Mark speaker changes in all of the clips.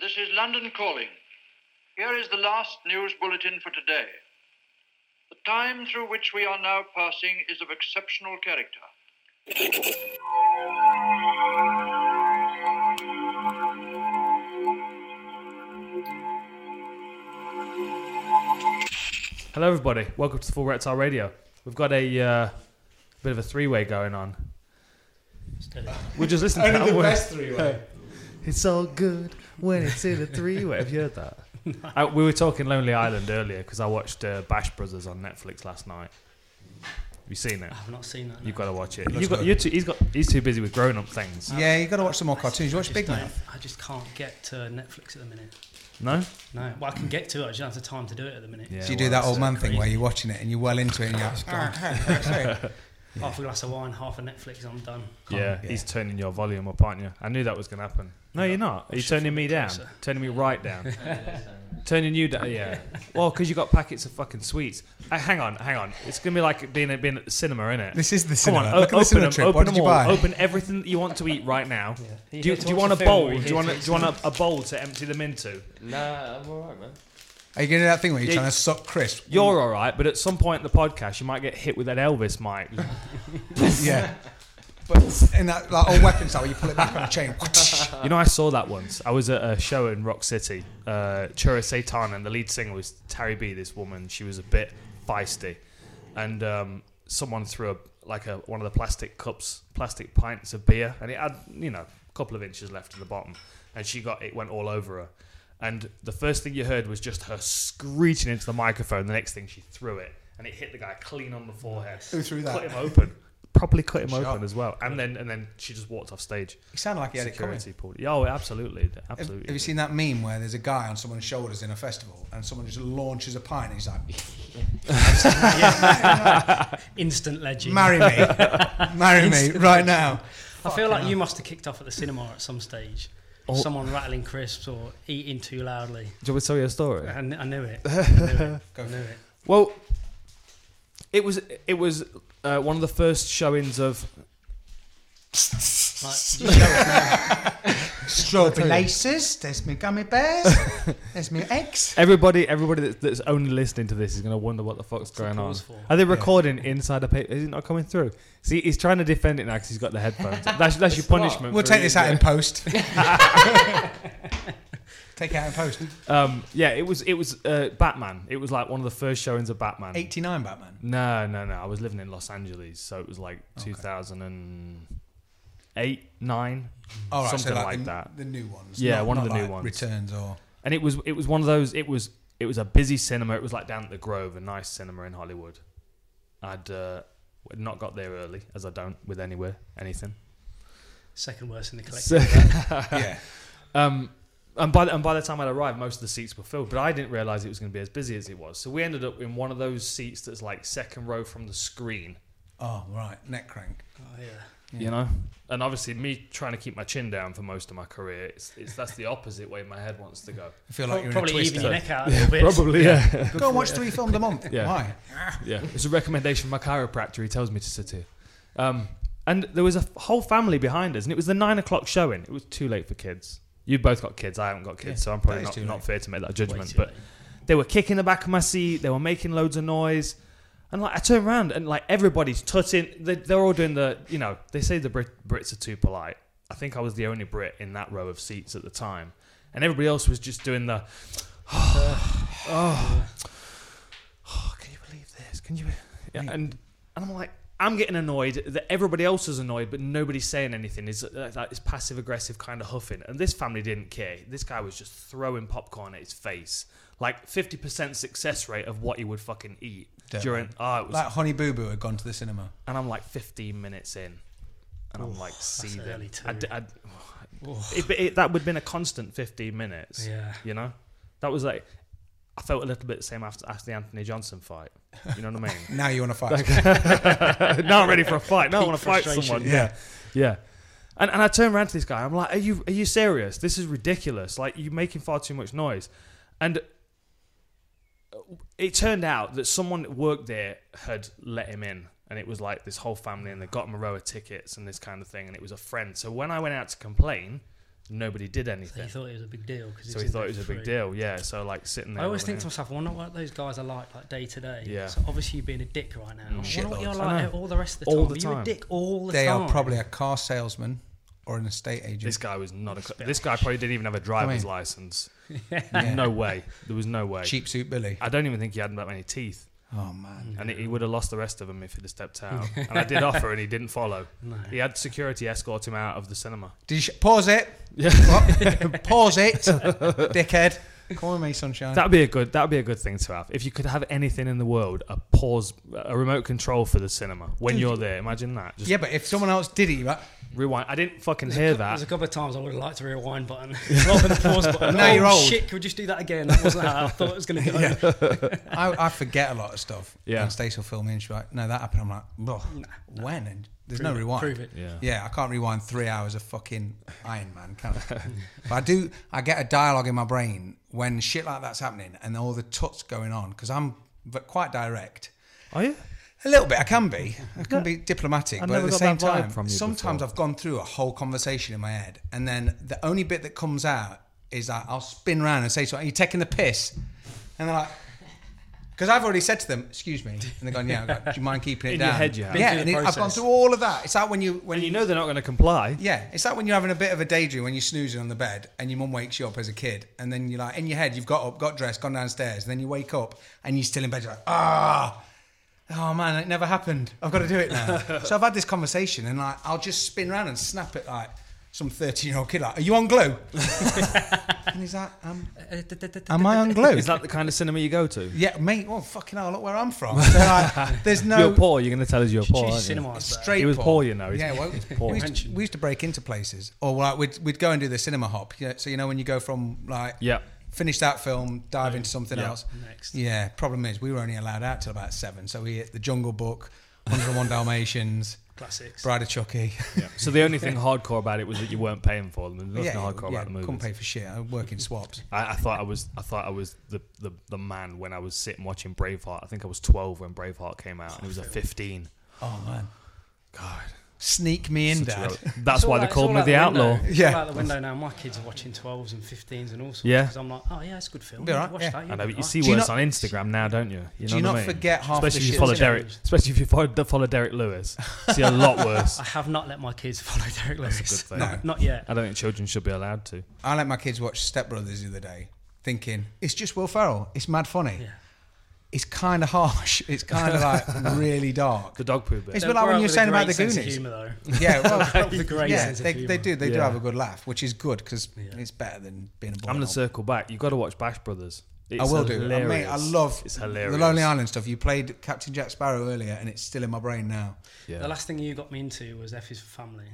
Speaker 1: This is London Calling. Here is the last news bulletin for today. The time through which we are now passing is of exceptional character.
Speaker 2: Hello, everybody. Welcome to Full Reptile Radio. We've got a uh, bit of a three-way going on. We're just listening to
Speaker 3: Only
Speaker 2: that
Speaker 3: the
Speaker 2: word.
Speaker 3: best three way.
Speaker 2: It's all good when it's in a three-way. Have you heard that? I, we were talking Lonely Island earlier because I watched uh, Bash Brothers on Netflix last night. Have you seen it?
Speaker 4: I've not seen that.
Speaker 2: You've got to watch it.
Speaker 3: Looks
Speaker 2: You've got,
Speaker 3: good.
Speaker 2: you're too, he's got. He's too busy with grown-up things.
Speaker 3: Yeah, you got to watch some more cartoons. You watch Big
Speaker 4: Mouth.
Speaker 3: Mouth.
Speaker 4: I just can't get to Netflix at the minute.
Speaker 2: No.
Speaker 4: No, well, I can get to it. I just don't have the time to do it at the minute.
Speaker 2: Yeah,
Speaker 3: Do you do that
Speaker 4: it's
Speaker 3: old
Speaker 4: so
Speaker 3: man thing where
Speaker 4: crazy.
Speaker 3: you're watching it and you're well into it and you're like, "Ah, sorry."
Speaker 4: Half a glass of wine, half a Netflix, I'm done. Can't-
Speaker 2: Yeah,
Speaker 3: yeah.
Speaker 2: he's turning your volume up, aren't you? I knew that was going to happen. No, you're not. Are you
Speaker 4: should
Speaker 2: turning me down?
Speaker 4: closer.
Speaker 2: Turning me right down? turning you down? Yeah. Well, because you got packets of fucking sweets. Uh, hang on, hang on. It's going to be like being at, being at the cinema, innit?
Speaker 3: This is the
Speaker 2: Come
Speaker 3: cinema.
Speaker 2: on, o-
Speaker 3: Look at the
Speaker 2: open
Speaker 3: cinema
Speaker 2: them,
Speaker 3: trip.
Speaker 2: open
Speaker 3: What did
Speaker 2: them
Speaker 3: you
Speaker 2: all.
Speaker 3: buy?
Speaker 2: Open everything that you want to eat right now.
Speaker 5: Are you
Speaker 2: Do, you,
Speaker 5: here to
Speaker 2: do you
Speaker 5: watch
Speaker 2: want a
Speaker 5: the film or
Speaker 2: bowl?
Speaker 5: are you
Speaker 2: Do you
Speaker 5: here
Speaker 2: want
Speaker 5: to
Speaker 2: a, do you want a, a bowl to empty them into?
Speaker 5: Nah, I'm alright, man.
Speaker 3: Are you going to do that thing where you're
Speaker 2: Yeah,
Speaker 3: trying to suck crisp?
Speaker 2: You're all right, but at some point in the podcast, you might get hit with that Elvis mic.
Speaker 3: Yeah. But in that like old weapon style, where you pull it back on a chain.
Speaker 2: You know, I saw that once. I was at a show in Rock City, uh, Chura Satan, and the lead singer was Terry B. This woman, she was a bit feisty, and um, someone threw a, like a one of the plastic cups, plastic pints of beer, and it had you know a couple of inches left in the bottom, and she got it went all over her, and the first thing you heard was just her screeching into the microphone. The next thing she threw it, and it hit the guy clean on the forehead.
Speaker 3: Who threw
Speaker 2: Cut
Speaker 3: that?
Speaker 2: him open. Properly cut him
Speaker 3: Shot.
Speaker 2: open as well, and then and then she just walked off stage
Speaker 3: He sounded like he had it coming.
Speaker 2: security pulled. Yeah, oh, absolutely,
Speaker 3: Have,
Speaker 2: absolutely.
Speaker 3: have you seen that meme where there's a guy on someone's shoulders in a festival and someone just launches a pint and he's like,
Speaker 4: Instant legend.
Speaker 3: marry me, marry me right now.
Speaker 4: I feel like you must have kicked off at the cinema at some stage.
Speaker 2: Oh.
Speaker 4: Someone rattling crisps or eating too loudly.
Speaker 2: Do you want me to tell you a story?
Speaker 4: I,
Speaker 3: Uh-huh.
Speaker 4: kn- I knew it. I knew it. I knew it.
Speaker 2: Well, it was it was uh, one of the first showings of.
Speaker 4: Like,
Speaker 3: Strawberry laces, there's me gummy bears, there's me eggs.
Speaker 2: Everybody, everybody that, that's only listening to this is going to wonder what the fuck's going on.
Speaker 4: pause for?
Speaker 2: Are they recording inside a paper? Is it not coming through? See, he's trying to defend it now because he's got the headphones. That's, that's your punishment.
Speaker 3: We'll
Speaker 2: for
Speaker 3: take this out in
Speaker 2: it.
Speaker 3: post. take it out in post.
Speaker 2: Um, yeah, it was it was uh, Batman. It was like one of the first showings of Batman.
Speaker 3: 89 Batman.
Speaker 2: No, no, no. I was living in Los Angeles, so it was like 2008, nine.
Speaker 3: All right,
Speaker 2: Something
Speaker 3: so like,
Speaker 2: like
Speaker 3: the,
Speaker 2: that.
Speaker 3: The new ones.
Speaker 2: Yeah,
Speaker 3: not-
Speaker 2: one of
Speaker 3: not
Speaker 2: the new
Speaker 3: like
Speaker 2: ones.
Speaker 3: Returns or
Speaker 2: and it was it was one of those it was it was a busy cinema it was like down at the grove a nice cinema in hollywood i'd uh, not got there early as i don't with anywhere anything
Speaker 4: second worst in the collection.
Speaker 2: so,
Speaker 3: yeah.
Speaker 2: um, and by the, and by the time i'd arrived most of the seats were filled but i didn't realize it was going to be as busy as it was so we ended up in one of those seats that's like second row from the screen
Speaker 3: Oh right, neck crank.
Speaker 4: Oh, yeah.
Speaker 2: you know and obviously me trying to keep my chin down for most of my career it's, it's that's the opposite way my head wants to go
Speaker 3: I feel like you're
Speaker 4: Probably
Speaker 3: in a
Speaker 4: even your
Speaker 3: twister.
Speaker 4: neck out a little bit.
Speaker 2: probably yeah
Speaker 3: Go and watch three films a month.
Speaker 2: Yeah.
Speaker 3: Why?
Speaker 2: Yeah, it's a recommendation from my chiropractor. He tells me to sit here. Um, and there was a f- whole family behind us, and it was the nine o'clock showing. It was too late for kids. You both got kids. I haven't got kids,
Speaker 3: Yeah,
Speaker 2: so I'm
Speaker 3: that
Speaker 2: probably
Speaker 3: is
Speaker 2: not,
Speaker 3: too
Speaker 2: not
Speaker 3: late.
Speaker 2: fair to make that
Speaker 4: Way
Speaker 2: judgment.
Speaker 4: too
Speaker 2: But
Speaker 4: late.
Speaker 2: they were kicking the back of my seat. They were making loads of noise, and like I turned around and like everybody's tutting. They, they're all doing the you know they say the Brit- Brits are too polite. I think I was the only Brit in that row of seats at the time, and everybody else was just doing the. oh, oh, can you believe this? Can you? Yeah,
Speaker 3: Mate.
Speaker 2: and and I'm like, I'm getting annoyed that everybody else is annoyed, but nobody's saying anything. uh, Is that is passive aggressive kind of huffing? And this family didn't care. This guy was just throwing popcorn at his face, like 50% success rate of what he would fucking eat
Speaker 3: Don't
Speaker 2: during. Oh, it was,
Speaker 3: Like Honey Boo Boo had gone to the cinema.
Speaker 2: and I'm like 15 minutes in, and I'm like seething.
Speaker 4: early too.
Speaker 2: I d- I d- it, it, that would have been a constant 15 minutes.
Speaker 4: Yeah.
Speaker 2: You know, that was like. I felt a little bit the same after, after the Anthony Johnson fight. You know what I mean?
Speaker 3: Now you want to fight?
Speaker 2: now I'm ready for a fight. Now I want to fight
Speaker 4: frustration.
Speaker 2: someone.
Speaker 3: yeah.
Speaker 2: Yeah. And, and I turn around to this guy. I'm like, are you are you serious? This is ridiculous. Like you're making far too much noise. And it turned out that someone that worked there had let him in, and it was like this whole family, and they got him a row of tickets and this kind of thing, and it was a friend. So when I went out to complain, Nobody did
Speaker 4: So
Speaker 2: anything.
Speaker 4: he thought it was a big deal because
Speaker 2: So he thought it was a big deal. Yeah. So like sitting there.
Speaker 4: I always
Speaker 2: like,
Speaker 4: think to
Speaker 2: yeah.
Speaker 4: myself, I wonder what those guys are like, like day to day.
Speaker 2: Yeah.
Speaker 4: So obviously you're being a dick right now. I wonder what you're
Speaker 6: Shitloads.
Speaker 2: I
Speaker 4: like
Speaker 2: know.
Speaker 4: all the rest of the time.
Speaker 2: All the
Speaker 4: Are you a
Speaker 2: time.
Speaker 4: dick all the
Speaker 6: They
Speaker 4: time?
Speaker 6: are probably a car salesman or an estate agent.
Speaker 2: this guy was not a. cl- This guy probably didn't even have a driver's
Speaker 6: mean-
Speaker 2: license.
Speaker 6: Yeah.
Speaker 2: No way. There was no way.
Speaker 6: Cheap suit Billy.
Speaker 2: I don't even think he had that many teeth,
Speaker 6: Oh man.
Speaker 2: and he would have lost the rest of them if he'd have stepped out. and I did offer, and he didn't follow.
Speaker 4: No.
Speaker 2: He had security escort him out of the cinema.
Speaker 6: Did you sh- pause it?
Speaker 2: Yeah.
Speaker 6: What? pause it, dickhead. Call me sunshine.
Speaker 2: That'd be a good. That'd be a good thing to have. If you could have anything in the world, a pause, a remote control for the cinema when you're there. Imagine that. Just
Speaker 6: yeah, but if someone else did it, you're like,
Speaker 2: rewind. I didn't fucking
Speaker 4: There's a
Speaker 2: hear
Speaker 4: cou- There's a
Speaker 2: that.
Speaker 4: couple of times I would have liked to rewind button rather than the pause button.
Speaker 6: Now
Speaker 4: oh,
Speaker 6: you're old.
Speaker 4: Shit, could we just do that again? That wasn't how I thought it was going to go.
Speaker 6: I, I forget a lot of stuff.
Speaker 2: Yeah.
Speaker 6: And Stacey will film me and she's like, no, that happened. I'm like, "Ugh, when? And there's no
Speaker 4: Prove it,
Speaker 6: rewind.
Speaker 4: Prove it.
Speaker 2: Yeah.
Speaker 6: Yeah, I can't rewind three hours of fucking Iron Man, can I? but I do, I get a dialogue in my brain when shit like that's happening and all the tuts going on because I'm v- quite direct.
Speaker 2: Are you?
Speaker 6: A little bit, I can be. I can be diplomatic,
Speaker 2: I
Speaker 6: but at
Speaker 2: never
Speaker 6: the
Speaker 2: got
Speaker 6: same
Speaker 2: that vibe
Speaker 6: time,
Speaker 2: from you
Speaker 6: sometimes
Speaker 2: before.
Speaker 6: I've gone through a whole conversation in my head, and then the only bit that comes out is that I'll spin round and say something. Are you taking the piss? And they're like, because I've already said to them, "Excuse me," and they're going, "Yeah." I've got, Do you mind keeping it
Speaker 2: In your
Speaker 6: down?
Speaker 2: head you have.
Speaker 4: Been
Speaker 6: Yeah,
Speaker 4: through
Speaker 6: and
Speaker 4: the
Speaker 6: it, I've gone
Speaker 4: process.
Speaker 6: through all of that. It's like when you when
Speaker 2: And you know they're not going to comply.
Speaker 6: yeah, it's like when you're having a bit of a daydream when you're snoozing on the bed and your mum wakes you up as a kid, and then you're like in your head, you've got up, got dressed, gone downstairs, and then you wake up and you're still in bed. You're like, ah, oh man, it never happened. I've got to do it now. so I've had this conversation, and like I'll just spin around and snap at like some 13 year old kid, like, are you on glue? and he's like, um, am I on glue?
Speaker 2: Is that the kind of cinema you go to?
Speaker 6: yeah, mate. Well, fucking hell, look where I'm from. So, like, there's no
Speaker 2: You're poor. You're going to tell us you're poor. aren't
Speaker 4: Choose
Speaker 2: you?
Speaker 4: cinema.
Speaker 6: it's
Speaker 4: as that.
Speaker 6: straight.
Speaker 2: It was
Speaker 6: porn.
Speaker 2: poor, you know. It's-
Speaker 6: Yeah, well,
Speaker 2: it's poor.
Speaker 6: We, used to, we used to break into places, or like we'd we'd go and do the cinema hop. Yeah, so you know when you go from like
Speaker 2: Yeah.
Speaker 6: finish that film, dive into something
Speaker 2: Yeah.
Speaker 6: else.
Speaker 4: Next.
Speaker 6: Yeah, problem is we were only allowed out till about seven, so we hit the Jungle Book, 101 Dalmatians,
Speaker 4: Classics.
Speaker 6: Bride of Chucky.
Speaker 2: So the only thing hardcore about it was that you weren't paying for them. There's nothing hardcore about the movie.
Speaker 6: couldn't pay for shit. I work in swaps.
Speaker 2: I, I thought I was I thought I was the, the, the man when I was sitting watching Braveheart. I think I was twelve when Braveheart came out, and it was a fifteen.
Speaker 6: Oh man,
Speaker 2: God,
Speaker 6: sneak me in,
Speaker 2: such a
Speaker 6: Dad.
Speaker 2: road. that's
Speaker 4: It's
Speaker 2: why
Speaker 4: all
Speaker 2: they
Speaker 4: out-
Speaker 2: called
Speaker 4: it's
Speaker 2: me
Speaker 4: all out
Speaker 2: the outlaw.
Speaker 4: window. It's
Speaker 6: Yeah.
Speaker 4: all out the window now. My kids are watching 12s and 15s and all sorts.
Speaker 2: Yeah.
Speaker 4: Because I'm like, oh, yeah, it's a good film.
Speaker 6: Be all right,
Speaker 4: Watch
Speaker 6: yeah.
Speaker 4: that.
Speaker 2: I know, but you
Speaker 4: you'll
Speaker 2: see
Speaker 6: Do you
Speaker 2: worse
Speaker 6: not-
Speaker 2: on Instagram now, don't you? You know
Speaker 6: do you
Speaker 2: what
Speaker 6: not
Speaker 2: I mean?
Speaker 6: forget half
Speaker 2: especially
Speaker 6: the
Speaker 2: if you
Speaker 6: shit?
Speaker 2: follow
Speaker 4: that's
Speaker 2: Derek.
Speaker 4: changed.
Speaker 2: Especially if you follow, follow Derek Lewis, see a lot worse.
Speaker 4: I have not let my kids follow Derek Lewis.
Speaker 2: Good thing.
Speaker 6: No.
Speaker 4: Not yet.
Speaker 2: I don't think children should be allowed to.
Speaker 6: I let my kids watch Step Brothers the other day, thinking it's just Will Ferrell. It's mad funny.
Speaker 4: Yeah.
Speaker 6: It's kind of harsh. It's kind of like really dark.
Speaker 2: The dog poo bit.
Speaker 6: It's
Speaker 4: They'll
Speaker 6: a bit like
Speaker 4: grow
Speaker 6: when
Speaker 4: up
Speaker 6: you were
Speaker 4: with a
Speaker 6: saying about
Speaker 4: great
Speaker 6: the
Speaker 4: sense of
Speaker 6: Goonies.
Speaker 4: Humour,
Speaker 6: Yeah,
Speaker 4: though.
Speaker 6: well,
Speaker 4: the great
Speaker 6: yeah,
Speaker 4: sense of
Speaker 6: they,
Speaker 4: humour.
Speaker 6: they do. They do
Speaker 2: Yeah.
Speaker 6: have a good laugh, which is good because
Speaker 4: Yeah.
Speaker 6: it's better than being a boy.
Speaker 2: I'm gonna
Speaker 6: and all.
Speaker 2: circle back. You got to watch Bash Brothers. It's
Speaker 6: I will do. I,
Speaker 2: hilarious.
Speaker 6: mate, I love
Speaker 2: It's hilarious.
Speaker 6: the Lonely Island stuff. You played Captain Jack Sparrow earlier, and it's still in my brain now.
Speaker 4: The
Speaker 2: Yeah.
Speaker 4: last thing you got me into was F is for Family.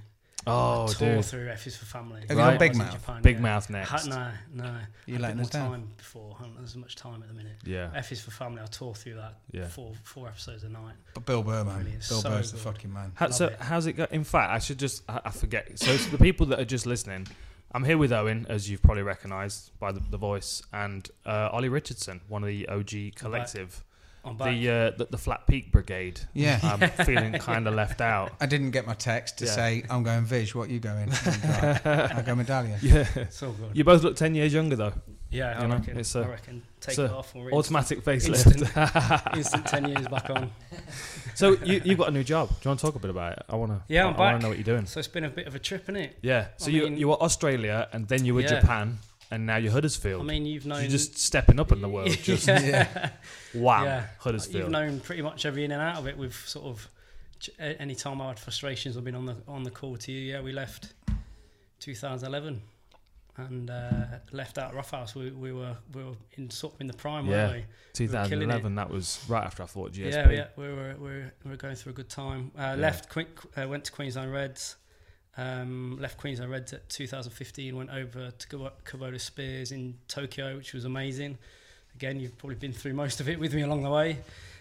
Speaker 2: Oh,
Speaker 4: Tour
Speaker 2: dude.
Speaker 4: through F is for Family.
Speaker 6: you
Speaker 2: got
Speaker 4: Right. I
Speaker 6: Big
Speaker 4: was in
Speaker 6: Mouth?
Speaker 4: Japan,
Speaker 2: Big
Speaker 4: yeah.
Speaker 2: Mouth next.
Speaker 4: Ha- no, no. I
Speaker 6: You
Speaker 4: had a
Speaker 6: letting
Speaker 4: bit more
Speaker 6: us down?
Speaker 4: time before. I haven't had as much time at the minute.
Speaker 2: Yeah.
Speaker 4: F is for Family. I tore through that
Speaker 2: Yeah.
Speaker 4: four four episodes a night.
Speaker 6: But Bill Burr, man,
Speaker 4: Brilliant.
Speaker 6: Bill
Speaker 4: So
Speaker 6: Burr's the
Speaker 4: good.
Speaker 6: fucking man.
Speaker 2: How,
Speaker 4: Love
Speaker 2: so
Speaker 4: it.
Speaker 2: how's it go? In fact, I should just I, I forget. So it's the people that are just listening, I'm here with Owen, as you've probably recognised by the, the voice, and uh, Ollie Richardson, one of the OG collective,
Speaker 4: I'm back.
Speaker 2: the, uh, the the Flat Peak Brigade.
Speaker 6: Yeah.
Speaker 2: I'm feeling kind of left out.
Speaker 6: I didn't get my text to
Speaker 2: Yeah.
Speaker 6: say I'm going Vish. What you going? I go medallion.
Speaker 2: Yeah,
Speaker 4: it's all good.
Speaker 2: you both look ten years younger though.
Speaker 4: yeah, I
Speaker 2: you know,
Speaker 4: reckon.
Speaker 2: it's a-
Speaker 4: I reckon. Take
Speaker 2: it's a
Speaker 4: it off or instant,
Speaker 2: Automatic facelift.
Speaker 4: instant, instant ten years back on.
Speaker 2: so you you got a new job. Do you want to talk a bit about it? I want to.
Speaker 4: Yeah,
Speaker 2: I,
Speaker 4: I'm
Speaker 2: I want
Speaker 4: back.
Speaker 2: to know what you're doing.
Speaker 4: So it's been a bit of a trip, innit? it?
Speaker 2: Yeah. So
Speaker 4: I
Speaker 2: you
Speaker 4: mean-
Speaker 2: you were Australia, and then you were
Speaker 4: Yeah.
Speaker 2: Japan, and now you're Huddersfield.
Speaker 4: I mean, you've known
Speaker 2: you're just stepping up in the world. Just
Speaker 6: Yeah.
Speaker 2: wow,
Speaker 4: yeah.
Speaker 2: Huddersfield.
Speaker 4: You've known pretty much every in and out of it. We've sort of ch- a- any time I had frustrations, I've been on the on the call to you. Yeah, we left 2011 and uh, left out rough house. We, we were we were in sort of in the prime,
Speaker 2: Yeah.
Speaker 4: weren't we? killing it.
Speaker 2: 2011. That was right after I thought GSP.
Speaker 4: Yeah, yeah, we were we were, we were going through a good time. Uh, Left, quick, uh, went to Queensland Reds. Um, left Queensland Reds at 2015. Went over to Kubo- Kubota Spears in Tokyo, which was amazing. Again, you've probably been through most of it with me along the way.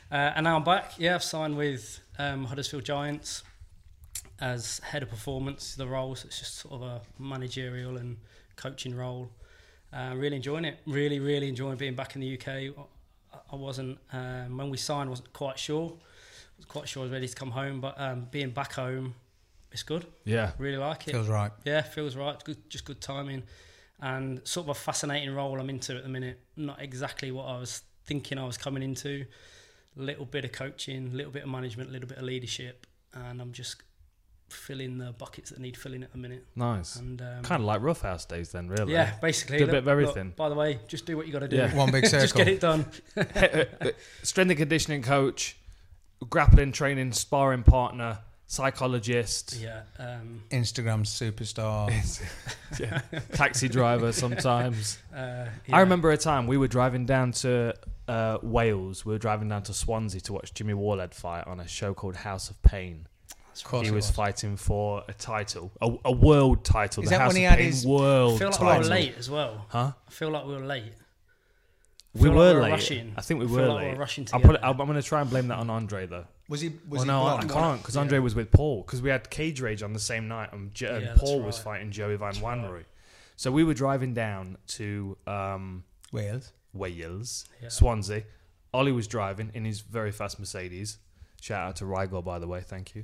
Speaker 4: Uh, and now I'm back. Yeah, I've signed with um, Huddersfield Giants as head of performance. The role, so it's just sort of a managerial and coaching role. Uh, really enjoying it. Really, really enjoying being back in the UK. I- I wasn't um, when we signed. wasn't quite sure. was quite sure I was ready to come home, but um, being back home, it's good.
Speaker 2: Yeah.
Speaker 4: Really like it.
Speaker 6: Feels right.
Speaker 4: Yeah, feels right. Good, just good timing, and sort of a fascinating role I'm into at the minute. Not exactly what I was thinking I was coming into. Little bit of coaching, little bit of management, little bit of leadership, and I'm just filling the buckets that need filling at the minute.
Speaker 2: Nice.
Speaker 4: And um,
Speaker 2: kind of like Roughhouse days, then, really.
Speaker 4: yeah, basically
Speaker 2: Do a bit of
Speaker 4: look, look,
Speaker 2: everything.
Speaker 4: by the way, just do what you got to do.
Speaker 2: Yeah.
Speaker 6: One big circle.
Speaker 4: just get it done.
Speaker 2: Strength and conditioning coach, grappling training, sparring partner, psychologist,
Speaker 4: Yeah. Um,
Speaker 6: Instagram superstar.
Speaker 2: yeah, taxi driver sometimes.
Speaker 4: uh,
Speaker 2: I
Speaker 4: yeah.
Speaker 2: remember a time we were driving down to uh, Wales. We were driving down to Swansea to watch Jimmy Warled fight on a show called House of Pain.
Speaker 6: Of course,
Speaker 2: He
Speaker 6: it
Speaker 2: was, fighting for a title, a, a world title.
Speaker 6: Is
Speaker 2: the
Speaker 6: that
Speaker 2: House
Speaker 6: when he
Speaker 2: of
Speaker 6: had
Speaker 2: Pain
Speaker 6: his-
Speaker 2: world
Speaker 4: I feel like we
Speaker 2: title.
Speaker 4: were late as well.
Speaker 2: Huh?
Speaker 4: I feel like we were late. I
Speaker 2: We
Speaker 4: feel like
Speaker 2: were
Speaker 4: we were
Speaker 2: late.
Speaker 4: rushing.
Speaker 2: I think we
Speaker 4: I feel
Speaker 2: were
Speaker 4: like we
Speaker 2: late.
Speaker 4: were rushing
Speaker 2: I'll put it,
Speaker 4: together.
Speaker 2: I'm, I'm going to try and blame that on Andre though.
Speaker 6: Was he?
Speaker 2: Well,
Speaker 6: Was he
Speaker 2: Oh, no, I, I
Speaker 6: blonde?
Speaker 2: can't because Andre was with Paul because we had Cage Rage on the same night, and, Jo- and
Speaker 4: Yeah, that's
Speaker 2: Paul was
Speaker 4: right.
Speaker 2: fighting Joey Van Wannery. So we were driving down to um,
Speaker 6: Wales.
Speaker 2: Wales,
Speaker 4: Yeah.
Speaker 2: Swansea. Ollie was driving in his very fast Mercedes. Shout out to Rigor, by the way. Thank you.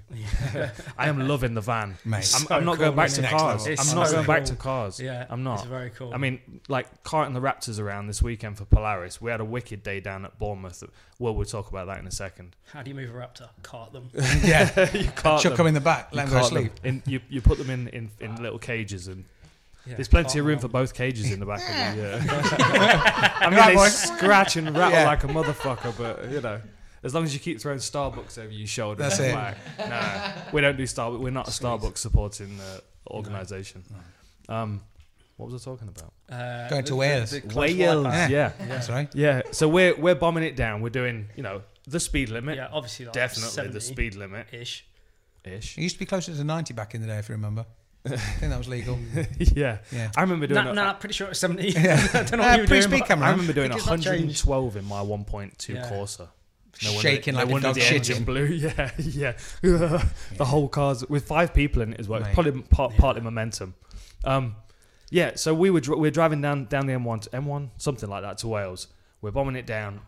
Speaker 2: I am loving the van.
Speaker 6: Mate.
Speaker 2: I'm, I'm not
Speaker 4: cool,
Speaker 2: going back to
Speaker 4: isn't
Speaker 6: it?
Speaker 2: cars.
Speaker 6: Next
Speaker 4: level.
Speaker 2: I'm not
Speaker 4: It's
Speaker 2: going
Speaker 4: so
Speaker 2: back to
Speaker 4: cool.
Speaker 2: cars.
Speaker 4: Yeah,
Speaker 2: I'm not.
Speaker 4: It's very cool.
Speaker 2: I mean, like carting the Raptors around this weekend for Polaris. We had a wicked day down at Bournemouth. Well, we'll talk about that in a second.
Speaker 4: how do you move a raptor? Cart them.
Speaker 6: Yeah.
Speaker 2: you cart
Speaker 6: Chuck
Speaker 2: them.
Speaker 6: him in the back.
Speaker 2: You
Speaker 6: Let him go to
Speaker 2: cart them
Speaker 6: sleep.
Speaker 2: in- you, you put them in, in, in little cages, and
Speaker 4: Yeah,
Speaker 2: there's plenty
Speaker 4: cart
Speaker 2: of
Speaker 6: Oh.
Speaker 2: room for
Speaker 4: them.
Speaker 2: both cages in the back of the. Uh, I mean,
Speaker 6: Right,
Speaker 2: they
Speaker 6: boy.
Speaker 2: scratch and rattle
Speaker 6: Yeah.
Speaker 2: like a motherfucker, but you know, as long as you keep throwing Starbucks over your shoulder,
Speaker 6: That's
Speaker 2: it's
Speaker 6: it.
Speaker 2: like, No, we don't do Starbucks. We're not a Starbucks supporting uh, organisation. Um, what was I talking about?
Speaker 4: Uh,
Speaker 6: Going to
Speaker 4: the- the-
Speaker 6: Wales.
Speaker 4: the close
Speaker 2: Wales,
Speaker 4: wipeout.
Speaker 6: Yeah.
Speaker 2: yeah,
Speaker 6: That's right.
Speaker 2: yeah. So we're we're bombing it down. We're doing you know the speed limit,
Speaker 4: Yeah, obviously like
Speaker 2: definitely
Speaker 4: 70
Speaker 2: the speed limit
Speaker 4: ish.
Speaker 2: ish.
Speaker 6: It used to be closer to ninety back in the day, if you remember. I think that was legal.
Speaker 2: yeah,
Speaker 6: Yeah.
Speaker 2: I remember doing
Speaker 4: No,
Speaker 2: it.
Speaker 4: no, I'm pretty sure it was 70. I don't know what
Speaker 6: Uh,
Speaker 4: you were
Speaker 6: please
Speaker 4: doing.
Speaker 6: speak,
Speaker 4: but-
Speaker 6: Cameron.
Speaker 2: I remember doing
Speaker 4: think it's not
Speaker 2: 112 in my 1.2
Speaker 4: Yeah.
Speaker 2: Corsa.
Speaker 6: Shaking like a
Speaker 2: wonder
Speaker 6: dog
Speaker 2: the engine
Speaker 6: shitting.
Speaker 2: blew. Yeah, yeah. the whole car's with five people in it as well. It's
Speaker 6: Mate.
Speaker 2: probably part, partly momentum. Um, yeah. So we were dr- we are driving down down the M1 to M1 something like that to Wales. We're bombing it down,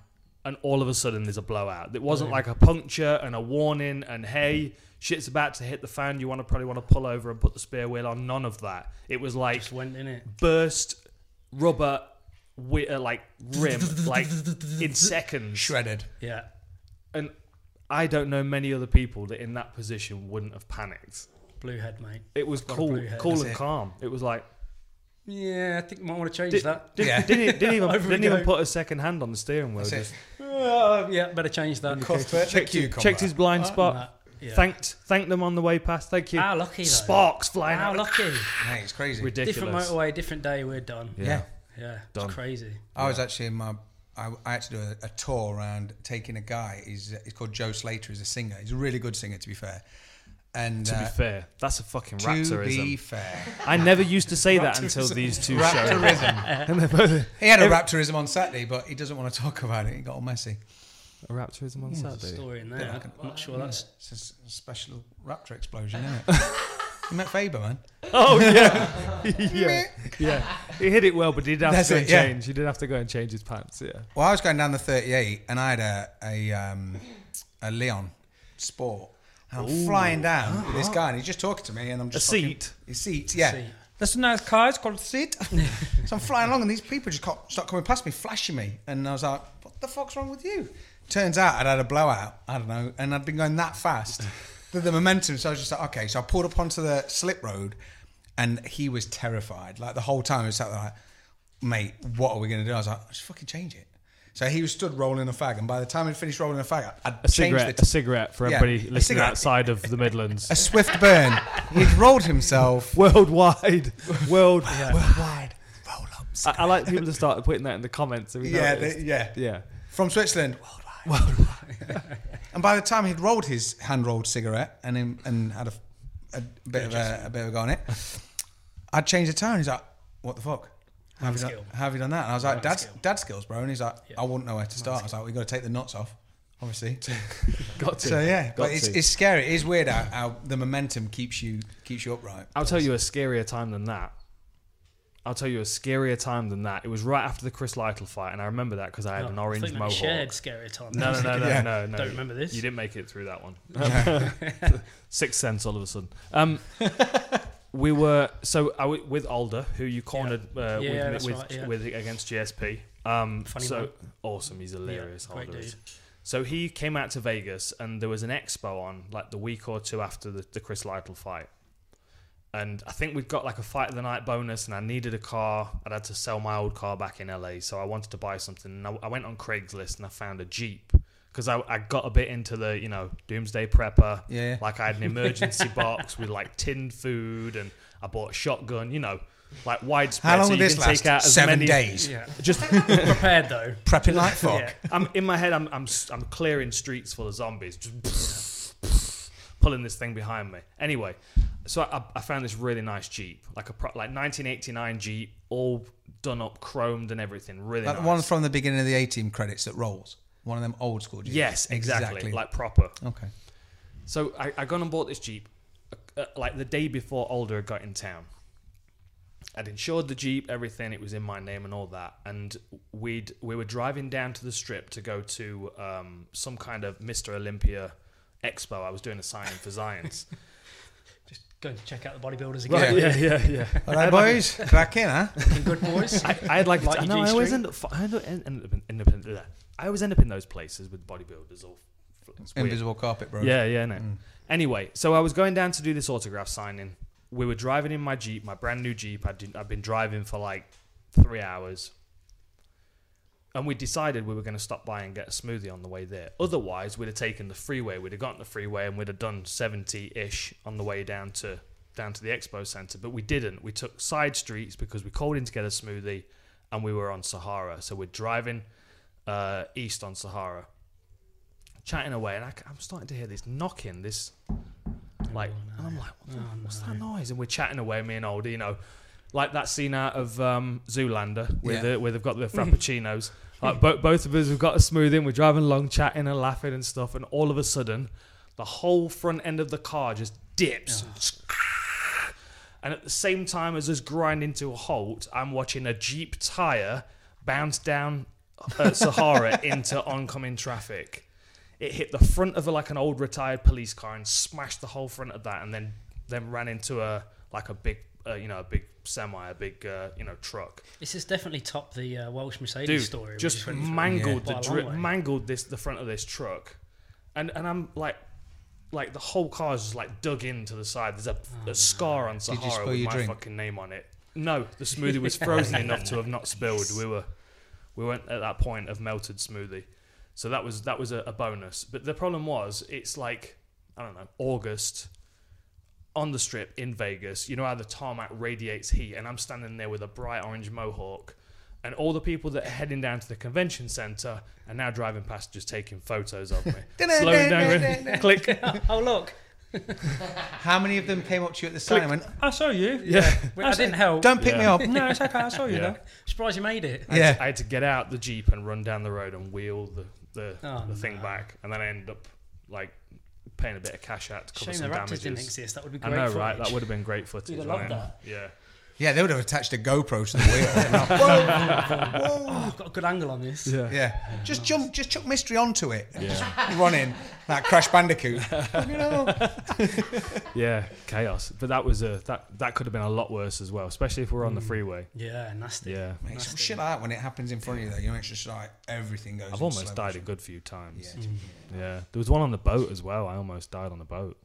Speaker 2: and all of a sudden there's a blowout. It wasn't like a puncture and a warning and hey. Shit's about to hit the fan. You want to probably want to pull over and put the spear wheel on. None of that. It was like
Speaker 4: Just went in it.
Speaker 2: burst rubber wi- uh, like rim like in seconds
Speaker 6: Shredded.
Speaker 4: Yeah.
Speaker 2: and i don't know many other people that in that position wouldn't have panicked
Speaker 4: Blue head, mate.
Speaker 2: it was
Speaker 4: got a
Speaker 2: cool
Speaker 4: blue head,
Speaker 2: cool
Speaker 6: that's
Speaker 2: and
Speaker 6: it.
Speaker 2: calm it was like
Speaker 4: Yeah, I think you might want to change
Speaker 2: did,
Speaker 4: that.
Speaker 2: did,
Speaker 6: Yeah.
Speaker 2: didn't, didn't even,
Speaker 4: Over we
Speaker 2: didn't even
Speaker 4: go.
Speaker 2: put a second hand on the steering wheel
Speaker 6: That's
Speaker 2: just
Speaker 6: it.
Speaker 4: Uh, yeah, better change that.
Speaker 6: Cuthbert,
Speaker 2: checked,
Speaker 6: the
Speaker 2: his-
Speaker 6: cucumber.
Speaker 2: checked his blind spot
Speaker 4: Nah, yeah.
Speaker 2: thanked thanked them on the way past thank you
Speaker 4: How lucky, though.
Speaker 2: sparks flying
Speaker 4: How
Speaker 2: out
Speaker 4: lucky.
Speaker 6: Mate, it's crazy.
Speaker 2: ridiculous
Speaker 4: Different motorway, different day, we're done.
Speaker 2: yeah.
Speaker 6: yeah.
Speaker 4: Yeah, it's
Speaker 2: Done.
Speaker 4: crazy.
Speaker 6: I was actually in my. I, I had to do a, a tour around taking a guy. He's he's called Joe Slater. He's a singer. He's a really good singer, to be fair. And
Speaker 2: to
Speaker 6: uh,
Speaker 2: be fair that's a fucking
Speaker 6: to
Speaker 2: raptorism
Speaker 6: be fair,
Speaker 2: i never used to say that until these two shows
Speaker 6: raptorism.
Speaker 2: and they're both
Speaker 6: he had a raptorism on Saturday, but he doesn't want to talk about it. He got all messy.
Speaker 2: a raptorism on
Speaker 4: There's a
Speaker 2: saturday
Speaker 4: story in there. I'm not sure that's.
Speaker 6: It's a s- a special raptor explosion, isn't it? you met Faber, man.
Speaker 2: Oh yeah, yeah, yeah. He hit it well, but he did have
Speaker 6: That's
Speaker 2: to go
Speaker 6: it,
Speaker 2: and
Speaker 6: yeah.
Speaker 2: change. He did have to go and change his pants. Yeah.
Speaker 6: Well, I was going down the 38 and I had a a, um, a Leon Sport. And I'm flying down with this guy and he's just talking to me and I'm just fucking-
Speaker 2: seat?
Speaker 6: His seat, yeah.
Speaker 4: Seat.
Speaker 6: That's a nice car. It's called a seat. so I'm flying along and these people just co- start coming past me, flashing me, and I was like, "What the fuck's wrong with you?" Turns out I'd had a blowout. I don't know, and I'd been going that fast that the momentum. So I was just like, "Okay." So I pulled up onto the slip road, and he was terrified. Like the whole time, he was sat there like, "Mate, what are we gonna do?" I was like, "Just fucking change it." So he was stood rolling a fag, and by the time he'd finished rolling a fag, I'd
Speaker 2: A
Speaker 6: changed
Speaker 2: cigarette,
Speaker 6: it.
Speaker 2: a cigarette for
Speaker 6: Yeah,
Speaker 2: everybody
Speaker 6: a
Speaker 2: listening
Speaker 6: cigarette.
Speaker 2: outside of the Midlands,
Speaker 6: a swift burn. He'd rolled himself.
Speaker 2: worldwide, world.
Speaker 6: Worldwide roll ups.
Speaker 2: I, I like people to start putting that in the comments. Have you
Speaker 6: Yeah,
Speaker 2: noticed?
Speaker 6: they- yeah.
Speaker 2: yeah.
Speaker 6: From Switzerland. Worldwide. and by the time he'd rolled his hand rolled cigarette and him, and had a, a bit of a, a bit of a go on it, I'd changed the tone. He's like, "What the fuck? How have, you done,
Speaker 4: skill.
Speaker 6: how have you done that?" And I was like, "Dad,
Speaker 4: skill.
Speaker 6: dad skills, bro." And he's like, "I wouldn't know where to start." I was like, "We got to take the knots off, obviously."
Speaker 2: Got to.
Speaker 6: so yeah,
Speaker 2: got
Speaker 6: but it's,
Speaker 2: to.
Speaker 6: it's scary. It is weird how, how the momentum keeps you keeps you upright.
Speaker 2: I'll tell you a scarier time than that. I'll tell you a scarier time than that. It was right after the Chris Lytle fight, and I remember that because I had
Speaker 4: Oh,
Speaker 2: an
Speaker 4: I
Speaker 2: orange
Speaker 4: thought you meant
Speaker 2: mohawk.
Speaker 4: Shared scary time.
Speaker 2: No, no, no, no,
Speaker 3: Yeah.
Speaker 2: no, no.
Speaker 4: Don't remember this.
Speaker 2: You didn't make it through that one. Sixth sense, all of a sudden. Um, we were so I w- with Alder, who you cornered uh,
Speaker 4: Yeah,
Speaker 2: with,
Speaker 4: that's
Speaker 2: with,
Speaker 4: right, yeah.
Speaker 2: with against GSP. Um,
Speaker 4: Funny
Speaker 2: so
Speaker 4: man.
Speaker 2: awesome, he's hilarious.
Speaker 4: Yeah, great
Speaker 2: Alder is.
Speaker 4: dude.
Speaker 2: So he came out to Vegas, and there was an expo on like the week or two after the, the Chris Lytle fight. And I think we'd got like a fight of the night bonus, and I needed a car. I'd had to sell my old car back in LA, so I wanted to buy something. And I, I went on Craigslist and I found a Jeep because I, I got a bit into the you know doomsday prepper.
Speaker 3: Yeah.
Speaker 2: Like I had an emergency box with like tinned food, and I bought a shotgun. You know, like widespread.
Speaker 3: How long
Speaker 2: so
Speaker 3: will
Speaker 2: you
Speaker 3: this
Speaker 2: can
Speaker 3: last?
Speaker 2: take out as
Speaker 3: Seven
Speaker 2: many-
Speaker 3: days.
Speaker 4: Yeah.
Speaker 2: Just
Speaker 4: Prepared though.
Speaker 3: Prepping like fuck.
Speaker 4: Yeah.
Speaker 2: I'm in my head. I'm I'm s- I'm clearing streets full of zombies, just pulling this thing behind me. Anyway, so I, I found this really nice Jeep, like a pro, like 1989 Jeep, all done up, chromed and everything. Really
Speaker 3: Like
Speaker 2: nice.
Speaker 3: the one from the beginning of the A team credits that rolls. One of them old school. Jeeps.
Speaker 2: yes, exactly, like proper.
Speaker 3: okay.
Speaker 2: So I, I gone and bought this Jeep uh, like the day before Alder had got in town. I'd insured the Jeep, everything. It was in my name and all that. And we'd we were driving down to the strip to go to um, some kind of Mr. Olympia expo. I was doing a signing for Zions.
Speaker 4: Just go and check out the bodybuilders
Speaker 2: Right,
Speaker 4: again.
Speaker 2: yeah, yeah, yeah.
Speaker 3: All right, boys, crack in, huh?
Speaker 4: Fucking good boys.
Speaker 2: I, I had like,
Speaker 4: Like
Speaker 2: I know,
Speaker 4: your
Speaker 2: I always
Speaker 4: G-string?
Speaker 2: end up, I end up, end up, in- end up in, bleh. I always end up in those places with bodybuilders or it's weird.
Speaker 3: Invisible carpet, bro.
Speaker 2: Yeah, yeah, no. Anyway, so I was going down to do this autograph signing. We were driving in my Jeep, my brand new Jeep. I'd, I'd been driving for like three hours. And we decided we were going to stop by and get a smoothie on the way there. Otherwise, we'd have taken the freeway. We'd have gotten the freeway and we'd have done 70 ish on the way down to down to the expo center. But we didn't. We took side streets because we called in to get a smoothie and we were on Sahara. So we're driving uh, east on Sahara chatting away, and I, am starting to hear this knocking, this
Speaker 4: Oh,
Speaker 2: like,
Speaker 4: uh,
Speaker 2: and I'm like, what the, what's that noise? And we're chatting away, me and Oldie, you know, like that scene out of um, Zoolander where,
Speaker 3: Yeah.
Speaker 2: the, where they've got the frappuccinos. like bo- both of us have got a smoothie, and we're driving along, chatting and laughing and stuff, and all of a sudden, the whole front end of the car just dips. And at the same time as us grinding to a halt, I'm watching a Jeep tire bounce down uh, Sahara into oncoming traffic. It hit the front of a, like an old retired police car and smashed the whole front of that, and then then ran into a like a big uh, you know a big semi, a big uh, you know truck.
Speaker 4: This has definitely topped the uh, Welsh Mercedes
Speaker 2: Dude,
Speaker 4: story. we
Speaker 2: just
Speaker 4: went through.
Speaker 2: mangled the
Speaker 4: Yeah. By a long
Speaker 2: dri-
Speaker 4: way.
Speaker 2: mangled this the front of this truck, and and I'm like. Like the whole car's just like dug into the side. There's a,
Speaker 4: Oh,
Speaker 2: a scar on
Speaker 3: you
Speaker 2: Sahara
Speaker 3: spill
Speaker 2: with
Speaker 3: your
Speaker 2: my
Speaker 3: drink?
Speaker 2: fucking name on it. No, the smoothie was frozen enough to have not spilled. We were we weren't at that point of melted smoothie, so that was that was a, a bonus. But the problem was, it's like I don't know August on the strip in Vegas. You know how the tarmac radiates heat, and I'm standing there with a bright orange mohawk, and all the people that are heading down to the convention center are now driving past, just taking photos of me. Slowing down, click.
Speaker 4: Oh look,
Speaker 3: How many of them came up to you at the sign and went,
Speaker 5: I saw you.
Speaker 2: Yeah.
Speaker 4: Well, I didn't help.
Speaker 3: don't pick me
Speaker 2: Yeah.
Speaker 3: up?
Speaker 5: No, it's okay. I saw you
Speaker 2: Yeah.
Speaker 5: though.
Speaker 4: Surprised you made it.
Speaker 2: I had
Speaker 3: Yeah.
Speaker 2: to- I had to get out the jeep and run down the road and wheel the the,
Speaker 4: Oh,
Speaker 2: the thing
Speaker 4: no.
Speaker 2: back, and then I ended up like paying a bit of cash out to cover
Speaker 4: Shame the
Speaker 2: some
Speaker 4: Raptors
Speaker 2: damages.
Speaker 4: didn't exist. That would be
Speaker 2: I
Speaker 4: great.
Speaker 2: know,
Speaker 4: footage.
Speaker 2: right? That would have been great footage.
Speaker 4: You'd have
Speaker 2: wouldn't
Speaker 4: loved
Speaker 2: it? Yeah.
Speaker 3: Yeah, they would have attached a GoPro to the wheel.
Speaker 4: I've got a good angle on this.
Speaker 2: Yeah.
Speaker 3: yeah. Just jump, just chuck mystery onto it. Just run in like Crash Bandicoot. you know.
Speaker 2: Yeah, chaos. But that was a that that could have been a lot worse as well, especially if we were
Speaker 4: Mm.
Speaker 2: on the freeway.
Speaker 4: Yeah, nasty.
Speaker 2: Yeah.
Speaker 3: It's some shit like that when it happens in front of you, though. You know, it's just like everything goes.
Speaker 2: I've
Speaker 3: in
Speaker 2: almost
Speaker 3: slow
Speaker 2: died a
Speaker 3: motion.
Speaker 2: good few times.
Speaker 4: Mm.
Speaker 3: Yeah.
Speaker 2: Yeah. There was one on the boat as well. I almost died on the boat.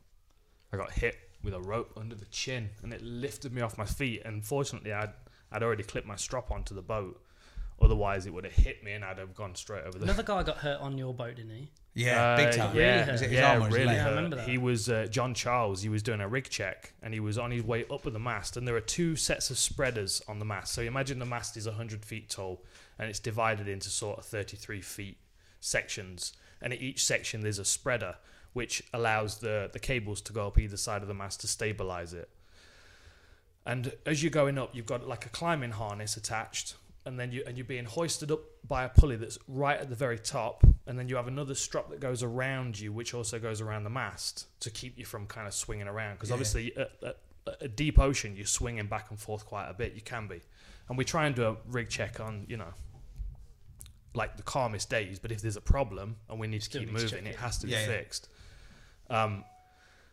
Speaker 2: I got hit with a rope under the chin and it lifted me off my feet. And fortunately, I'd, I'd already clipped my strap onto the boat. Otherwise, it would have hit me and I'd have gone straight over the.
Speaker 4: Another guy got hurt on your boat, didn't he?
Speaker 3: Yeah,
Speaker 2: Uh,
Speaker 3: big time.
Speaker 4: Really
Speaker 2: Yeah,
Speaker 4: hurt.
Speaker 3: Is it his
Speaker 2: yeah,
Speaker 3: arm or his
Speaker 2: really
Speaker 3: leg?
Speaker 4: Yeah, I
Speaker 2: hurt.
Speaker 4: remember that.
Speaker 2: He was uh, John Charles. He was doing a rig check and he was on his way up with the mast. And there are two sets of spreaders on the mast. So imagine the mast is 100 feet tall and it's divided into sort of 33 feet sections. And at each section, there's a spreader which allows the, the cables to go up either side of the mast to stabilize it. And as you're going up, you've got like a climbing harness attached, and then you and you're being hoisted up by a pulley that's right at the very top, and then you have another strap that goes around you, which also goes around the mast to keep you from kind of swinging around. Because obviously, at, at a deep ocean, you're swinging back and forth quite a bit. You can be, and we try and do a rig check on you know, like the calmest days. But if there's a problem and we need
Speaker 4: Still
Speaker 2: to keep
Speaker 4: need to check
Speaker 2: moving,
Speaker 4: it.
Speaker 2: it has to
Speaker 3: Yeah,
Speaker 2: be
Speaker 3: yeah.
Speaker 2: fixed. Um,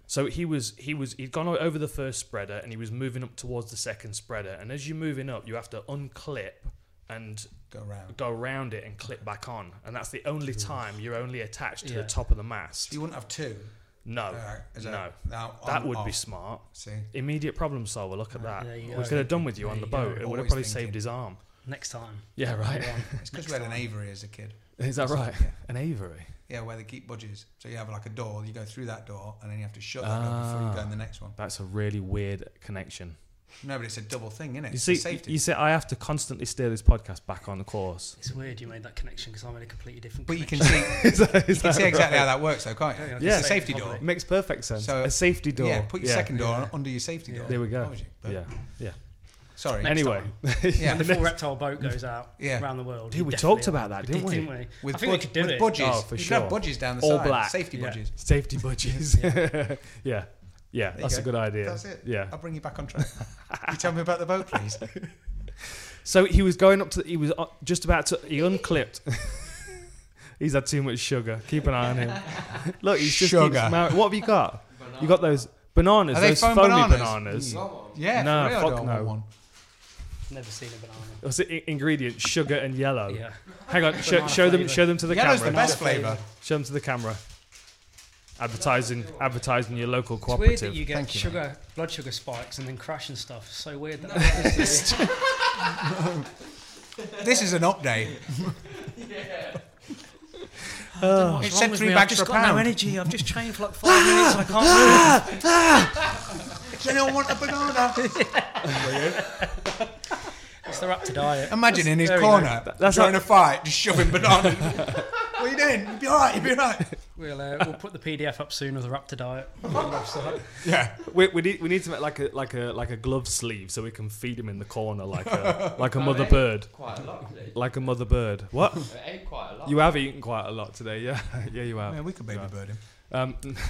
Speaker 2: so he was he was he'd gone o- over the first spreader and he was moving up towards the second spreader. And as you're moving up, you have to unclip and
Speaker 3: Go round.
Speaker 2: go around it and clip back on. And that's the only time you're only attached to the
Speaker 4: Yeah.
Speaker 2: top of the mast.
Speaker 3: You wouldn't have two.
Speaker 2: No,
Speaker 3: Alright, is
Speaker 2: no,
Speaker 3: that- now
Speaker 2: that
Speaker 3: on,
Speaker 2: would be
Speaker 3: off.
Speaker 2: smart.
Speaker 3: See,
Speaker 2: Immediate problem solver. Look at that.
Speaker 4: there you
Speaker 2: We
Speaker 4: go.
Speaker 2: could have done with you
Speaker 4: There
Speaker 2: on
Speaker 4: you
Speaker 2: the
Speaker 4: go.
Speaker 2: boat. It would have
Speaker 3: Always
Speaker 2: probably
Speaker 3: thinking.
Speaker 2: saved his arm.
Speaker 4: Next time.
Speaker 2: Yeah, right.
Speaker 3: it's because we had an aviary as a kid.
Speaker 2: Is that right?
Speaker 3: Yeah.
Speaker 2: An aviary.
Speaker 3: Yeah, where they keep budgies. So you have like a door, you go through that door, and then you have to shut that door before you go
Speaker 2: Ah.
Speaker 3: in the next one.
Speaker 2: That's a really weird connection.
Speaker 3: No, but it's a double thing, isn't it?
Speaker 2: You see,
Speaker 3: safety.
Speaker 2: you see, I have to constantly steer this podcast back on the course.
Speaker 4: It's weird you made that connection because I made a completely different.
Speaker 3: but you can
Speaker 4: connection.
Speaker 3: see,
Speaker 2: Is that- is
Speaker 3: you can
Speaker 2: that
Speaker 3: see exactly how
Speaker 2: right?
Speaker 3: that works, though, can't you?
Speaker 4: Yeah, I
Speaker 3: It's
Speaker 4: can
Speaker 2: Yeah.
Speaker 3: a
Speaker 4: see
Speaker 3: safety
Speaker 4: it
Speaker 3: door.
Speaker 4: probably.
Speaker 2: Makes perfect sense.
Speaker 3: So-
Speaker 2: a safety door.
Speaker 3: Yeah, put your
Speaker 2: Yeah.
Speaker 3: second door under your safety
Speaker 4: Yeah.
Speaker 3: door.
Speaker 2: There we go.
Speaker 3: That was you, but-
Speaker 2: Yeah, yeah.
Speaker 3: Sorry.
Speaker 4: Next
Speaker 2: anyway,
Speaker 3: Yeah.
Speaker 4: When the full reptile boat goes out
Speaker 3: Yeah.
Speaker 4: around the world.
Speaker 2: Dude,
Speaker 4: you
Speaker 2: we
Speaker 4: definitely
Speaker 2: talked about
Speaker 4: have-
Speaker 2: that, didn't we?
Speaker 4: Didn't we?
Speaker 3: With
Speaker 4: I think
Speaker 3: bud-
Speaker 4: we could do
Speaker 3: with
Speaker 4: it.
Speaker 3: budgies.
Speaker 2: Oh, for
Speaker 3: you could have
Speaker 2: sure.
Speaker 3: budgies down the
Speaker 2: All
Speaker 3: side.
Speaker 2: black.
Speaker 3: Safety
Speaker 4: Yeah.
Speaker 3: budgies.
Speaker 2: safety budgies. yeah, yeah,
Speaker 3: you
Speaker 2: that's a
Speaker 3: go.
Speaker 2: good idea.
Speaker 3: That's it.
Speaker 2: Yeah.
Speaker 3: I'll bring you back on track. you tell me about the boat, please.
Speaker 2: So he was going up to. He was uh, just about to. He unclipped. he's had too much sugar. Keep an eye on him. Look, he's just
Speaker 3: Sugar.
Speaker 2: keeps mar- what have you got? You got those bananas.
Speaker 3: Are they
Speaker 2: those
Speaker 3: foam
Speaker 2: foamy
Speaker 3: bananas?
Speaker 2: bananas.
Speaker 6: Mm.
Speaker 3: Yeah,
Speaker 2: No,
Speaker 3: for real, I
Speaker 2: fuck
Speaker 3: don't
Speaker 2: no.
Speaker 3: want one.
Speaker 4: Never seen a banana.
Speaker 2: What's the i- ingredient? Sugar and yellow.
Speaker 4: Yeah.
Speaker 2: Hang on. Show,
Speaker 4: Banana
Speaker 2: show them.
Speaker 4: flavour.
Speaker 2: Show them to the
Speaker 3: Yellow's
Speaker 2: camera.
Speaker 3: the best
Speaker 4: Banana
Speaker 3: flavour.
Speaker 2: Show them to the camera. Advertising, advertising your local
Speaker 4: It's weird
Speaker 2: cooperative.
Speaker 4: that you get
Speaker 3: Thank you,
Speaker 4: sugar, blood sugar spikes, and then crash and stuff. It's so weird. That
Speaker 3: This is an update.
Speaker 4: What's
Speaker 3: It
Speaker 4: wrong
Speaker 3: said
Speaker 4: with
Speaker 3: three
Speaker 4: me?
Speaker 3: bags
Speaker 4: I've just
Speaker 3: per
Speaker 4: got
Speaker 3: pound.
Speaker 4: no energy. I've just trained for like five minutes. I can't.
Speaker 3: Does anyone want a banana?
Speaker 4: It's the raptor diet.
Speaker 3: Imagine in his
Speaker 4: There we
Speaker 3: corner
Speaker 2: That's
Speaker 3: during
Speaker 2: how-
Speaker 3: a fight, just shoving bananas. what are you doing? You'll be all right. You'll be all right.
Speaker 4: We'll, uh, we'll put the PDF up soon of the raptor diet. on the website.
Speaker 3: Yeah.
Speaker 2: we, we need we need to make like a like a like a glove sleeve so we can feed him in the corner like a like a mother bird.
Speaker 5: Quite a lot today.
Speaker 2: Like a mother bird. What?
Speaker 5: I ate quite a lot.
Speaker 2: You have eaten quite a lot today, yeah. yeah, you
Speaker 3: Yeah,
Speaker 2: have.
Speaker 3: we could baby bird him.
Speaker 2: Um,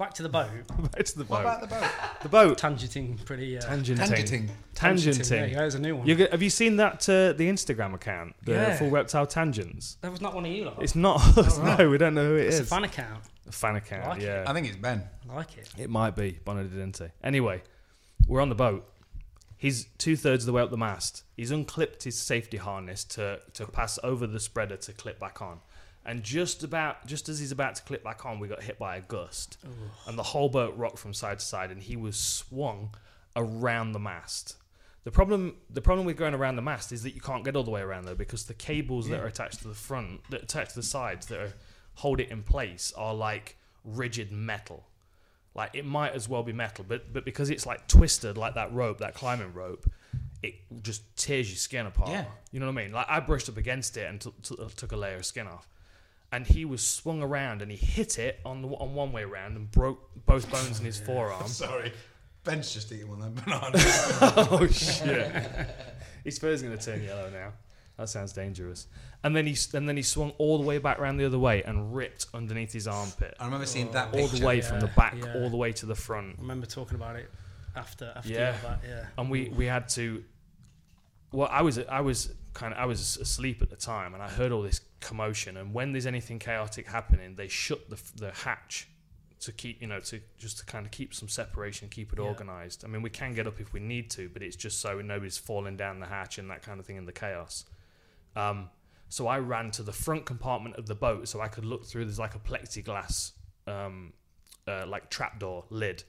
Speaker 4: Back to the boat.
Speaker 2: back to the
Speaker 3: What about
Speaker 2: boat.
Speaker 3: the boat?
Speaker 2: The boat.
Speaker 4: Tangenting pretty. Uh,
Speaker 2: Tangenting.
Speaker 3: Tangenting.
Speaker 4: There you
Speaker 2: Tangenting.
Speaker 4: go, There's a new one.
Speaker 2: You get, have you seen that uh, the Instagram account, the
Speaker 4: Yeah.
Speaker 2: Full Reptile Tangents?
Speaker 4: That was not one of you lot.
Speaker 2: It's not us.
Speaker 4: right.
Speaker 2: No, we don't know who it
Speaker 4: It's
Speaker 2: is.
Speaker 4: a fan account.
Speaker 2: A fan
Speaker 4: I
Speaker 2: account.
Speaker 4: like it.
Speaker 2: yeah.
Speaker 3: I think it's Ben.
Speaker 4: I like it.
Speaker 2: It might be Bonadidente. Anyway, we're on the boat. He's two thirds of the way up the mast. He's unclipped his safety harness to, to pass over the spreader to clip back on. And just about just as he's about to clip back on, we got hit by a gust. And the whole boat rocked from side to side and he was swung around the mast. The problem the problem with going around the mast is that you can't get all the way around though because the cables that are attached to the front that attached to the sides that are, hold it in place are like rigid metal. Like it might as well be metal, but but because it's like twisted like that rope, that climbing rope, it just tears your skin apart.
Speaker 3: Yeah.
Speaker 2: You know what I mean? Like I brushed up against it and t- t- took a layer of skin off. And he was swung around and he hit it on the, on one way round and broke both bones in his forearm.
Speaker 3: Sorry. Ben's just eating one of them bananas.
Speaker 2: oh shit! his fur's gonna turn yellow now. That sounds dangerous. And then he s- and then he swung all the way back round the other way and ripped underneath his armpit,
Speaker 3: I remember seeing that
Speaker 2: all
Speaker 3: picture.
Speaker 2: the way from the
Speaker 4: yeah,
Speaker 2: back,
Speaker 4: yeah.
Speaker 2: all the way to the front.
Speaker 4: I remember talking about it after after
Speaker 2: Yeah.
Speaker 4: you got back. Yeah.
Speaker 2: and we we had to well i was i was kind of i was asleep at the time and i heard all this commotion and when there's anything chaotic happening they shut the, the hatch to keep you know to just to kind of keep some separation keep it
Speaker 4: Yeah.
Speaker 2: organized i mean we can get up if we need to but it's just so nobody's falling down the hatch and that kind of thing in the chaos um, so i ran to the front compartment of the boat so i could look through there's like a plexiglass um, uh, like trapdoor lid.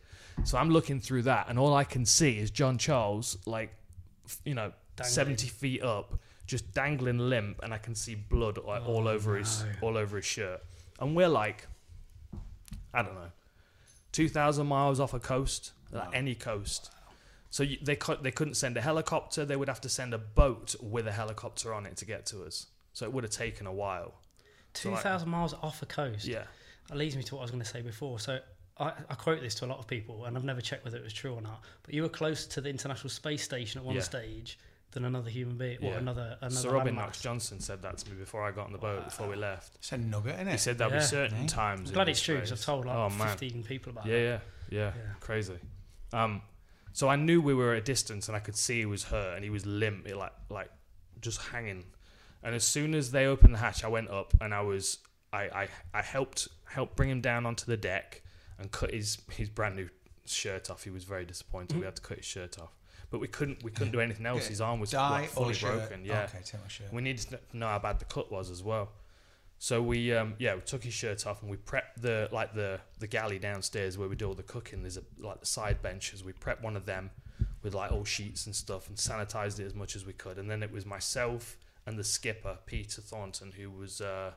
Speaker 2: So I'm looking through that, and all I can see is John Charles, like, f- you know,
Speaker 4: Dangling.
Speaker 2: 70 feet up, just dangling limp, and I can see blood like, all over his all over his shirt. And we're like, I don't know, 2,000 miles off a coast, like any coast. So you, they cou- they couldn't send a helicopter. They would have to send a boat with a helicopter on it to get to us. So it would have taken a while.
Speaker 4: Two thousand miles off a coast.
Speaker 2: Yeah.
Speaker 4: That leads me to what I was going to say before. So I, I quote this to a lot of people, and I've never checked whether it was true or not. But you were closer to the International Space Station at one
Speaker 2: Yeah.
Speaker 4: stage than another human being, or
Speaker 2: Yeah.
Speaker 4: another another
Speaker 2: So Robin
Speaker 4: landmass.
Speaker 2: Knox Johnson said that to me before I got on the boat, before we left.
Speaker 3: It's a nugget, isn't
Speaker 2: He
Speaker 3: it?
Speaker 2: said there'll be
Speaker 4: Yeah.
Speaker 2: certain times.
Speaker 4: I'm
Speaker 2: in Oh,
Speaker 4: glad
Speaker 2: this
Speaker 4: it's true because I've
Speaker 2: race.
Speaker 4: told like
Speaker 2: Oh, man.
Speaker 4: 15 people about
Speaker 2: Yeah,
Speaker 4: it.
Speaker 2: yeah, yeah,
Speaker 4: Yeah.
Speaker 2: Crazy. Um, So I knew we were at a distance, and I could see he was hurt, and he was limp, it like like just hanging. And as soon as they opened the hatch, I went up, and I was I I, I helped helped bring him down onto the deck and cut his his brand new shirt off. He was very disappointed.
Speaker 3: Mm.
Speaker 2: We had to cut his shirt off, but we couldn't we couldn't do anything else. His arm was
Speaker 3: Die
Speaker 2: like,
Speaker 3: or
Speaker 2: fully
Speaker 3: shirt.
Speaker 2: broken. Yeah.
Speaker 3: Okay, tell my shirt.
Speaker 2: We needed to kn- know how bad the cut was as well. So we, um, yeah, we took his shirt off and we prepped the like the the galley downstairs where we do all the cooking. There's a, like the side benches. We prepped one of them with like old sheets and stuff and sanitized it as much as we could. And then it was myself and the skipper Peter Thornton who was uh,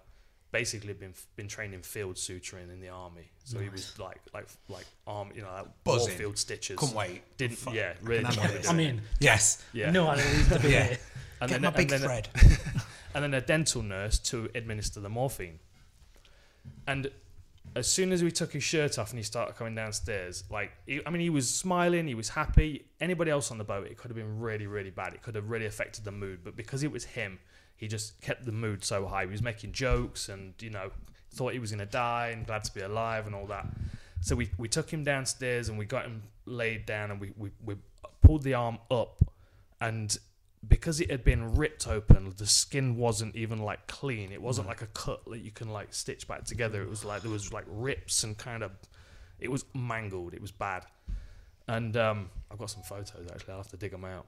Speaker 2: basically been been trained in field suturing in the army. So he was like like like arm you know like war
Speaker 3: Buzzing.
Speaker 2: field stitches.
Speaker 3: Couldn't wait.
Speaker 2: Didn't
Speaker 3: Fuck.
Speaker 2: yeah
Speaker 3: I can
Speaker 2: really. didn't
Speaker 3: handle
Speaker 2: wanna
Speaker 3: this.
Speaker 2: do
Speaker 4: I'm
Speaker 2: it.
Speaker 4: in.
Speaker 3: Yes.
Speaker 2: Yeah.
Speaker 4: No, I don't need to be
Speaker 3: Yeah.
Speaker 4: here.
Speaker 2: And
Speaker 3: Get my
Speaker 2: and
Speaker 3: big
Speaker 2: then-
Speaker 3: thread.
Speaker 2: and then a dental nurse to administer the morphine. And as soon as we took his shirt off and he started coming downstairs, like, he, I mean, he was smiling, he was happy. Anybody else on the boat, it could have been really, really bad. It could have really affected the mood. But because it was him, he just kept the mood so high. He was making jokes and, you know, thought he was going to die and glad to be alive and all that. So we, we took him downstairs and we got him laid down and we, we, we pulled the arm up and because it had been ripped open, the skin wasn't even like clean. It wasn't like a cut that you can like stitch back together. It was like there was like rips and kind of, it was mangled. It was bad. And um, I've got some photos actually. I'll have to dig them out.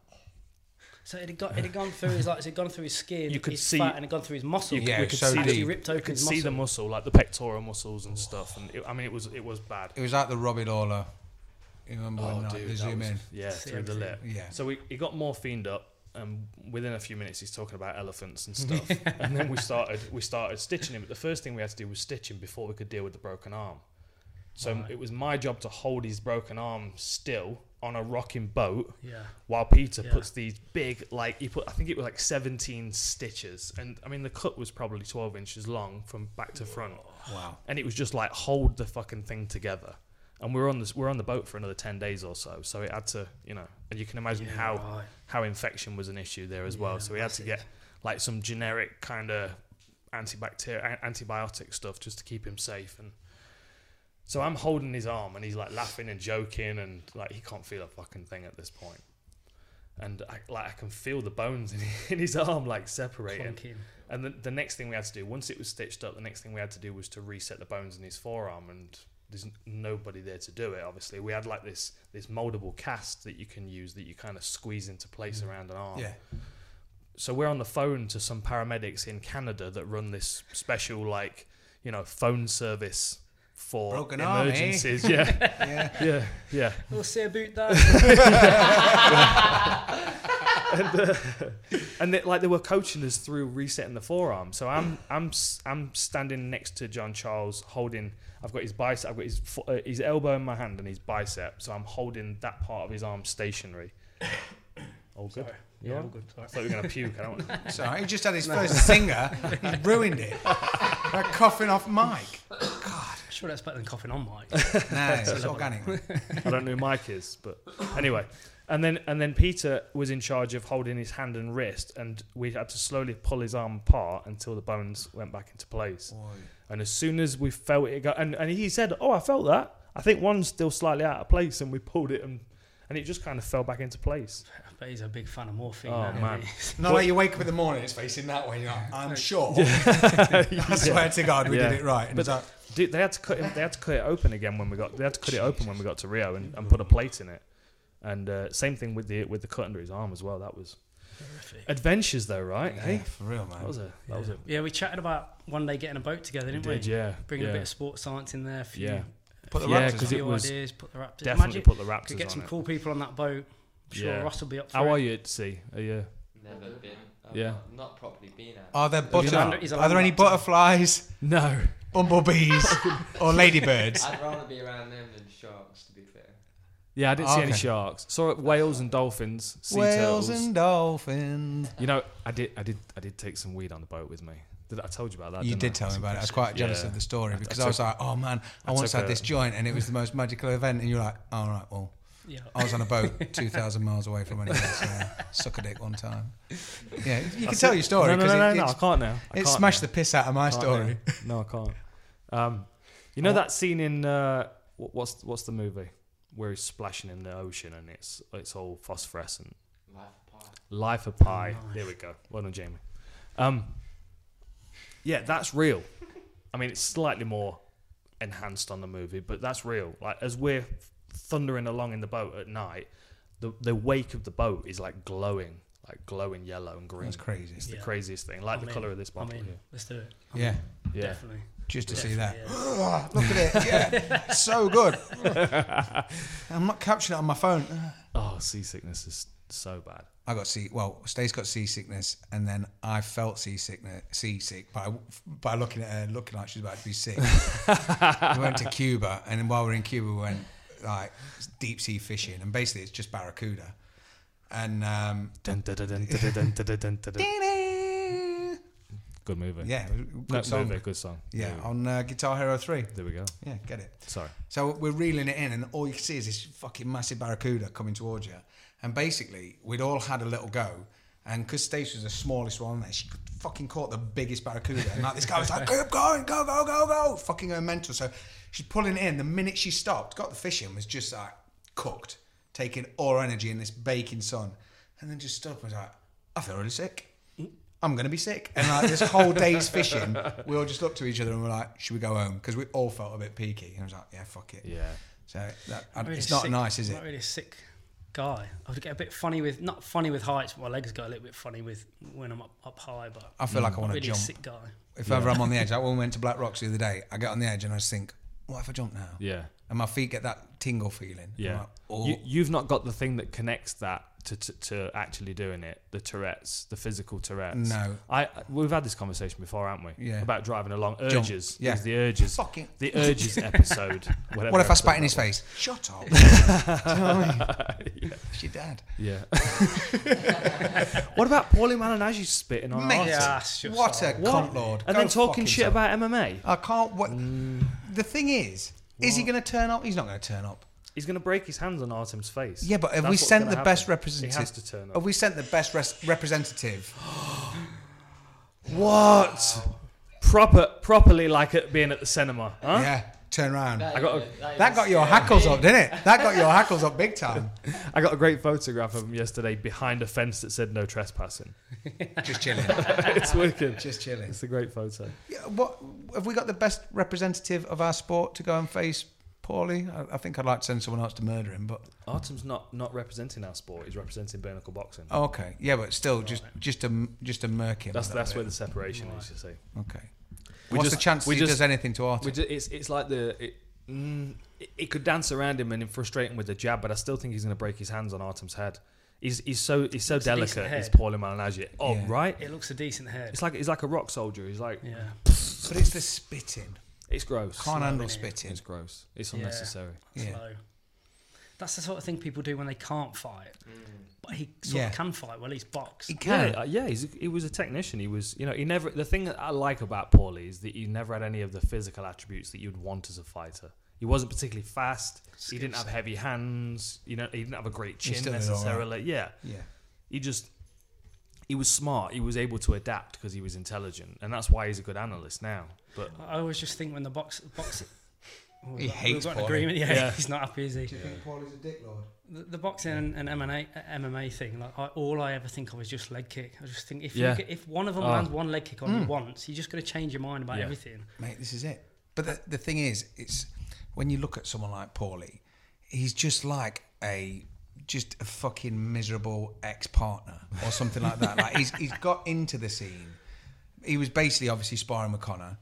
Speaker 4: So it had, got, it had gone through his like, it had gone through his skin,
Speaker 2: You could
Speaker 4: his
Speaker 2: see-
Speaker 4: fat, and it had gone through his muscle.
Speaker 2: You could-
Speaker 3: Yeah,
Speaker 2: we could
Speaker 3: so
Speaker 2: see
Speaker 4: actually
Speaker 3: deep.
Speaker 4: ripped open
Speaker 2: You could
Speaker 4: his
Speaker 2: see the muscle,
Speaker 4: muscle.
Speaker 2: Oh. like the pectoral muscles and stuff. And it, I mean, it was it was bad.
Speaker 3: It was like the Robbie Lawler. You remember when like, they
Speaker 2: Oh, that
Speaker 3: zoom
Speaker 2: was-
Speaker 3: in?
Speaker 2: Yeah,
Speaker 4: See
Speaker 2: through the lip.
Speaker 4: everything.
Speaker 3: Yeah.
Speaker 2: So we, he got morphined up, and within a few minutes, he's talking about elephants and stuff. and then we started we started stitching him. But the first thing we had to do was stitch him before we could deal with the broken arm. So it was my job to hold his broken arm still on a rocking boat
Speaker 4: Yeah.
Speaker 2: while Peter
Speaker 4: Yeah.
Speaker 2: puts these big, like he put, I think it was like 17 stitches, and I mean the cut was probably 12 inches long from back to front.
Speaker 3: Wow.
Speaker 2: And it was just like hold the fucking thing together. And we we're on this, we we're on the boat for another 10 days or so, so it had to, you know, and you can imagine how
Speaker 4: right.
Speaker 2: how infection was an issue there as well.
Speaker 4: Yeah,
Speaker 2: So we had to
Speaker 4: massive.
Speaker 2: get like some generic kind of antibacterial antibiotic stuff just to keep him safe and. So I'm holding his arm and he's like laughing and joking and like he can't feel a fucking thing at this point. And I, like I can feel the bones in, in his arm like separating.
Speaker 4: Clunking.
Speaker 2: And the, the next thing we had to do, once it was stitched up, the next thing we had to do was to reset the bones in his forearm. And there's n- nobody there to do it. Obviously, we had like this this moldable cast that you can use that you kind of squeeze into place around an arm
Speaker 3: Mm. Yeah.
Speaker 2: so we're on the phone to some paramedics in Canada that run this special like you know phone service for
Speaker 3: Broken arm, eh?
Speaker 2: emergencies. Yeah. yeah, yeah, yeah.
Speaker 4: We'll see about that.
Speaker 2: And they, like they were coaching us through resetting the forearm. So I'm I'm s- I'm standing next to John Charles holding. I've got his bicep. I've got his fo- uh, his elbow in my hand and his bicep. So I'm holding that part of his arm stationary. All good.
Speaker 4: Sorry.
Speaker 2: You all right?
Speaker 4: yeah, all good. Sorry.
Speaker 2: I thought you were gonna puke. I don't. Want
Speaker 3: Sorry, he just had his first singer. He ruined it. By coughing off mic.
Speaker 4: Sure, that's better than coughing on mic.
Speaker 3: No, it's organic.
Speaker 2: I don't know who Mike is, but anyway. And then and then Peter was in charge of holding his hand and wrist, and we had to slowly pull his arm apart until the bones went back into place. And as soon as we felt it go, and, and he said, "Oh, I felt that. I think one's still slightly out of place," and we pulled it and. And it just kind of fell back into place.
Speaker 4: I bet he's a big fan of morphine.
Speaker 2: Oh,
Speaker 4: isn't
Speaker 2: man.
Speaker 4: he?
Speaker 3: Not like you wake up in the morning, it's facing that way. You're like, I'm sure. I swear to God, we
Speaker 2: Yeah.
Speaker 3: did it right. And
Speaker 2: But
Speaker 3: it's like,
Speaker 2: Dude, they had to cut him, they had to cut it open again when we got they had to cut it open when we got to Rio and, and put a plate in it. And uh, same thing with the with the cut under his arm as well. That was
Speaker 4: Horrific.
Speaker 2: adventures though, right?
Speaker 3: yeah,
Speaker 2: Hey,
Speaker 3: for real, man.
Speaker 2: that was a that was a
Speaker 4: Yeah, we chatted about one day getting a boat together, didn't
Speaker 2: did,
Speaker 4: we?
Speaker 2: yeah.
Speaker 4: Bringing
Speaker 2: yeah.
Speaker 4: a bit of sports science in there. A few,
Speaker 2: Yeah.
Speaker 3: Put the
Speaker 2: Yeah,
Speaker 3: yeah,
Speaker 2: 'cause
Speaker 4: a
Speaker 2: it
Speaker 4: few
Speaker 2: was
Speaker 4: ideas. Put the raptors.
Speaker 2: Definitely
Speaker 4: Imagine
Speaker 2: put the Raptors
Speaker 4: could get some
Speaker 2: on
Speaker 4: cool people on that boat. I'm sure,
Speaker 2: Yeah.
Speaker 4: Russ will be up
Speaker 2: it.
Speaker 4: for
Speaker 2: How
Speaker 4: it.
Speaker 2: are you at sea? Are you?
Speaker 5: Never been. I've
Speaker 2: Yeah.
Speaker 5: not- Not properly been
Speaker 2: Oh.
Speaker 5: at.
Speaker 3: Are there
Speaker 2: you
Speaker 3: butter-
Speaker 2: not-
Speaker 4: He's a
Speaker 3: Are there any
Speaker 4: landlord.
Speaker 3: butterflies,
Speaker 2: No.
Speaker 3: bumblebees, or ladybirds?
Speaker 5: I'd rather be around them than sharks, to be fair.
Speaker 2: Yeah, I didn't
Speaker 4: Oh,
Speaker 2: see any
Speaker 3: Okay.
Speaker 2: sharks. Saw whales and dolphins, sea
Speaker 3: Whales
Speaker 2: turtles.
Speaker 3: and dolphins.
Speaker 2: you know, I did, I did, I did take some weed on the boat with me. Did I told you about that?
Speaker 3: You
Speaker 2: didn't
Speaker 3: did
Speaker 2: I?
Speaker 3: tell me
Speaker 2: Some
Speaker 3: about it. I was
Speaker 2: pictures.
Speaker 3: quite jealous
Speaker 2: Yeah.
Speaker 3: of the story
Speaker 2: I- I
Speaker 3: because I, was
Speaker 2: took-
Speaker 3: like, "Oh man, I,
Speaker 2: I
Speaker 3: once
Speaker 2: took
Speaker 3: had
Speaker 2: a-
Speaker 3: this joint and it was the most magical event." And you're like, "All right, well,
Speaker 4: Yeah.
Speaker 3: I was on a boat two thousand miles away from anywhere, so uh, suck a dick one time." Yeah, you can tell your story
Speaker 2: No, no,
Speaker 3: because
Speaker 2: no, no,
Speaker 3: it,
Speaker 2: no, I
Speaker 3: it's-
Speaker 2: can't now. I
Speaker 3: it
Speaker 2: can't
Speaker 3: smashed
Speaker 2: now.
Speaker 3: the piss out of my
Speaker 2: Can't
Speaker 3: story.
Speaker 2: now. No, I can't. Um, you know that scene in uh, wh- what's what's the movie where he's splashing in the ocean and it's it's all phosphorescent.
Speaker 5: Life apart.
Speaker 2: Life of Pi.
Speaker 4: Oh,
Speaker 2: There we go. Well done, Jamie. Um, yeah, that's real. I mean, it's slightly more enhanced on the movie, but that's real. Like as we're thundering along in the boat at night, the the wake of the boat is like glowing, like glowing yellow and green.
Speaker 6: That's crazy.
Speaker 2: It's the
Speaker 4: Yeah.
Speaker 2: craziest thing. Like
Speaker 4: I'm
Speaker 2: the
Speaker 4: in.
Speaker 2: color of this
Speaker 4: I
Speaker 2: bottle.
Speaker 4: mean, let's do it. I'm
Speaker 6: Yeah,
Speaker 4: in,
Speaker 2: yeah.
Speaker 4: Definitely.
Speaker 6: just to see that.
Speaker 4: definitely,
Speaker 6: Ugh, look at it. Yeah, so good. I'm not capturing it on my phone.
Speaker 2: Oh, seasickness is so bad.
Speaker 6: I got sea. Well, Stace got seasickness, and then I felt seasickness, seasick by by looking at her, looking like she was about to be sick. we went to Cuba, and then while we were in Cuba, we went like deep sea fishing, and basically it's just barracuda. And um,
Speaker 2: Dun, dun, dun, dun, dun, dun, dun, dun, dun, dun. Good movie.
Speaker 6: yeah, good
Speaker 2: No,
Speaker 6: song.
Speaker 2: movie. Good song.
Speaker 6: Yeah,
Speaker 2: Movie.
Speaker 6: on uh, Guitar Hero Three.
Speaker 2: There we go.
Speaker 6: Yeah, get it.
Speaker 2: Sorry.
Speaker 6: So we're reeling it in, and all you can see is this fucking massive barracuda coming towards you. And basically, we'd all had a little go, and because Stace was the smallest one there, she fucking caught the biggest barracuda. And like this guy was like, "Keep going, go, go, go, go!" Fucking going mental. So she's pulling it in. The minute she stopped, got the fish in, was just like cooked, taking all her energy in this baking sun, and then just stopped. and Was like, "I feel really sick." I'm gonna be sick, and like this whole day's fishing, we all just looked to each other and we're like, "Should we go home?" Because we all felt a bit peaky, and I was like, "Yeah, fuck it."
Speaker 2: Yeah.
Speaker 6: So that, I-
Speaker 4: I'm really
Speaker 6: it's not
Speaker 4: sick-
Speaker 6: nice, is
Speaker 4: I'm
Speaker 6: it?
Speaker 4: Not really a sick guy. I would get a bit funny with not funny with heights. My legs go a little bit funny with when I'm up, up high, but
Speaker 6: I feel like I want to
Speaker 4: really
Speaker 6: jump.
Speaker 4: a sick guy.
Speaker 6: If ever I'm on the edge, like when we went to Black Rocks the other day, I get on the edge and I just think, "What if I jump now?"
Speaker 2: Yeah.
Speaker 6: And my feet get that tingle feeling. I'm
Speaker 2: Yeah.
Speaker 6: like, oh,
Speaker 2: You, you've not got the thing that connects that to, to, to actually doing it. The Tourette's, the physical Tourette's.
Speaker 6: No.
Speaker 2: I we've had this conversation before, haven't we?
Speaker 6: Yeah.
Speaker 2: About driving along
Speaker 6: Jump.
Speaker 2: urges.
Speaker 6: Yeah.
Speaker 2: It's the urges.
Speaker 6: Fucking-
Speaker 2: The urges episode. whatever
Speaker 6: what if I
Speaker 2: episode
Speaker 6: spat in
Speaker 2: that
Speaker 6: his
Speaker 2: was.
Speaker 6: face? Shut up. Do you know what I mean? It's your dad.
Speaker 2: Yeah. what about Paulie Malignaggi spitting on
Speaker 6: Mate,
Speaker 2: our
Speaker 4: Oh, Yeah,
Speaker 2: arse?
Speaker 4: it's just
Speaker 6: What a
Speaker 4: horrible.
Speaker 6: cunt lord.
Speaker 2: And
Speaker 6: Go
Speaker 2: then talking
Speaker 6: fuck
Speaker 2: shit
Speaker 6: himself.
Speaker 2: about MMA.
Speaker 6: I can't. What? The thing is, is he going to turn up? He's not going to turn up.
Speaker 2: He's going to break his hands on Artem's face.
Speaker 6: Yeah, but have
Speaker 2: That's
Speaker 6: we
Speaker 2: what's
Speaker 6: sent
Speaker 2: gonna
Speaker 6: the best
Speaker 2: happen. He
Speaker 6: representative?
Speaker 2: has to turn up.
Speaker 6: Have we sent the best res- representative?
Speaker 2: What? Proper, properly like it being at the cinema, huh?
Speaker 6: Yeah, turn around.
Speaker 5: That
Speaker 2: I got a-
Speaker 5: even-
Speaker 6: That
Speaker 5: even
Speaker 6: got your
Speaker 5: scared
Speaker 6: hackles
Speaker 5: me.
Speaker 6: up, didn't it? That got your hackles up big time.
Speaker 2: I got a great photograph of him yesterday behind a fence that said no trespassing.
Speaker 6: Just chilling.
Speaker 2: it's wicked.
Speaker 6: Just chilling.
Speaker 2: It's a great photo.
Speaker 6: Yeah, what have we got the best representative of our sport to go and face Paulie? I, I think I'd like to send someone else to murder him, but
Speaker 2: Artem's not not representing our sport. He's representing bare knuckle boxing.
Speaker 6: oh, okay, yeah, but still, just just to just to murk him. a
Speaker 2: that's
Speaker 6: little
Speaker 2: that's where
Speaker 6: bit.
Speaker 2: the separation is. You see,
Speaker 6: okay.
Speaker 2: We
Speaker 6: What's
Speaker 2: just-
Speaker 6: the chance
Speaker 2: we
Speaker 6: he
Speaker 2: just-
Speaker 6: does anything to Arthur?
Speaker 2: we ju- it's it's like the it, mm, it, it could dance around him and then frustrate him with the jab, but I still think he's going to break his hands on Artem's head. He's he's so he's so
Speaker 4: It's a decent
Speaker 2: delicate. He's
Speaker 4: head.
Speaker 2: Paulie Malignaggi. Oh
Speaker 6: Yeah.
Speaker 2: right,
Speaker 4: It looks a decent head.
Speaker 2: it's like he's like a rock soldier. He's like
Speaker 4: Yeah.
Speaker 6: but it's the spitting.
Speaker 2: it's gross.
Speaker 6: Can't handle
Speaker 4: innit?
Speaker 6: spitting.
Speaker 2: It's gross. It's
Speaker 4: Yeah.
Speaker 2: unnecessary.
Speaker 6: Yeah.
Speaker 4: So that's the sort of thing people do when they can't fight. But he sort
Speaker 6: Yeah.
Speaker 4: of can fight. Well, he's boxed.
Speaker 6: He can.
Speaker 2: Yeah, uh, yeah. He's, he was a technician. He was, you know, he never. The thing that I like about Paulie is that he never had any of the physical attributes that you'd want as a fighter. He wasn't particularly fast. He didn't have heavy hands. You know, he didn't have a great
Speaker 6: He
Speaker 2: chin
Speaker 6: still did all right.
Speaker 2: necessarily. Yeah,
Speaker 6: Yeah.
Speaker 2: he just he was smart. He was able to adapt because he was intelligent, and that's why he's a good analyst now. But
Speaker 4: I I always just think when the box box. Oh,
Speaker 6: He
Speaker 4: we've got- we've
Speaker 6: hates
Speaker 4: got an
Speaker 6: Paulie.
Speaker 4: agreement. Yeah,
Speaker 2: Yeah.
Speaker 4: he's not happy, is he?
Speaker 6: you think Paulie's a dick lord?
Speaker 4: The, the boxing and, and MMA, uh, MMA thing, like I, all I ever think of is just leg kick. I just think if
Speaker 2: Yeah.
Speaker 4: you get, if one of them
Speaker 2: Oh.
Speaker 4: lands one leg kick on
Speaker 6: Hmm.
Speaker 4: you once, you're just going to change your mind about
Speaker 2: Yeah.
Speaker 4: everything.
Speaker 6: mate, this is it. But the, the thing is, it's when you look at someone like Paulie, he's just like a just a fucking miserable ex-partner or something like that. like he's he's got into the scene. He was basically obviously sparring with Connor.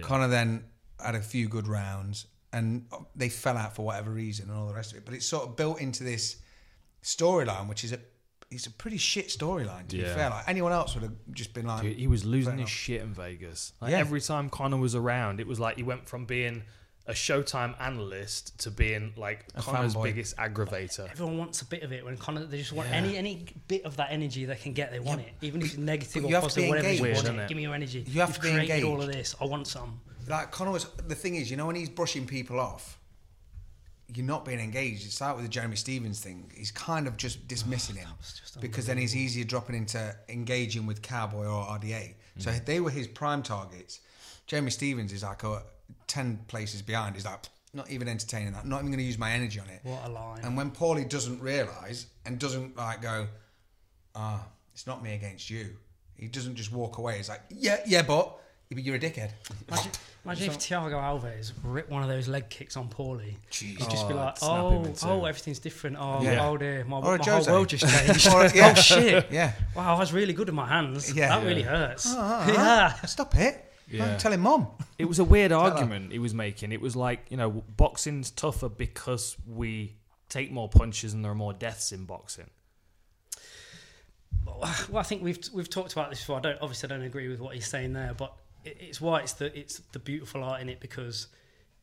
Speaker 6: Connor then had a few good rounds, and they fell out for whatever reason and all the rest of it. But it's sort of built into this storyline, which is a it's a pretty shit storyline to be
Speaker 2: Yeah.
Speaker 6: fair. Like anyone else would have just been like,
Speaker 2: Dude, he was losing his
Speaker 6: Fair enough.
Speaker 2: shit in Vegas. Like
Speaker 6: Yeah.
Speaker 2: every time Connor was around, it was like he went from being a Showtime analyst to being like Connor's
Speaker 6: fanboy.
Speaker 2: biggest aggravator.
Speaker 4: Everyone wants a bit of it when Connor. They just want any any bit of that energy they can get. They want it, even if it's negative or
Speaker 6: but you have to be
Speaker 4: positive. Whatever, you
Speaker 6: engaged.
Speaker 4: want
Speaker 2: Weird,
Speaker 4: it.
Speaker 2: innit?
Speaker 4: Give me your energy.
Speaker 6: You have
Speaker 4: You've
Speaker 6: to be
Speaker 4: created all of
Speaker 6: engaged.
Speaker 4: this. I want some.
Speaker 6: Like Connor was the thing is, you know, when he's brushing people off, you're not being engaged. It's like with the Jeremy Stevens thing. He's kind of just dismissing him
Speaker 4: just
Speaker 6: because then he's easier dropping into engaging with Cowboy or RDA. So
Speaker 4: Mm.
Speaker 6: they were his prime targets. Jeremy Stevens is like a, ten places behind. He's like, not even entertaining that. Not even going to use my energy on it.
Speaker 4: What a line.
Speaker 6: And when Paulie doesn't realise and doesn't like go, ah, it's not me against you. He doesn't just walk away. He's like, yeah, yeah, but but you're a dickhead.
Speaker 4: Imagine, imagine if Thiago Alves ripped one of those leg kicks on Paulie.
Speaker 6: Jeez.
Speaker 4: He'd just be
Speaker 2: Oh,
Speaker 4: like,
Speaker 2: I'd snap him
Speaker 4: oh,
Speaker 2: in two.
Speaker 4: oh, everything's different. Oh,
Speaker 6: Yeah.
Speaker 4: oh dear, my,
Speaker 6: Or a
Speaker 4: my whole
Speaker 6: Jose.
Speaker 4: world just changed.
Speaker 6: Or- yeah.
Speaker 4: Oh shit.
Speaker 6: Yeah.
Speaker 4: Wow, I was really good with my hands.
Speaker 6: Yeah.
Speaker 4: that
Speaker 6: Yeah.
Speaker 4: really hurts.
Speaker 6: Ah,
Speaker 4: yeah.
Speaker 6: Stop it.
Speaker 2: Yeah.
Speaker 6: I'm telling mom.
Speaker 2: It was a weird argument he was making. It was like, you know, boxing's tougher because we take more punches and there are more deaths in boxing.
Speaker 4: Well, I think we've we've talked about this before. I don't obviously I don't agree with what he's saying there, but it, it's why it's the it's the beautiful art in it because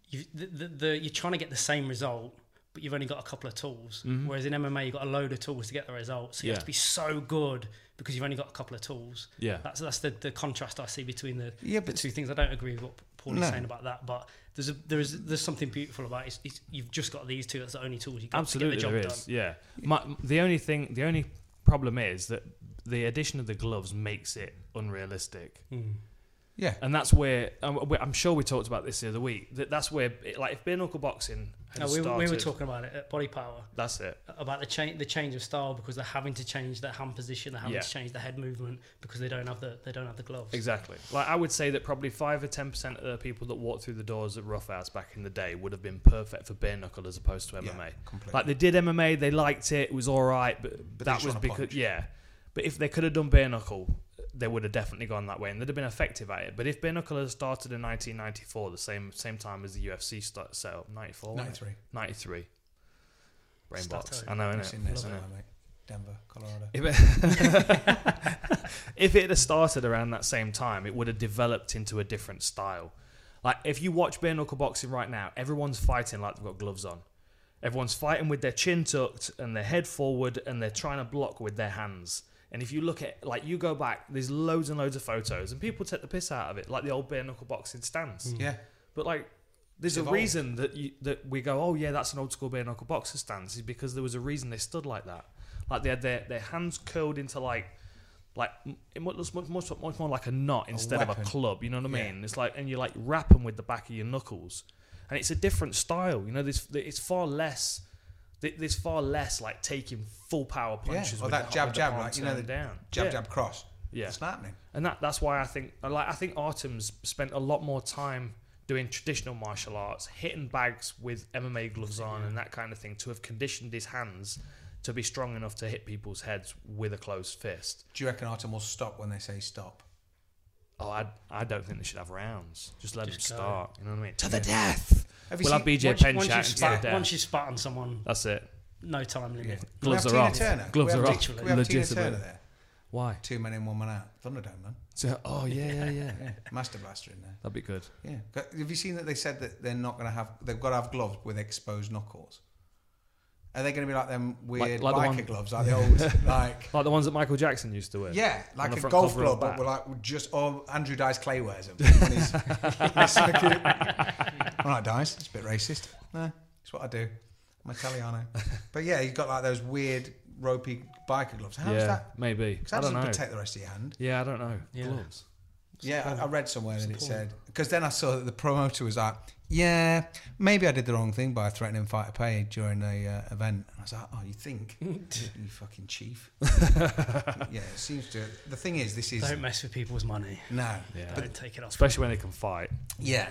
Speaker 4: you the, the, the you're trying to get the same result, but you've only got a couple of tools. Whereas in MMA, you've got a load of tools to get the result. So
Speaker 2: Mm-hmm.
Speaker 4: you
Speaker 2: Yeah.
Speaker 4: have to be so good because you've only got a couple of tools.
Speaker 2: Yeah.
Speaker 4: that's that's the, the contrast I see between the
Speaker 6: Yeah,
Speaker 4: the
Speaker 6: but-
Speaker 4: two things. I don't agree with what Paul
Speaker 6: No.
Speaker 4: is saying about that, but there's a there's there's something beautiful about it. It's, it's, you've just got these two. That's the only tools you got
Speaker 2: Absolutely,
Speaker 4: to get
Speaker 2: there
Speaker 4: the job
Speaker 2: is. Yeah. My, the only thing, the only problem is that the addition of the gloves makes it unrealistic.
Speaker 6: Yeah.
Speaker 2: And that's where um, we- I'm sure we talked about this the other week. That that's where, it, like, if bare knuckle boxing had
Speaker 4: done. No, we, were- we were
Speaker 2: started-
Speaker 4: talking about it at Body Power.
Speaker 2: That's it.
Speaker 4: about the change the change of style because they're having to change their hand position, they're having
Speaker 2: Yeah.
Speaker 4: to change their head movement because they don't have the they don't have the gloves.
Speaker 2: Exactly. Like I would say that probably five or ten percent of the people that walked through the doors at Rough House back in the day would have been perfect for bare knuckle as opposed to MMA.
Speaker 6: completely.
Speaker 2: Like they did MMA, they liked it, it was all right, but,
Speaker 6: But they
Speaker 2: that
Speaker 6: just
Speaker 2: was
Speaker 6: wanna
Speaker 2: because
Speaker 6: punch.
Speaker 2: yeah. But if they could have done bare knuckle, they would have definitely gone that way, and they'd have been effective at it. But if bare knuckle had started in 1994, the same same time as the UFC start, set up, 94,
Speaker 6: 93.
Speaker 2: 93, brain
Speaker 4: Start
Speaker 2: box.
Speaker 4: over.
Speaker 2: I know,
Speaker 6: I've
Speaker 2: innit?
Speaker 6: seen this
Speaker 2: I know.
Speaker 6: somewhere, mate. Denver, Colorado.
Speaker 2: If it, if it had started around that same time, it would have developed into a different style. Like if you watch bare knuckle boxing right now, everyone's fighting like they've got gloves on. Everyone's fighting with their chin tucked and their head forward, and they're trying to block with their hands. And if you look at like you go back, there's loads and loads of photos, and people take the piss out of it, like the old bare knuckle boxing stance.
Speaker 6: Yeah.
Speaker 2: But like, there's a
Speaker 6: evolved.
Speaker 2: reason that you, that we go, oh yeah, that's an old school bare knuckle boxer stance, is because there was a reason they stood like that. Like they had their, their hands curled into like like m- it looks much much much more like a knot instead of a
Speaker 6: weapon.
Speaker 2: club. You know what I
Speaker 6: Yeah.
Speaker 2: mean? It's like and you like wrap them with the back of your knuckles, and it's a different style. You know, there's it's far less. th- There's far less like taking full power
Speaker 6: Yeah.
Speaker 2: punches
Speaker 6: Or
Speaker 2: with
Speaker 6: that
Speaker 2: the,
Speaker 6: jab,
Speaker 2: with
Speaker 6: jab,
Speaker 2: the palm
Speaker 6: like you know, the
Speaker 2: turned down
Speaker 6: jab,
Speaker 2: Yeah.
Speaker 6: jab, cross.
Speaker 2: Yeah.
Speaker 6: It's not happening.
Speaker 2: And that, that's why I think like I think Artem's spent a lot more time doing traditional martial arts, hitting bags with MMA gloves on and that kind of thing to have conditioned his hands to be strong enough to hit people's heads with a closed fist.
Speaker 6: Do you reckon Artem will stop when they say stop?
Speaker 2: Oh, I, I don't think they should have rounds. Just let
Speaker 4: Just
Speaker 2: them
Speaker 4: go.
Speaker 2: start. You know what I mean? To the death.
Speaker 6: Have you
Speaker 2: We'll have
Speaker 6: seen-
Speaker 2: BJ
Speaker 4: Once,
Speaker 2: Penn
Speaker 4: once, you
Speaker 2: shout
Speaker 4: spat,
Speaker 2: to death.
Speaker 4: once you spat on someone,
Speaker 2: That's it.
Speaker 4: no time limit.
Speaker 6: Can we
Speaker 2: Gloves
Speaker 6: have
Speaker 2: are off.
Speaker 6: Tina Turner? Can
Speaker 2: Gloves
Speaker 6: we
Speaker 2: are
Speaker 6: have
Speaker 2: off.
Speaker 6: Ti- Can we have Tina
Speaker 2: Legitimate.
Speaker 6: Turner there?
Speaker 2: Why?
Speaker 6: Two men in, one man out. Thunderdome, man.
Speaker 2: To, oh yeah, yeah, yeah.
Speaker 6: Yeah. Master Blaster in there.
Speaker 2: That'd be good.
Speaker 6: Yeah. Got- Have you seen that they said that they're not going to have, they've got to have gloves with exposed knuckles? Are they going to be like them weird
Speaker 2: like the
Speaker 6: biker
Speaker 2: one-
Speaker 6: gloves? Like the old, like,
Speaker 2: Like the ones that Michael Jackson used to wear.
Speaker 6: yeah, like
Speaker 2: the
Speaker 6: a
Speaker 2: front
Speaker 6: golf
Speaker 2: cover of
Speaker 6: glove, but
Speaker 2: that.
Speaker 6: we're like, we're just, oh, Andrew Dice Clay wears them. when he's- he's smoking it. All right, Dice, it's a bit racist. No, it's what I do. I'm Italiano. But yeah, you've got like those weird, ropey biker gloves. How's
Speaker 2: yeah,
Speaker 6: that?
Speaker 2: maybe.
Speaker 6: Because
Speaker 2: I
Speaker 6: that
Speaker 2: don't
Speaker 6: doesn't
Speaker 2: know.
Speaker 6: protect the rest of your hand.
Speaker 2: yeah, I don't know.
Speaker 4: Yeah.
Speaker 2: Gloves.
Speaker 6: Yeah, I, I read somewhere that it said because then I saw that the promoter was like, "Yeah, maybe I did the wrong thing by threatening fighter pay during the uh, event." And I was like, "Oh, you think you fucking chief?" yeah, it seems to. The thing is, this is
Speaker 4: Don't mess with people's money.
Speaker 6: no,
Speaker 2: Yeah.
Speaker 4: Don't take it off.
Speaker 2: Especially when they can fight.
Speaker 6: yeah.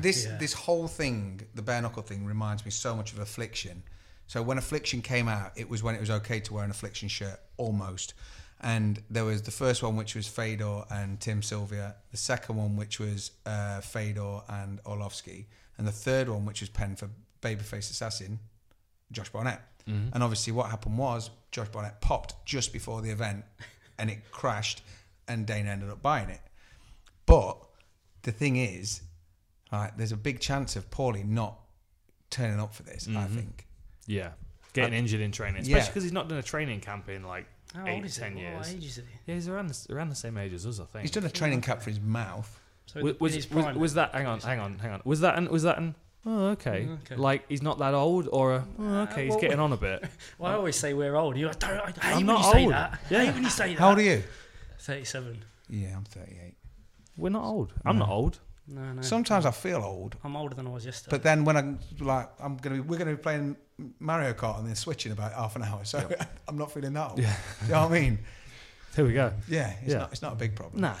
Speaker 6: This
Speaker 4: Yeah.
Speaker 6: this whole thing, the bare knuckle thing, reminds me so much of Affliction. So when Affliction came out, it was when it was okay to wear an Affliction shirt almost. And there was the first one, which was Fedor and Tim Sylvia. The second one, which was uh, Fedor and Orlovsky. And the third one, which was penned for Babyface Assassin, Josh Barnett. And obviously, what happened was Josh Barnett popped just before the event and it crashed, and Dana ended up buying it. But the thing is, like, there's a big chance of Paulie not turning up for this, I
Speaker 2: Mm-hmm.
Speaker 6: think.
Speaker 2: Yeah. Getting injured in training,
Speaker 6: yeah.
Speaker 2: especially because he's not done a training camp in like
Speaker 4: How
Speaker 2: eight,
Speaker 4: old is
Speaker 2: ten
Speaker 4: he?
Speaker 2: years.
Speaker 4: What age is he?
Speaker 2: Yeah, he's around the, around the same age as us, I
Speaker 6: He's
Speaker 2: think.
Speaker 6: done a training cap for his mouth.
Speaker 4: So
Speaker 2: Was,
Speaker 4: in his
Speaker 2: was, was,
Speaker 4: prime,
Speaker 2: was that? Hang on, hang on, hang on. Was that? An, was that? An, oh, okay.
Speaker 4: Mm, okay. Uh,
Speaker 2: Like he's not that old, or a, oh, okay, he's
Speaker 4: well,
Speaker 2: getting on a bit.
Speaker 4: Well, I always say we're old. You're like, don't, I hate
Speaker 2: I'm
Speaker 4: when you
Speaker 2: Oh. not
Speaker 4: say
Speaker 2: old.
Speaker 4: that.
Speaker 2: Yeah.
Speaker 4: I hate when you say that.
Speaker 6: How old are you?
Speaker 4: Thirty-seven.
Speaker 6: Yeah, I'm 38.
Speaker 2: We're not old. I'm not old.
Speaker 4: No, no.
Speaker 6: Sometimes I feel old,
Speaker 4: I'm older than I was yesterday.
Speaker 6: but then when I'm like, I'm gonna be, we're gonna be playing Mario Kart and then switching about half an hour, so I'm not feeling that old.
Speaker 2: Yeah.
Speaker 6: Do you know what I mean?
Speaker 2: Here we go.
Speaker 6: Yeah, it's
Speaker 2: Yeah.
Speaker 6: not it's not a big problem.
Speaker 2: Nah, nah.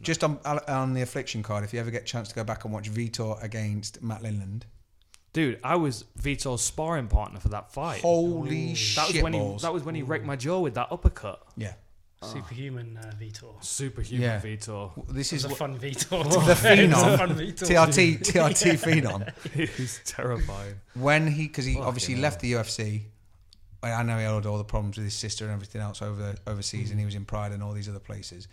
Speaker 6: Just on on the affliction card, if you ever get a chance to go back and watch Vitor against Matt Lindland,
Speaker 2: Dude, I was Vitor's sparring partner for that fight.
Speaker 6: holy
Speaker 2: that was
Speaker 6: shit
Speaker 2: when
Speaker 6: balls.
Speaker 2: he that was when he wrecked my jaw with that uppercut.
Speaker 6: yeah,
Speaker 2: oh.
Speaker 4: Superhuman uh, Vitor.
Speaker 2: Superhuman
Speaker 6: Yeah.
Speaker 2: Vitor.
Speaker 4: It's
Speaker 6: this is
Speaker 4: a
Speaker 6: what-
Speaker 4: fun Vitor.
Speaker 6: the
Speaker 4: It's a
Speaker 6: phenom
Speaker 4: fun Vitor.
Speaker 6: TRT TRT phenom.
Speaker 2: He's terrifying.
Speaker 6: when he because he obviously
Speaker 2: hell.
Speaker 6: left the UFC. I I know he had all the problems with his sister and everything else over overseas,
Speaker 2: Mm.
Speaker 6: and he was in Pride and all these other places.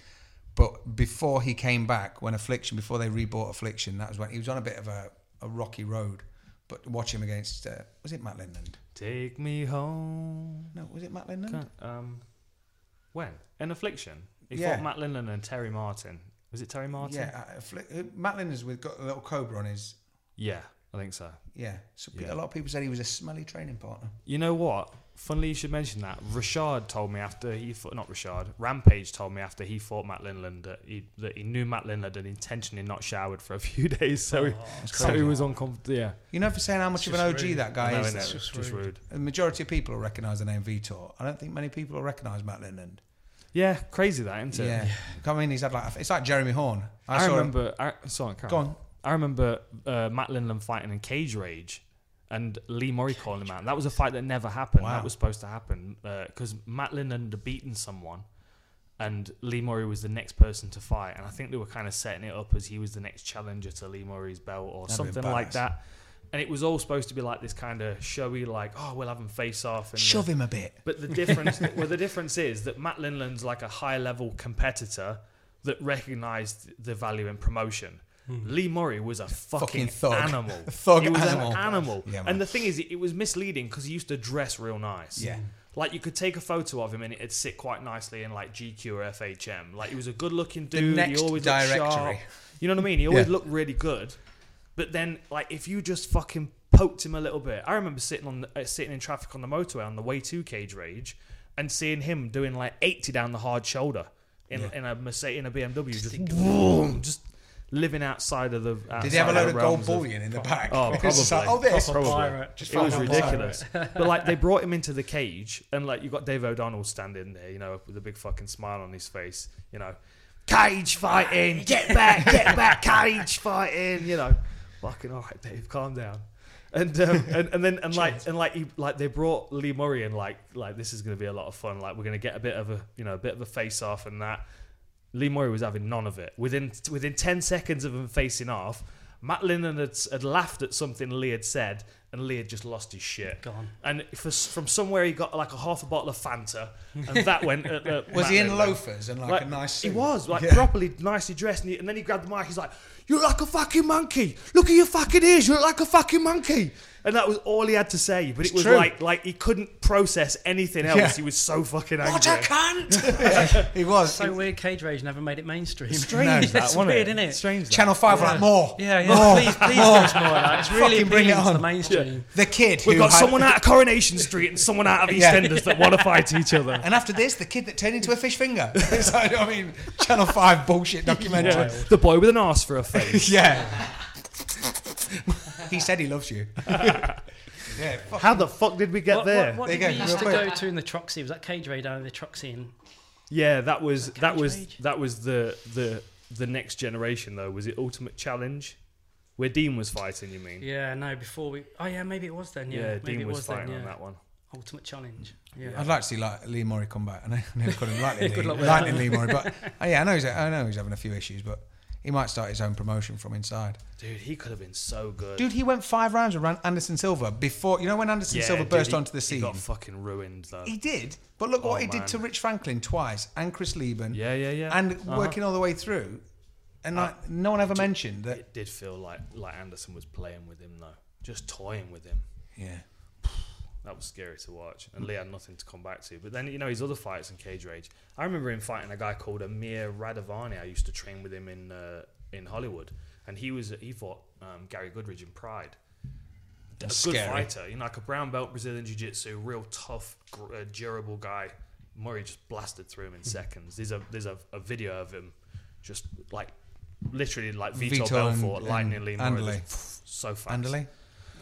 Speaker 6: But before he came back, when Affliction, before they rebought Affliction, that was when he was on a bit of a, a rocky road. But watch him against uh, was it Matt Lindland?
Speaker 2: Take me home.
Speaker 6: No, was it Matt Lindland?
Speaker 2: Um, when an affliction? He
Speaker 6: Yeah.
Speaker 2: fought Matt Lindland and Terry Martin. Was it Terry Martin?
Speaker 6: Yeah, uh, Affli- uh, Matt Lindland's with got a little cobra on his.
Speaker 2: Yeah, I think so.
Speaker 6: Yeah, so pe-
Speaker 2: Yeah.
Speaker 6: a lot of people said he was a smelly training partner.
Speaker 2: You know what? Funnily, you should mention that. Rashad told me after he fought, not Rashad, Rampage told me after he fought Matt Lindland that he, that he knew Matt Lindland had intentionally not showered for a few days,
Speaker 4: Oh,
Speaker 2: so
Speaker 6: Oh,
Speaker 2: he, so he was uncomfortable. Yeah,
Speaker 6: You know, for saying how much of an
Speaker 4: just
Speaker 6: OG
Speaker 4: rude.
Speaker 6: that
Speaker 2: I
Speaker 6: guy
Speaker 2: know,
Speaker 6: is.
Speaker 2: innit?
Speaker 4: it's
Speaker 2: just,
Speaker 4: just
Speaker 2: rude.
Speaker 4: rude.
Speaker 6: The majority of people will recognise the name Vitor. I don't think many people will recognise Matt Lindland.
Speaker 2: Yeah, crazy that, isn't it?
Speaker 6: Yeah. I mean, he's had like it's like Jeremy Horn.
Speaker 2: I,
Speaker 6: saw him-
Speaker 2: remember. I, sorry, carry
Speaker 6: Go
Speaker 2: on.
Speaker 6: on.
Speaker 2: I remember uh, Matt Lindland fighting in Cage Rage, and Lee Murray calling him out. That was a fight that never happened.
Speaker 6: Wow.
Speaker 2: That was supposed to happen because Matt Lindland had beaten someone, and Lee Murray was the next person to fight. And I think they were kind of setting it up as he was the next challenger to Lee Murray's belt or
Speaker 6: That'd be
Speaker 2: something like
Speaker 6: badass.
Speaker 2: that. And it was all supposed to be like this kind of showy, like oh, we'll have him face off. And uh,
Speaker 6: Shove him a bit.
Speaker 2: but the difference, well, the difference is that Matt Lindland's like a high level competitor that recognised the value in promotion. Lee Murray was a fucking,
Speaker 6: Fucking thug.
Speaker 2: animal.
Speaker 6: A thug
Speaker 2: he was
Speaker 6: animal.
Speaker 2: an animal.
Speaker 6: Yeah, man.
Speaker 2: and the thing is, it was misleading because he used to dress real nice.
Speaker 6: Yeah.
Speaker 2: Like you could take a photo of him and it'd sit quite nicely in like GQ or FHM. Like he was a good looking dude.
Speaker 6: next
Speaker 2: he always
Speaker 6: directory.
Speaker 2: looked sharp. You know what I mean? He always
Speaker 6: Yeah.
Speaker 2: looked really good. But then, like, if you just fucking poked him a little bit, I remember sitting on the, uh, sitting in traffic on the motorway on the way to Cage Rage, and seeing him doing like eighty down the hard shoulder in, in a Mercedes, in a BMW, just vroom, just living outside of the.
Speaker 6: Did he have a
Speaker 2: outside
Speaker 6: load of gold
Speaker 2: realms
Speaker 6: bullion in the back?
Speaker 2: Oh,
Speaker 6: It's just like,
Speaker 2: probably.
Speaker 6: oh, this.
Speaker 4: Proper
Speaker 2: Probably.
Speaker 4: pirate. Just
Speaker 2: it was
Speaker 6: fucking
Speaker 2: ridiculous. but like they brought him into the cage, and like you got Dave O'Donnell standing there, you know, with a big fucking smile on his face, you know, cage fighting, get back, get back, cage fighting, you know, fucking all right, Dave, calm down. And, um, and and then and like and like he, like they brought Lee Murray in like like this is gonna be a lot of fun like we're gonna get a bit of a you know a bit of a face off and that Lee Murray was having none of it. Within within ten seconds of them facing off, Matt Linen had, had laughed at something Lee had said, and Lee had just lost his shit.
Speaker 4: Gone.
Speaker 2: And for, from somewhere he got like a half a bottle of Fanta, and that went. At, uh,
Speaker 6: Was
Speaker 2: Matt
Speaker 6: he in
Speaker 2: Linen.
Speaker 6: loafers and like, a nice suit?
Speaker 2: He was like
Speaker 6: Yeah.
Speaker 2: properly nicely dressed, and, he, and then he grabbed the mic. He's like, "You look like a fucking monkey. Look at your fucking ears. You look like a fucking monkey." And that was all he had to say. But it was
Speaker 6: true.
Speaker 2: like like he couldn't process anything else.
Speaker 6: Yeah.
Speaker 2: He was so fucking angry.
Speaker 6: What a cunt! Yeah, he was.
Speaker 4: So weird. Cage Rage never made it mainstream.
Speaker 6: Strange
Speaker 4: It's
Speaker 6: that,
Speaker 2: wasn't it?
Speaker 4: weird, isn't it?
Speaker 2: Strange. that.
Speaker 6: Channel 5 were like, more.
Speaker 4: Yeah, yeah.
Speaker 6: More.
Speaker 4: Please, please do us more. of that. It's really
Speaker 6: Oh. Fucking bring it
Speaker 4: appealing to the
Speaker 6: on.
Speaker 4: mainstream.
Speaker 6: The kid
Speaker 2: We've
Speaker 6: who
Speaker 2: got
Speaker 6: had-
Speaker 2: someone out of Coronation Street and someone out of
Speaker 6: Yeah.
Speaker 2: EastEnders that want to fight each other.
Speaker 6: And after this, the kid that turned into a fish finger. It's like, I mean, Channel 5 bullshit documentary.
Speaker 2: The boy with an arse for a face.
Speaker 6: Yeah. he said he loves you. yeah, fuck.
Speaker 2: How the fuck did we get
Speaker 4: What,
Speaker 2: there?
Speaker 4: what, what
Speaker 6: There
Speaker 4: did
Speaker 6: you
Speaker 4: we
Speaker 6: go,
Speaker 4: used to
Speaker 6: real
Speaker 4: go
Speaker 6: quick.
Speaker 4: to in the Troxy? Was that Cage Rage down in the Troxy? And
Speaker 2: Yeah, that was that
Speaker 4: Cage
Speaker 2: was
Speaker 4: Rage?
Speaker 2: that was the the the next generation though. Was it Ultimate Challenge, where Dean was fighting? You mean?
Speaker 4: yeah, no, before we. Oh yeah, maybe it was then. Yeah, maybe
Speaker 2: Dean
Speaker 4: it
Speaker 2: was,
Speaker 4: was,
Speaker 2: fighting
Speaker 4: then. Yeah.
Speaker 2: on that one.
Speaker 4: Ultimate challenge. Yeah.
Speaker 6: I'd like to see like Lee Murray come back. I know I nearly called him Lightning, Lee,
Speaker 4: Good luck with
Speaker 6: Lightning Lee Murray, but oh, yeah, I know he's I know he's having a few issues, but he might start his own promotion from inside.
Speaker 2: Dude, he could have been so good.
Speaker 6: Dude, he went five rounds with Ran- Anderson Silva before. You know when Anderson
Speaker 2: yeah,
Speaker 6: Silva
Speaker 2: dude,
Speaker 6: burst
Speaker 2: he-
Speaker 6: onto the
Speaker 2: He
Speaker 6: scene,
Speaker 2: got fucking ruined though.
Speaker 6: he did. But look what
Speaker 2: Oh,
Speaker 6: he did
Speaker 2: man.
Speaker 6: to Rich Franklin twice, and Chris Lieben,
Speaker 2: yeah, yeah, yeah.
Speaker 6: and
Speaker 2: Uh-huh. Uh,
Speaker 6: working all the way through, and like no one ever mentioned that.
Speaker 2: It did feel like like Anderson was playing with him though, just toying with him.
Speaker 6: Yeah,
Speaker 2: That was scary to watch. And Lee had nothing to come back to. But then, you know, his other fights in Cage Rage. I remember him fighting a guy called Amir Radavani. I used to train with him in uh, in Hollywood. And he was he fought um, Gary Goodridge in Pride. A good
Speaker 6: That's scary.
Speaker 2: fighter. You know, like a brown belt Brazilian Jiu Jitsu, real tough, gr- uh, durable guy.
Speaker 6: Hmm.
Speaker 2: Murray just blasted through him in seconds. There's a there's a, a video of him just like literally like Vitor,
Speaker 6: Vitor and-
Speaker 2: Belfort,
Speaker 6: and
Speaker 2: lightning Lee Murray,
Speaker 6: Anderley.
Speaker 2: just so fast.
Speaker 6: Vanderlei.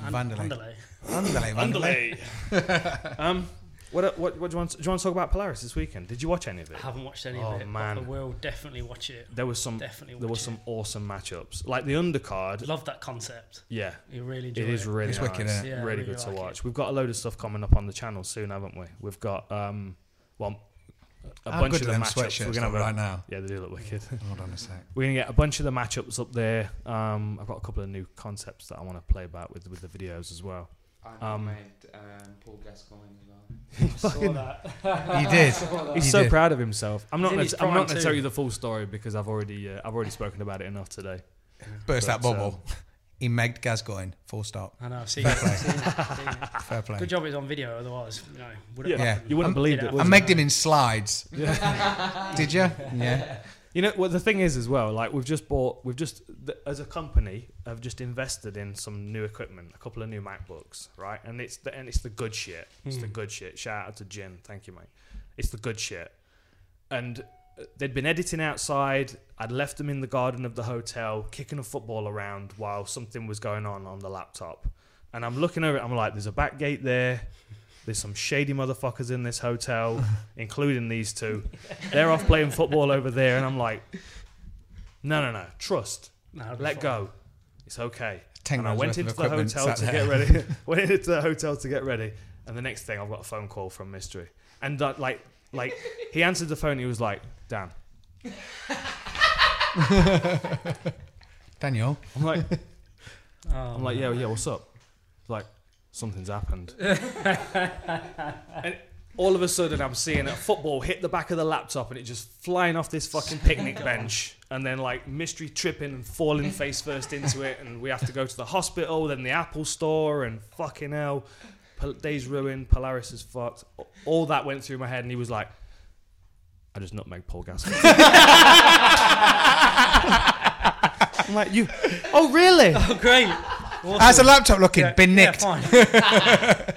Speaker 4: And-
Speaker 6: Vanderlei.
Speaker 4: Underlay.
Speaker 6: Vanderlei. Vanderlei.
Speaker 2: Underlay. um, what, what, what do you want? Do you want to talk about Polaris this weekend? Did you watch any of
Speaker 4: I
Speaker 2: it?
Speaker 4: haven't watched any
Speaker 2: Oh,
Speaker 4: of it.
Speaker 2: man.
Speaker 4: But I will definitely watch it.
Speaker 2: There was some.
Speaker 4: Definitely watch
Speaker 2: There was
Speaker 4: it.
Speaker 2: some awesome matchups, like the undercard.
Speaker 4: Love that concept.
Speaker 2: Yeah,
Speaker 4: You really enjoy
Speaker 2: it is really
Speaker 6: It's
Speaker 2: nice.
Speaker 6: wicked,
Speaker 4: innit? Yeah, I
Speaker 2: really
Speaker 4: really
Speaker 2: good to
Speaker 4: like it.
Speaker 2: watch. We've got a load of stuff coming up on the channel soon, haven't we? We've got um, well, a
Speaker 6: How
Speaker 2: bunch
Speaker 6: good
Speaker 2: of
Speaker 6: are
Speaker 2: the
Speaker 6: them
Speaker 2: matchups.
Speaker 6: sweatshirts
Speaker 2: We're gonna
Speaker 6: though,
Speaker 2: have a-
Speaker 6: right now?
Speaker 2: Yeah, they do look wicked.
Speaker 6: Hold on a sec.
Speaker 2: We're gonna get a bunch of the matchups up there. Um, I've got a couple of new concepts that I want to play about with with the videos as well.
Speaker 5: I
Speaker 2: Um,
Speaker 5: um, made um, Paul Gascoigne as well.
Speaker 4: Saw that.
Speaker 6: He did.
Speaker 2: He's
Speaker 6: He
Speaker 2: so
Speaker 6: did.
Speaker 2: proud of himself. I'm not.
Speaker 4: in
Speaker 2: Gonna,
Speaker 4: his
Speaker 2: I'm
Speaker 4: prime
Speaker 2: not going to
Speaker 4: too.
Speaker 2: tell you the full story because I've already uh, I've already spoken about it enough today.
Speaker 6: Burst that
Speaker 2: But,
Speaker 4: um,
Speaker 6: bubble. he megged Gascoigne. Full stop.
Speaker 4: I know. I've seen it. I've seen it, I've seen it.
Speaker 6: Fair play.
Speaker 4: Ah, Good job it's on video. Otherwise, you know, would
Speaker 2: Yeah,
Speaker 4: have
Speaker 6: Yeah.
Speaker 4: happened.
Speaker 2: you wouldn't
Speaker 6: I'm-
Speaker 2: believe
Speaker 4: Yeah,
Speaker 2: it.
Speaker 4: I'm
Speaker 6: I
Speaker 2: Was
Speaker 4: Wasn't
Speaker 6: megged him in slides. Did you? Yeah.
Speaker 2: You know, well, the thing is as well, like we've just bought, we've just th- as a company have just invested in some new equipment, a couple of new MacBooks, right? And it's the and it's the good shit. It's the good shit. Shout out to Jin, thank you, mate. It's the good shit. And uh, they'd been editing outside. I'd left them in the garden of the hotel, kicking a football around while something was going on on the laptop. And I'm looking over it. I'm like, there's a back gate there. There's some shady motherfuckers in this hotel, including these two. They're off playing football over there, and I'm like, no, no, no. Trust.
Speaker 4: No, it'd be
Speaker 2: Let
Speaker 4: fine.
Speaker 2: go. It's okay.
Speaker 6: Ten
Speaker 2: and I
Speaker 6: grand's
Speaker 2: went
Speaker 6: worth of
Speaker 2: into the
Speaker 6: equipment
Speaker 2: hotel
Speaker 6: sat
Speaker 2: to
Speaker 6: there.
Speaker 2: get ready. went into the hotel to get ready, and the next thing I've got a phone call from Mystery, and that, like, like he answered the phone. He was like, "Dan."
Speaker 6: Daniel.
Speaker 2: I'm like,
Speaker 4: Oh,
Speaker 2: I'm like, yeah, yeah. What's up? He's like, something's happened. and
Speaker 4: Oh,
Speaker 2: all of a sudden, I'm seeing a football hit the back of the laptop, and it just flying off this fucking picnic bench, and then like mystery tripping and falling face first into it, and we have to go to the hospital, then the Apple store, and fucking hell, Pol- day's ruined, Polaris is fucked. All that went through my head, and he was like. I just nutmeg Paul Gascoigne. I'm like, you. Oh, really?
Speaker 4: Oh, great.
Speaker 6: How's the
Speaker 4: Awesome.
Speaker 6: laptop looking?
Speaker 4: Yeah,
Speaker 6: Been nicked.
Speaker 4: Yeah, fine.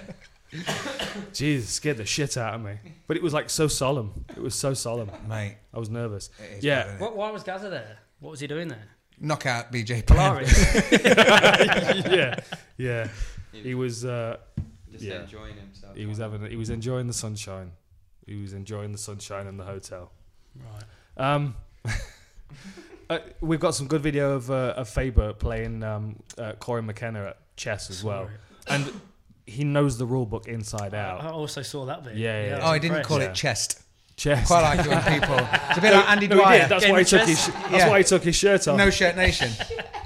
Speaker 2: Jeez, it scared the shit out of me. But it was like so solemn. It was so solemn.
Speaker 6: Mate.
Speaker 2: I was nervous.
Speaker 6: it is
Speaker 2: Yeah.
Speaker 6: better than it.
Speaker 4: what, why was Gaza there? What was he doing there?
Speaker 6: Knockout BJ Penn.
Speaker 4: Polaris.
Speaker 2: yeah, yeah. He was uh,
Speaker 5: Just
Speaker 2: Yeah.
Speaker 5: enjoying himself.
Speaker 2: he was having he was enjoying the sunshine. He was enjoying the sunshine in the hotel.
Speaker 4: right.
Speaker 2: Um, uh, we've got some good video of uh, of Faber playing um, uh, Corey McKenna at chess as well,
Speaker 4: Sorry. Uh,
Speaker 2: and he knows the rule book inside
Speaker 4: I
Speaker 2: out.
Speaker 4: also saw that bit.
Speaker 2: Yeah, yeah, yeah.
Speaker 4: was
Speaker 6: Oh, I didn't
Speaker 4: impressed.
Speaker 6: call
Speaker 2: Yeah.
Speaker 6: it chest.
Speaker 2: Chess.
Speaker 6: Quite like it when people. It's a bit like Andy
Speaker 2: no, he
Speaker 6: Dwyer.
Speaker 2: did. That's
Speaker 4: Game
Speaker 2: why he
Speaker 4: of
Speaker 2: took
Speaker 4: chess.
Speaker 2: his. Sh-
Speaker 6: Yeah.
Speaker 2: That's why he took his shirt off.
Speaker 6: No shirt nation.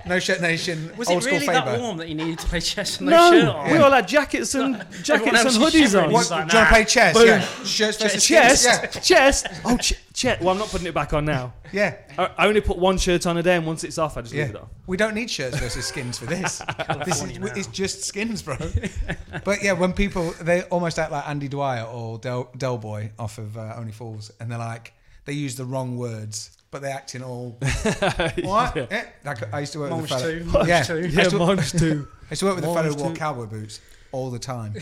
Speaker 6: No shirt nation.
Speaker 4: Was
Speaker 6: Old
Speaker 4: it
Speaker 6: school
Speaker 4: really that
Speaker 6: Faber.
Speaker 4: warm that he needed to play chess and
Speaker 2: No,
Speaker 4: no shirt on?
Speaker 2: we all had jackets and jackets
Speaker 4: else
Speaker 2: and
Speaker 4: is
Speaker 2: hoodies
Speaker 4: shivering.
Speaker 2: on.
Speaker 6: What,
Speaker 4: He's like,
Speaker 6: do you
Speaker 4: nah.
Speaker 6: want to play chess?
Speaker 2: Boom.
Speaker 6: Yeah. Shirts versus
Speaker 2: chest,
Speaker 6: skins?
Speaker 2: chest. Oh, ch- chest. Well, I'm not putting it back on now.
Speaker 6: Yeah. yeah.
Speaker 2: I, I only put one shirt on a day, and once it's off, I just
Speaker 6: Yeah.
Speaker 2: leave it off.
Speaker 6: We don't need shirts versus skins for this. this is,
Speaker 4: California now.
Speaker 6: it's just skins, bro. but yeah, when people they almost act like Andy Dwyer or Del, Del Boy off of uh, Only Fools, and they're like they use the wrong words, but they're acting all what? Eh, Like, I used to work
Speaker 4: Monge
Speaker 6: with a fella.
Speaker 4: two, Monge
Speaker 6: yeah,
Speaker 4: two.
Speaker 6: I,
Speaker 2: Yeah,
Speaker 6: used to,
Speaker 2: mine's too.
Speaker 6: I used to work with a fellow who
Speaker 2: Monge
Speaker 6: wore
Speaker 2: two.
Speaker 6: cowboy boots all the time.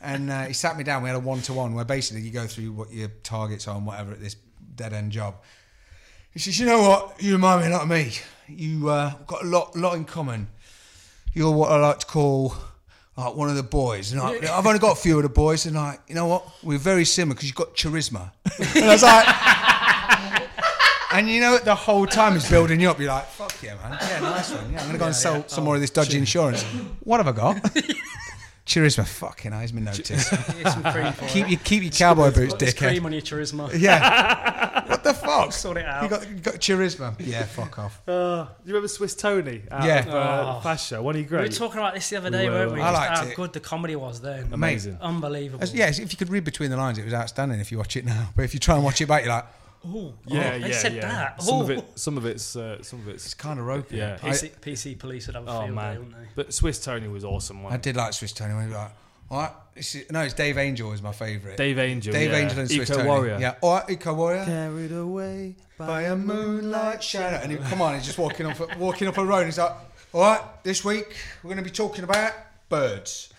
Speaker 6: And uh, he sat me down. We had a one to one where basically you go through what your targets are and whatever at this dead end job. He says, "You know what? You remind me a lot of me. You uh, got a lot, lot in common. You're what I like to call like one of the boys. And I, I've only got a few of the boys, and I, you know what? We're very similar because you've got charisma." and I was like. And you know what? The whole time is building you up. You're like, fuck yeah, man. Yeah, nice one. Yeah, I'm going to go and sell some more of this dodgy insurance. What have I got? Charisma. Fucking eyes, my notice.
Speaker 4: Here's some cream for
Speaker 6: keep,
Speaker 4: it.
Speaker 6: your, keep your cowboy boots,
Speaker 4: Put this
Speaker 6: dickhead.
Speaker 4: cream on your charisma.
Speaker 6: Yeah. what the fuck?
Speaker 4: Sort it out.
Speaker 6: You got, you got charisma. Yeah, fuck off.
Speaker 2: Uh, do you remember Swiss Tony? Out
Speaker 6: Yeah.
Speaker 2: Of, uh,
Speaker 4: Oh.
Speaker 2: Fast show. Wasn't he
Speaker 4: we were
Speaker 2: great?
Speaker 4: talking about this the other day,
Speaker 2: were,
Speaker 4: weren't we?
Speaker 6: I
Speaker 4: Just
Speaker 6: liked
Speaker 4: how
Speaker 6: it.
Speaker 4: good the comedy was then.
Speaker 2: Amazing.
Speaker 4: Unbelievable.
Speaker 6: As- Yes, if you could read between the lines, it was outstanding if you watch it now. But if you try and watch it back, you're like,
Speaker 4: Ooh,
Speaker 2: yeah,
Speaker 4: oh,
Speaker 2: yeah,
Speaker 4: they said
Speaker 2: yeah.
Speaker 4: that. Oh.
Speaker 2: Some of
Speaker 4: Ooh.
Speaker 2: it, some of it's, uh, some of
Speaker 6: it's
Speaker 2: it's.
Speaker 6: kind of ropey.
Speaker 2: Yeah.
Speaker 4: PC, PC police would have a
Speaker 2: Oh
Speaker 4: field day,
Speaker 2: man,
Speaker 4: wouldn't they?
Speaker 2: but Swiss Tony was awesome.
Speaker 6: I, I
Speaker 2: One.
Speaker 6: did like Swiss Tony. when he was like, all right. This is, no, it's Dave Angel is my favourite.
Speaker 2: Dave Angel.
Speaker 6: Dave
Speaker 2: yeah.
Speaker 6: Angel and Swiss
Speaker 2: Eco
Speaker 6: Tony.
Speaker 2: Warrior.
Speaker 6: Yeah, all right, Eco Warrior.
Speaker 2: Carried away
Speaker 6: By a moonlight shadow. And he, come on, he's just walking off, walking up a road. He's like, all right, this week we're going to be talking about birds.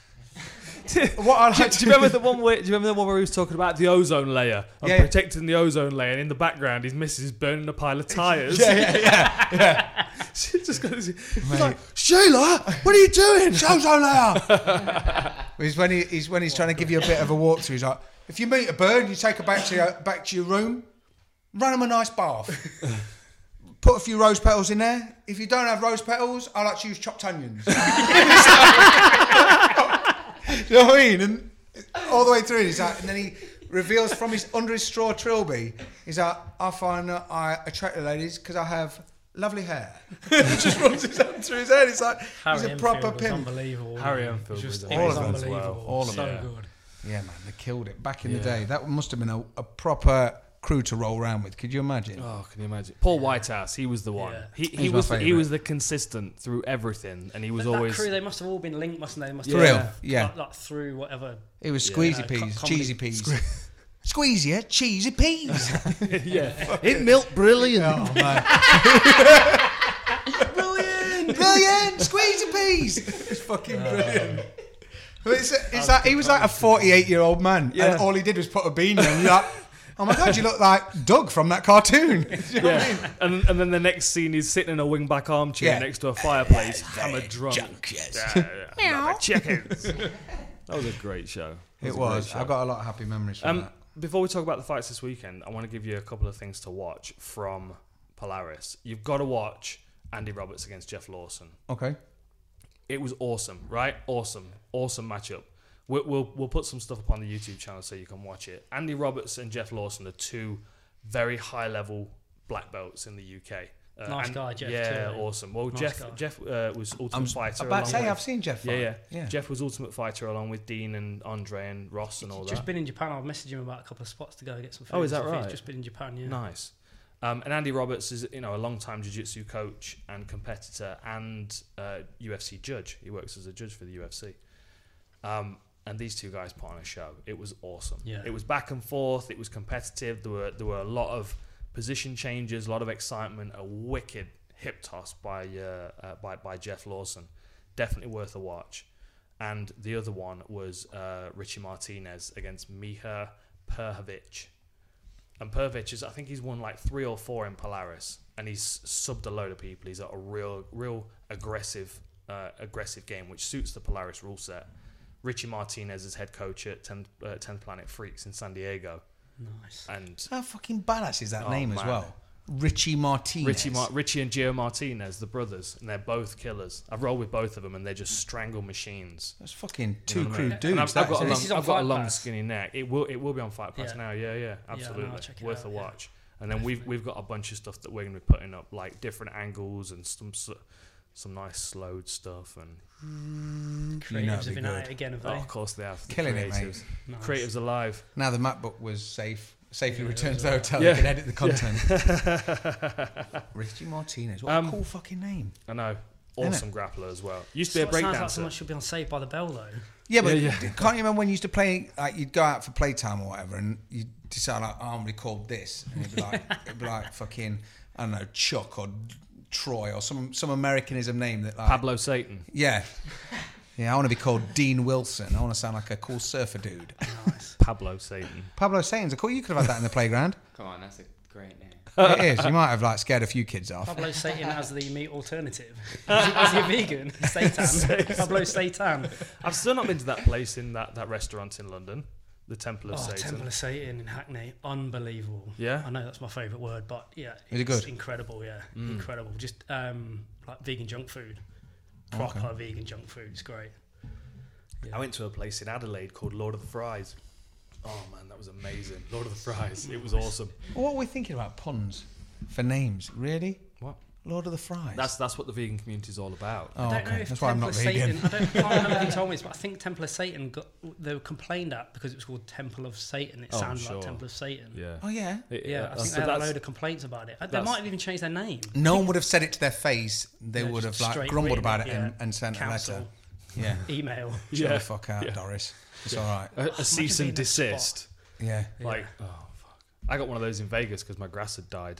Speaker 6: What I
Speaker 2: do,
Speaker 6: like
Speaker 2: do
Speaker 6: to
Speaker 2: you remember the one where? Do you remember the one where he was talking about the ozone layer and
Speaker 6: Yeah, yeah.
Speaker 2: protecting the ozone layer? And in the background, his missus is burning a pile of tires.
Speaker 6: Yeah, yeah, yeah.
Speaker 2: She just goes, he's
Speaker 6: Mate.
Speaker 2: like, Shayla, what are you doing?
Speaker 6: Shows on he's when he, he's when he's trying to give you a bit of a walkthrough. He's like, if you meet a bird, you take her back to your back to your room, run him a nice bath, put a few rose petals in there. If you don't have rose petals, I like to use chopped onions. Do you know what I mean? And all the way through, he's like, and then he reveals from his under his straw trilby, he's like, I find that I attract the ladies because I have. Lovely hair. It just runs his hand through his head. It's like
Speaker 4: Harry
Speaker 6: he's a
Speaker 4: Enfield
Speaker 6: proper
Speaker 4: was
Speaker 6: pimp.
Speaker 4: unbelievable.
Speaker 2: Harry Enfield
Speaker 4: just,
Speaker 2: was
Speaker 4: it was
Speaker 6: amazing as
Speaker 4: unbelievable.
Speaker 2: well.
Speaker 4: All
Speaker 2: All
Speaker 4: of
Speaker 2: of
Speaker 4: so
Speaker 2: them.
Speaker 4: good.
Speaker 6: Yeah, man, they killed it back in the
Speaker 2: Yeah.
Speaker 6: day. That must have been a, a proper crew to roll around with. Could you imagine?
Speaker 2: Oh, can you imagine? Paul Whitehouse, he was the one.
Speaker 4: Yeah.
Speaker 2: He, he
Speaker 6: He's my
Speaker 2: was the, he
Speaker 6: favourite.
Speaker 2: was the consistent through everything, and he was
Speaker 4: But
Speaker 2: always
Speaker 4: that crew, they must have all been linked, mustn't they? they must
Speaker 6: For real,
Speaker 4: have been, uh,
Speaker 6: yeah.
Speaker 4: Like, like through whatever.
Speaker 6: It was
Speaker 2: Yeah.
Speaker 6: squeezy
Speaker 4: Uh, co-
Speaker 6: peas,
Speaker 4: comedy-
Speaker 6: cheesy peas. Squeezy, yeah, cheesy peas.
Speaker 2: yeah in milk brilliant.
Speaker 6: oh, man. brilliant, brilliant, squeezy peas. It's fucking brilliant. Uh, But it's, it's like, he was like a 48 year old man,
Speaker 2: Yeah.
Speaker 6: and all he did was put a bean in. And you're like, oh my god, you look like Doug from that cartoon. Do you know what I mean?
Speaker 2: Yeah. and and then the next scene is sitting in a wingback armchair
Speaker 6: Yeah.
Speaker 2: next to a fireplace, hammered drunk.
Speaker 6: Junk, yes.
Speaker 2: Yeah, yeah. Another chickens. that was a great show. That
Speaker 6: It
Speaker 2: a
Speaker 6: was.
Speaker 2: great show.
Speaker 6: I got a lot of happy memories from
Speaker 2: Um,
Speaker 6: that.
Speaker 2: before we talk about the fights this weekend, I want to give you a couple of things to watch from Polaris. You've got to watch Andy Roberts against Jeff Lawson.
Speaker 6: Okay.
Speaker 2: It was awesome, right? Awesome, awesome matchup. We'll, we'll we'll put some stuff up on the YouTube channel so you can watch it. Andy Roberts and Jeff Lawson are two very high level black belts in the UK. Uh,
Speaker 4: Nice
Speaker 2: and-
Speaker 4: guy, Jeff,
Speaker 2: Yeah,
Speaker 4: too, eh?
Speaker 2: awesome. Well,
Speaker 4: Nice
Speaker 2: Jeff
Speaker 4: guy.
Speaker 2: Jeff uh, was Ultimate Fighter.
Speaker 6: About to
Speaker 2: along
Speaker 6: say,
Speaker 2: with-
Speaker 6: I've seen Jeff.
Speaker 2: yeah,
Speaker 6: fight.
Speaker 2: yeah,
Speaker 6: yeah.
Speaker 2: Jeff was Ultimate Fighter along with Dean and Andre and Ross and all
Speaker 4: He's
Speaker 2: that.
Speaker 4: just been in Japan. I've messaged him about a couple of spots to go get some food.
Speaker 2: Oh, is
Speaker 4: and
Speaker 2: that
Speaker 4: stuff.
Speaker 2: right?
Speaker 4: He's just been in Japan, yeah.
Speaker 2: Nice. Um, and Andy Roberts is, you know, a long-time jiu-jitsu coach and competitor and uh, UFC judge. He works as a judge for the UFC. Um, and these two guys put on a show. It was awesome.
Speaker 4: Yeah.
Speaker 2: It was back and forth. It was competitive. There were there were a lot of position changes, a lot of excitement, a wicked hip toss by uh, uh, by by Jeff Lawson. Definitely worth a watch. And the other one was uh, Richie Martinez against Miha Perhovic. And Pervic is, I think he's won like three or four in Polaris, and he's subbed a load of people. He's got a real, real aggressive, uh, aggressive game, which suits the Polaris rule set. Richie Martinez is head coach at 10th, uh, 10th Planet Freaks in San Diego,
Speaker 4: Nice.
Speaker 2: and
Speaker 6: How fucking badass is that
Speaker 2: Oh,
Speaker 6: name as
Speaker 2: man.
Speaker 6: well? Richie Martinez.
Speaker 2: Richie, Mar- Richie and Gio Martinez, the brothers, and they're both killers. I've rolled with both of them, and they're just strangle machines.
Speaker 6: That's fucking two
Speaker 2: know what I
Speaker 6: crude
Speaker 2: mean?
Speaker 6: dudes.
Speaker 2: And I've, I've
Speaker 6: that
Speaker 2: got a
Speaker 4: This
Speaker 6: is-
Speaker 2: long,
Speaker 4: is on
Speaker 2: I've got a
Speaker 4: Fight
Speaker 2: long
Speaker 4: Pass.
Speaker 2: skinny neck. It will, it will be on Fight Pass
Speaker 4: Yeah.
Speaker 2: now. Yeah, yeah, absolutely,
Speaker 4: I'll check it
Speaker 2: worth
Speaker 4: out,
Speaker 2: a
Speaker 4: yeah.
Speaker 2: watch. And then we've we've got a bunch of stuff that we're going to be putting up, like different angles and some s- some nice slowed stuff. And
Speaker 4: Creatives
Speaker 6: know it'd
Speaker 4: have
Speaker 6: be
Speaker 4: been at it
Speaker 6: good.
Speaker 4: again, have
Speaker 2: oh,
Speaker 4: they?
Speaker 2: of course they have the
Speaker 6: Killing it,
Speaker 2: creatives.
Speaker 6: mate.
Speaker 4: Nice.
Speaker 2: Creatives alive.
Speaker 6: now the MacBook was safe. Safely
Speaker 4: Yeah,
Speaker 6: returned to the
Speaker 4: yeah.
Speaker 6: hotel.
Speaker 2: Yeah.
Speaker 6: You can edit the content. Richie Martinez. What
Speaker 2: Um,
Speaker 6: a cool fucking name.
Speaker 2: I know.
Speaker 6: Isn't it?
Speaker 2: Awesome grappler as well. Used to
Speaker 4: Sort
Speaker 2: be a
Speaker 4: of sounds like
Speaker 2: breakdancer.
Speaker 4: someone should be on Saved by the Bell, though.
Speaker 6: Yeah, but
Speaker 2: Yeah,
Speaker 6: can't you remember when you used to play? Like you'd go out for playtime or whatever, and you would decide like, oh, I'm gonna call this, and it'd be like, it'd be like fucking, I don't know, Chuck or Troy or some some Americanism name that like
Speaker 2: Pablo Satan.
Speaker 6: Yeah. Yeah, I want to be called Dean Wilson. I want to sound like a cool surfer dude.
Speaker 4: Nice.
Speaker 2: Pablo Satan.
Speaker 6: Pablo Satan's a cool. You could have had that in the playground.
Speaker 5: Come on, that's a great name.
Speaker 6: It is. You might have like scared a few kids off.
Speaker 4: Pablo Satan as the meat alternative. Is he a vegan? Satan. Pablo Satan.
Speaker 2: I've still not been to that place in that, that restaurant in London, the Temple of
Speaker 4: Oh,
Speaker 2: Satan.
Speaker 4: Temple of Satan in Hackney, unbelievable.
Speaker 2: Yeah?
Speaker 4: I know that's my favourite word, but yeah,
Speaker 6: Is
Speaker 4: it's
Speaker 6: it good?
Speaker 4: Incredible, yeah,
Speaker 2: Mm.
Speaker 4: incredible. Just um, like vegan junk food, proper vegan junk food. It's great.
Speaker 2: I went to a place in Adelaide called Lord of the Fries. Oh man, that was amazing. Lord of the Fries. It was awesome.
Speaker 6: What are we thinking about puns for names? Really?
Speaker 2: What?
Speaker 6: Lord of the Fries.
Speaker 2: That's that's what the vegan community is all about.
Speaker 6: oh,
Speaker 4: I don't know
Speaker 6: okay.
Speaker 4: if
Speaker 6: That's why I'm
Speaker 4: Temple
Speaker 6: not
Speaker 4: of
Speaker 6: vegan.
Speaker 4: Satan. I don't I can't remember who told me this, but I think Temple of Satan got they were complained at because it was called Temple of Satan. It
Speaker 2: Oh,
Speaker 4: sounded
Speaker 2: sure.
Speaker 4: like Temple of Satan.
Speaker 2: Yeah.
Speaker 6: Oh yeah.
Speaker 2: It- uh,
Speaker 4: Yeah, I
Speaker 2: that's- so
Speaker 4: think they had a
Speaker 2: that's-
Speaker 4: load of complaints about it. Uh, They
Speaker 2: that's-
Speaker 4: might have even changed their name.
Speaker 6: No one would have said it to their face. They
Speaker 4: Yeah,
Speaker 6: would have
Speaker 4: just
Speaker 6: like
Speaker 4: straight
Speaker 6: grumbled
Speaker 4: written,
Speaker 6: about it
Speaker 4: yeah.
Speaker 6: and, and sent
Speaker 4: Council,
Speaker 6: a letter. Yeah.
Speaker 4: email.
Speaker 6: Chill
Speaker 2: Yeah.
Speaker 6: the fuck out,
Speaker 2: Yeah.
Speaker 6: Doris. It's all right.
Speaker 2: a, a cease
Speaker 4: being
Speaker 2: and
Speaker 4: in that spot.
Speaker 2: desist.
Speaker 6: Yeah.
Speaker 2: Like, oh fuck. I got one of those in Vegas because my grass had died.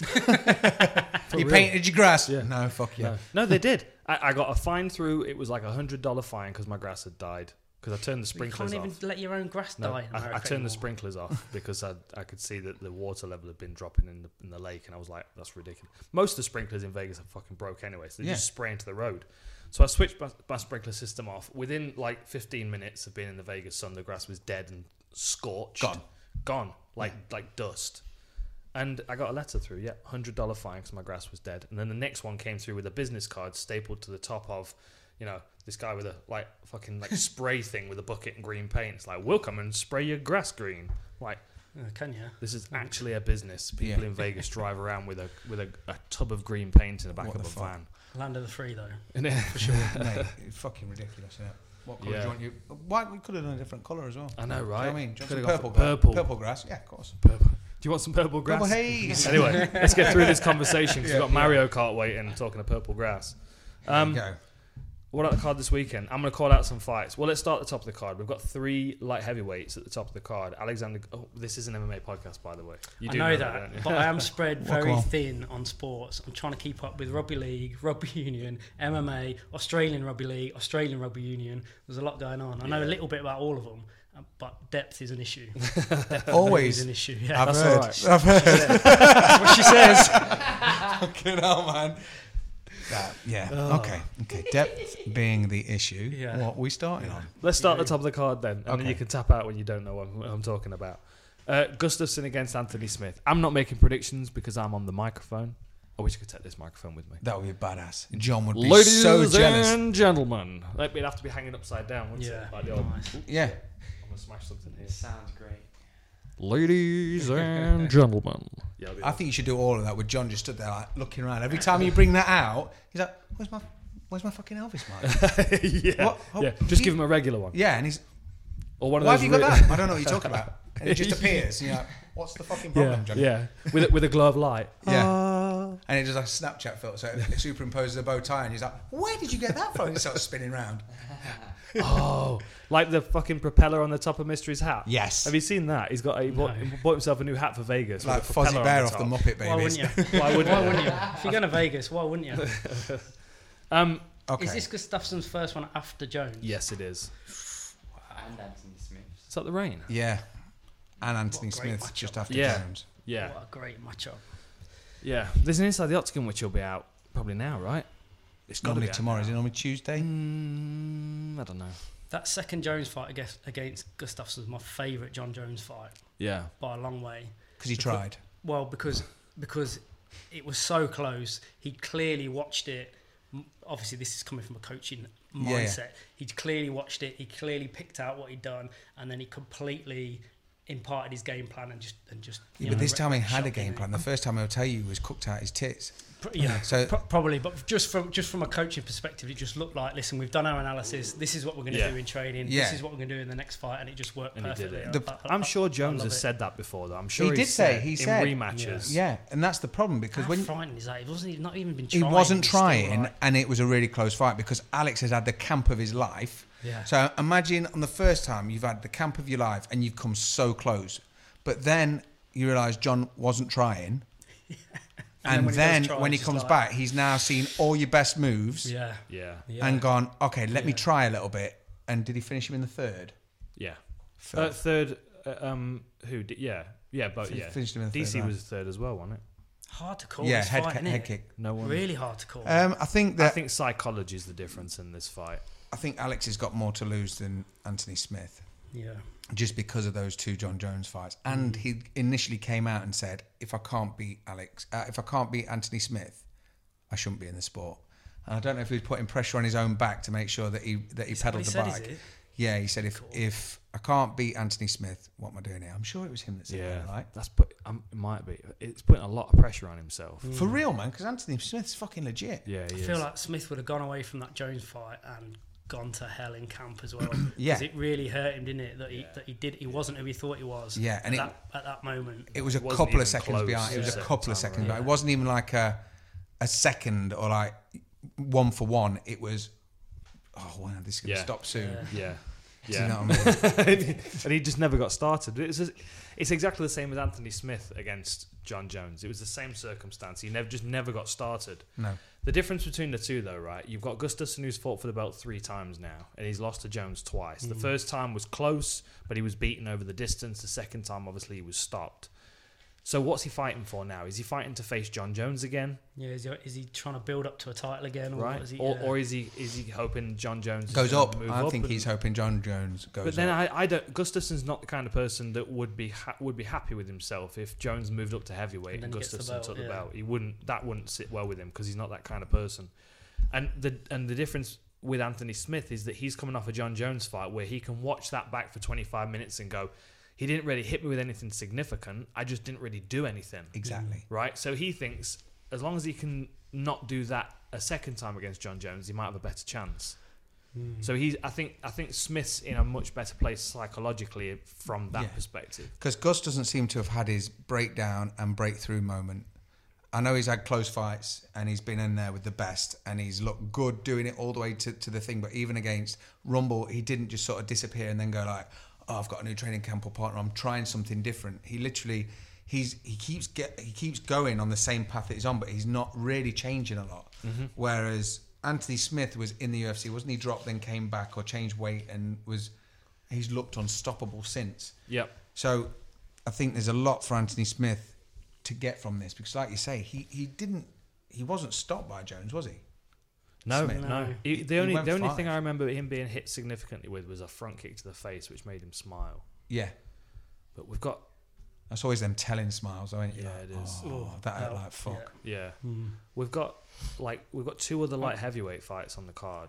Speaker 6: you
Speaker 2: real.
Speaker 6: painted your grass. No, fuck you.
Speaker 2: No, they did. I, I got a fine through. It was like a hundred dollar fine because my grass had died. because I turned the
Speaker 4: You
Speaker 2: sprinklers
Speaker 4: can't even
Speaker 2: off.
Speaker 4: let your own grass
Speaker 2: No,
Speaker 4: die. In
Speaker 2: I, I
Speaker 4: America
Speaker 2: turned the
Speaker 4: anymore.
Speaker 2: sprinklers off because I I could see that the water level had been dropping in the in the lake, and I was like, that's ridiculous. Most of the sprinklers in Vegas are fucking broke anyway, so they
Speaker 6: Yeah.
Speaker 2: just spray into the road. So I switched my, my sprinkler system off. Within like 15 minutes of being in the Vegas sun, the grass was dead and scorched,
Speaker 6: Gone.
Speaker 2: gone like like dust. And I got a letter through, yeah, hundred dollar fine because my grass was dead. And then the next one came through with a business card stapled to the top of, you know, this guy with a like fucking like spray thing with a bucket and green paint. It's like, we'll come and spray your grass green. Like
Speaker 4: Uh, can you?
Speaker 2: this is actually a business. People
Speaker 6: Yeah.
Speaker 2: in Vegas drive around with a with a, a tub of green paint in the back
Speaker 6: What
Speaker 2: of
Speaker 6: the
Speaker 2: a
Speaker 6: fuck?
Speaker 2: van.
Speaker 4: Land of the free, though.
Speaker 2: And it-
Speaker 6: Mate,
Speaker 3: It's fucking ridiculous, isn't it?
Speaker 6: what colour do
Speaker 2: Yeah.
Speaker 6: you want? You why we could have done a different colour as well.
Speaker 2: I know,
Speaker 6: Do
Speaker 2: right?
Speaker 6: you know what I mean, do you
Speaker 2: Could've gone
Speaker 6: want some
Speaker 2: for
Speaker 6: purple,
Speaker 2: purple.
Speaker 6: purple, purple grass. Yeah, of course.
Speaker 2: Purple. Do you want some purple grass?
Speaker 6: Purple haze.
Speaker 2: Anyway, let's get through this conversation 'cause
Speaker 6: Yeah,
Speaker 2: we've got Mario Kart waiting talking of purple grass. Um,
Speaker 3: Go.
Speaker 2: What about the card this weekend? I'm going to call out some fights. Well, let's start at the top of the card. We've got three light heavyweights at the top of the card. Alexander. Oh, this is an MMA podcast, by the way. You
Speaker 4: I know,
Speaker 2: don't
Speaker 4: that,
Speaker 2: you?
Speaker 4: but I am spread very
Speaker 6: on.
Speaker 4: thin on sports. I'm trying to keep up with rugby league, rugby union, MMA, Australian rugby league, Australian rugby union. There's a lot going on. I know a little bit about all of them, uh, but depth is an issue. Depth of
Speaker 6: Always.
Speaker 4: is an issue. Yeah,
Speaker 6: I've
Speaker 2: That's
Speaker 6: heard.
Speaker 2: all right.
Speaker 6: I've heard.
Speaker 4: that's what she says.
Speaker 6: Fucking hell, man. That- yeah. Okay. Okay. Depth being the issue.
Speaker 4: Yeah.
Speaker 6: What we starting on?
Speaker 2: Let's start at the top of the card then, and then
Speaker 6: Okay.
Speaker 2: you can tap out when you don't know what I'm, what I'm talking about. Uh, Gustafsson against Anthony Smith. I'm not making predictions because I'm on the microphone. I wish I could take this microphone with me.
Speaker 6: That would be badass. John would be
Speaker 2: Ladies
Speaker 6: so jealous.
Speaker 2: and gentlemen, like, it'd have to be hanging upside down, wouldn't
Speaker 4: Yeah,
Speaker 2: it? Like the old,
Speaker 4: nice.
Speaker 2: Oop,
Speaker 6: yeah.
Speaker 2: I'm gonna smash something here.
Speaker 5: It sounds great.
Speaker 2: Ladies and gentlemen. Yeah,
Speaker 6: I
Speaker 3: I think you should do all of that with John just stood there like looking around. Every time you bring that out, he's like, "Where's my, where's my fucking Elvis, mate?"
Speaker 2: yeah,
Speaker 3: What? Oh,
Speaker 2: yeah. Just
Speaker 3: he-
Speaker 2: give him a regular one
Speaker 3: yeah, and he's,
Speaker 2: or one of
Speaker 3: "Why
Speaker 2: those.
Speaker 3: have you got
Speaker 2: re-
Speaker 3: that?" I don't know what you're talking about. And it just appears. And you're like, "What's the fucking problem,
Speaker 2: yeah,
Speaker 3: Johnny?"
Speaker 2: yeah, with a, with a glow of light.
Speaker 3: Yeah.
Speaker 2: Ah.
Speaker 3: And it does like a Snapchat filter, so it superimposes a bow tie, and he's like, "Where did you get that from?" And it starts spinning round.
Speaker 2: oh, like the fucking propeller on the top of Mystery's hat.
Speaker 6: Yes.
Speaker 2: Have you seen that? He's got a, he bought,
Speaker 4: No.
Speaker 2: he bought himself a new hat for Vegas.
Speaker 3: like
Speaker 2: with a propeller
Speaker 3: Fozzie
Speaker 2: on
Speaker 3: Bear off the
Speaker 2: top.
Speaker 3: Muppet Babies.
Speaker 4: Why wouldn't you?
Speaker 2: Why wouldn't
Speaker 4: Why
Speaker 2: you?
Speaker 4: wouldn't you? If you're going to Vegas, why wouldn't you?
Speaker 2: Um,
Speaker 3: Okay.
Speaker 4: Is this Gustafsson's first one after Jones?
Speaker 2: yes, it is.
Speaker 5: And Anthony Smith's.
Speaker 2: Is that the rain?
Speaker 6: Yeah. And Anthony
Speaker 4: What a great
Speaker 6: Smith just after
Speaker 2: Yeah.
Speaker 6: Jones.
Speaker 2: Yeah,
Speaker 4: What a great matchup.
Speaker 2: yeah. There's an Inside the Octagon which will be out probably now, right?
Speaker 6: It's
Speaker 2: gotta
Speaker 6: normally
Speaker 2: be out
Speaker 6: tomorrow. Is it normally Tuesday?
Speaker 2: Mm, I don't know.
Speaker 4: That second Jones fight against, against Gustafsson was my favourite John Jones fight
Speaker 2: Yeah,
Speaker 4: by a long way.
Speaker 6: Because he tried.
Speaker 4: Well, because because it was so close, he clearly watched it. M- Obviously, this is coming from a coaching
Speaker 6: Yeah, yeah.
Speaker 4: mindset. He'd clearly watched it. He clearly picked out what he'd done, and then he completely imparted his game plan and just and just. you
Speaker 6: Yeah, but
Speaker 4: know,
Speaker 6: this time he
Speaker 4: re- eh?
Speaker 6: had a
Speaker 4: shot
Speaker 6: game
Speaker 4: in.
Speaker 6: plan. The first time I'll tell you he was cooked out his tits.
Speaker 4: Pro- Yeah,
Speaker 6: So-
Speaker 4: pro- probably, but just from just from a coaching perspective, it just looked like, listen, we've done our analysis. This is what we're going to
Speaker 2: Yeah.
Speaker 4: do in training.
Speaker 6: Yeah.
Speaker 4: This is what we're going to do in the next fight, and it just worked
Speaker 2: And he did
Speaker 4: perfectly.
Speaker 2: it.
Speaker 4: I-
Speaker 6: The-
Speaker 4: I- I-
Speaker 2: I'm
Speaker 4: I
Speaker 2: sure Jones
Speaker 4: love
Speaker 2: has
Speaker 4: it.
Speaker 2: said that before, though. I'm sure
Speaker 6: did
Speaker 2: he's
Speaker 6: say,
Speaker 2: said
Speaker 6: he
Speaker 2: in
Speaker 6: said.
Speaker 2: rematches.
Speaker 6: Yeah. And that's the problem because
Speaker 4: How
Speaker 6: when
Speaker 4: frightened is that? He wasn't even not even been
Speaker 6: he
Speaker 4: trying.
Speaker 6: wasn't
Speaker 4: he's still
Speaker 6: trying
Speaker 4: like-
Speaker 6: and it was a really close fight because Alex has had the camp of his life.
Speaker 4: Yeah.
Speaker 6: So imagine on the first time you've had the camp of your life and you've come so close. But then you realise John wasn't trying.
Speaker 4: And then when
Speaker 6: And,
Speaker 4: he does
Speaker 6: then
Speaker 4: try,
Speaker 6: when he
Speaker 4: it's just
Speaker 6: comes
Speaker 4: like-
Speaker 6: back, he's now seen all your best moves
Speaker 4: Yeah.
Speaker 2: yeah,
Speaker 4: yeah.
Speaker 6: and gone, okay, let me
Speaker 4: Yeah.
Speaker 6: try a little bit. And did he finish him in the third?
Speaker 2: yeah.
Speaker 6: Third.
Speaker 2: Uh, third, uh, um, who? Did, yeah, yeah, but
Speaker 6: Fin-
Speaker 2: yeah.
Speaker 6: finished him in the
Speaker 2: DC
Speaker 6: third round.
Speaker 2: was third as well, wasn't it?
Speaker 4: hard to call.
Speaker 6: yeah,
Speaker 4: this
Speaker 6: head,
Speaker 4: fight,
Speaker 6: ki-
Speaker 4: innit?
Speaker 6: head kick.
Speaker 2: No one.
Speaker 4: Really hard to call.
Speaker 6: Um, I think that
Speaker 2: I think psychology is the difference in this fight.
Speaker 6: I think Alex has got more to lose than Anthony Smith.
Speaker 4: yeah.
Speaker 6: just because of those two John Jones fights. And he initially came out and said, "If I can't beat Alex, uh, if I can't beat Anthony Smith, I shouldn't be in the sport." And I don't know if he was putting pressure on his own back to make sure that he that he
Speaker 4: Is that
Speaker 6: pedalled
Speaker 4: what he
Speaker 6: the
Speaker 4: said, is
Speaker 6: bike.
Speaker 4: it?
Speaker 6: Yeah, he said, "If if I can't beat Anthony Smith, what am I doing here?" I'm sure it was him that said
Speaker 2: Yeah,
Speaker 6: that, right?
Speaker 2: that's put. Um, it might be. It's putting a lot of pressure on himself.
Speaker 6: For real, man, because Anthony Smith's fucking legit.
Speaker 2: Yeah, he
Speaker 4: I
Speaker 2: is.
Speaker 4: feel like Smith would have gone away from that Jones fight and gone to hell in camp as well. 'Cause
Speaker 6: Yeah.
Speaker 4: it really hurt him, didn't it? That he that he did he wasn't who he thought he was.
Speaker 6: Yeah, and
Speaker 4: at,
Speaker 6: it-
Speaker 4: that, at that moment.
Speaker 6: It was a
Speaker 2: wasn't
Speaker 6: couple
Speaker 2: even
Speaker 6: of seconds
Speaker 2: close
Speaker 6: behind. It was
Speaker 2: the
Speaker 6: a
Speaker 2: second
Speaker 6: couple of
Speaker 2: time
Speaker 6: seconds
Speaker 2: around.
Speaker 6: behind. It wasn't even like a a second or like one for one. It was oh wow, this is gonna
Speaker 2: Yeah.
Speaker 6: stop soon.
Speaker 4: Yeah.
Speaker 2: yeah,
Speaker 6: Do you know
Speaker 2: Yeah.
Speaker 6: what I mean?
Speaker 2: and he just never got started. It's, just- it's exactly the same as Anthony Smith against John Jones. It was the same circumstance. He never just never got started.
Speaker 6: No.
Speaker 2: The difference between the two, though, right? You've got Gustafsson who's fought for the belt three times now, and he's lost to Jones twice.
Speaker 6: Mm.
Speaker 2: The first time was close, but he was beaten over the distance. The second time, obviously, he was stopped. So what's he fighting for now? Is he fighting to face John Jones again,
Speaker 4: Yeah, is he, is he trying to build up to a title again, or
Speaker 2: right?
Speaker 4: is he?
Speaker 2: or,
Speaker 4: yeah.
Speaker 2: or is he is he hoping John Jones is
Speaker 6: Goes
Speaker 2: gonna
Speaker 6: up.
Speaker 2: move
Speaker 6: I think
Speaker 2: and-
Speaker 6: he's hoping John Jones goes
Speaker 2: But then
Speaker 6: up.
Speaker 2: I, I don't. Gustafson's not the kind of person that would be ha- would be happy with himself if Jones moved up to heavyweight
Speaker 4: And
Speaker 2: and,
Speaker 4: then he gets the
Speaker 2: Gustafson
Speaker 4: belt,
Speaker 2: took the
Speaker 4: yeah.
Speaker 2: belt. He wouldn't. That wouldn't sit well with him because he's not that kind of person. And the and the difference with Anthony Smith is that he's coming off a John Jones fight where he can watch that back for 25 minutes and go, he didn't really hit me with anything significant. I just didn't really do anything
Speaker 6: exactly.
Speaker 2: right? So he thinks as long as he can not do that a second time against John Jones, he might have a better chance. So he's, I think, I think Smith's in a much better place psychologically from that
Speaker 6: Yeah.
Speaker 2: perspective.
Speaker 6: Because Gus doesn't seem to have had his breakdown and breakthrough moment. I know he's had close fights and he's been in there with the best and he's looked good doing it all the way to, to the thing. But even against Rumble, he didn't just sort of disappear and then go like, "Oh, I've got a new training camp or partner. I'm trying something different." He literally, he's he keeps get he keeps going on the same path that he's on, but he's not really changing a lot. Whereas Anthony Smith was in the UFC, wasn't he? Dropped, then came back or changed weight and was he's looked unstoppable since.
Speaker 2: Yep.
Speaker 6: So I think there's a lot for Anthony Smith to get from this because, like you say, he, he didn't he wasn't stopped by Jones, was he?
Speaker 2: No,
Speaker 6: Smith.
Speaker 2: no.
Speaker 4: No.
Speaker 2: He-
Speaker 6: He-
Speaker 2: the
Speaker 6: he
Speaker 2: only,
Speaker 6: went
Speaker 2: the only
Speaker 6: five.
Speaker 2: thing I remember him being hit significantly with was a front kick to the face, which made him smile.
Speaker 6: Yeah,
Speaker 2: But we've got,
Speaker 6: that's always them telling smiles, ain't you?
Speaker 2: Yeah,
Speaker 6: Like,
Speaker 2: it is.
Speaker 6: Oh, that hurt like fuck.
Speaker 2: yeah, we've got like we've got two other light heavyweight fights on the card,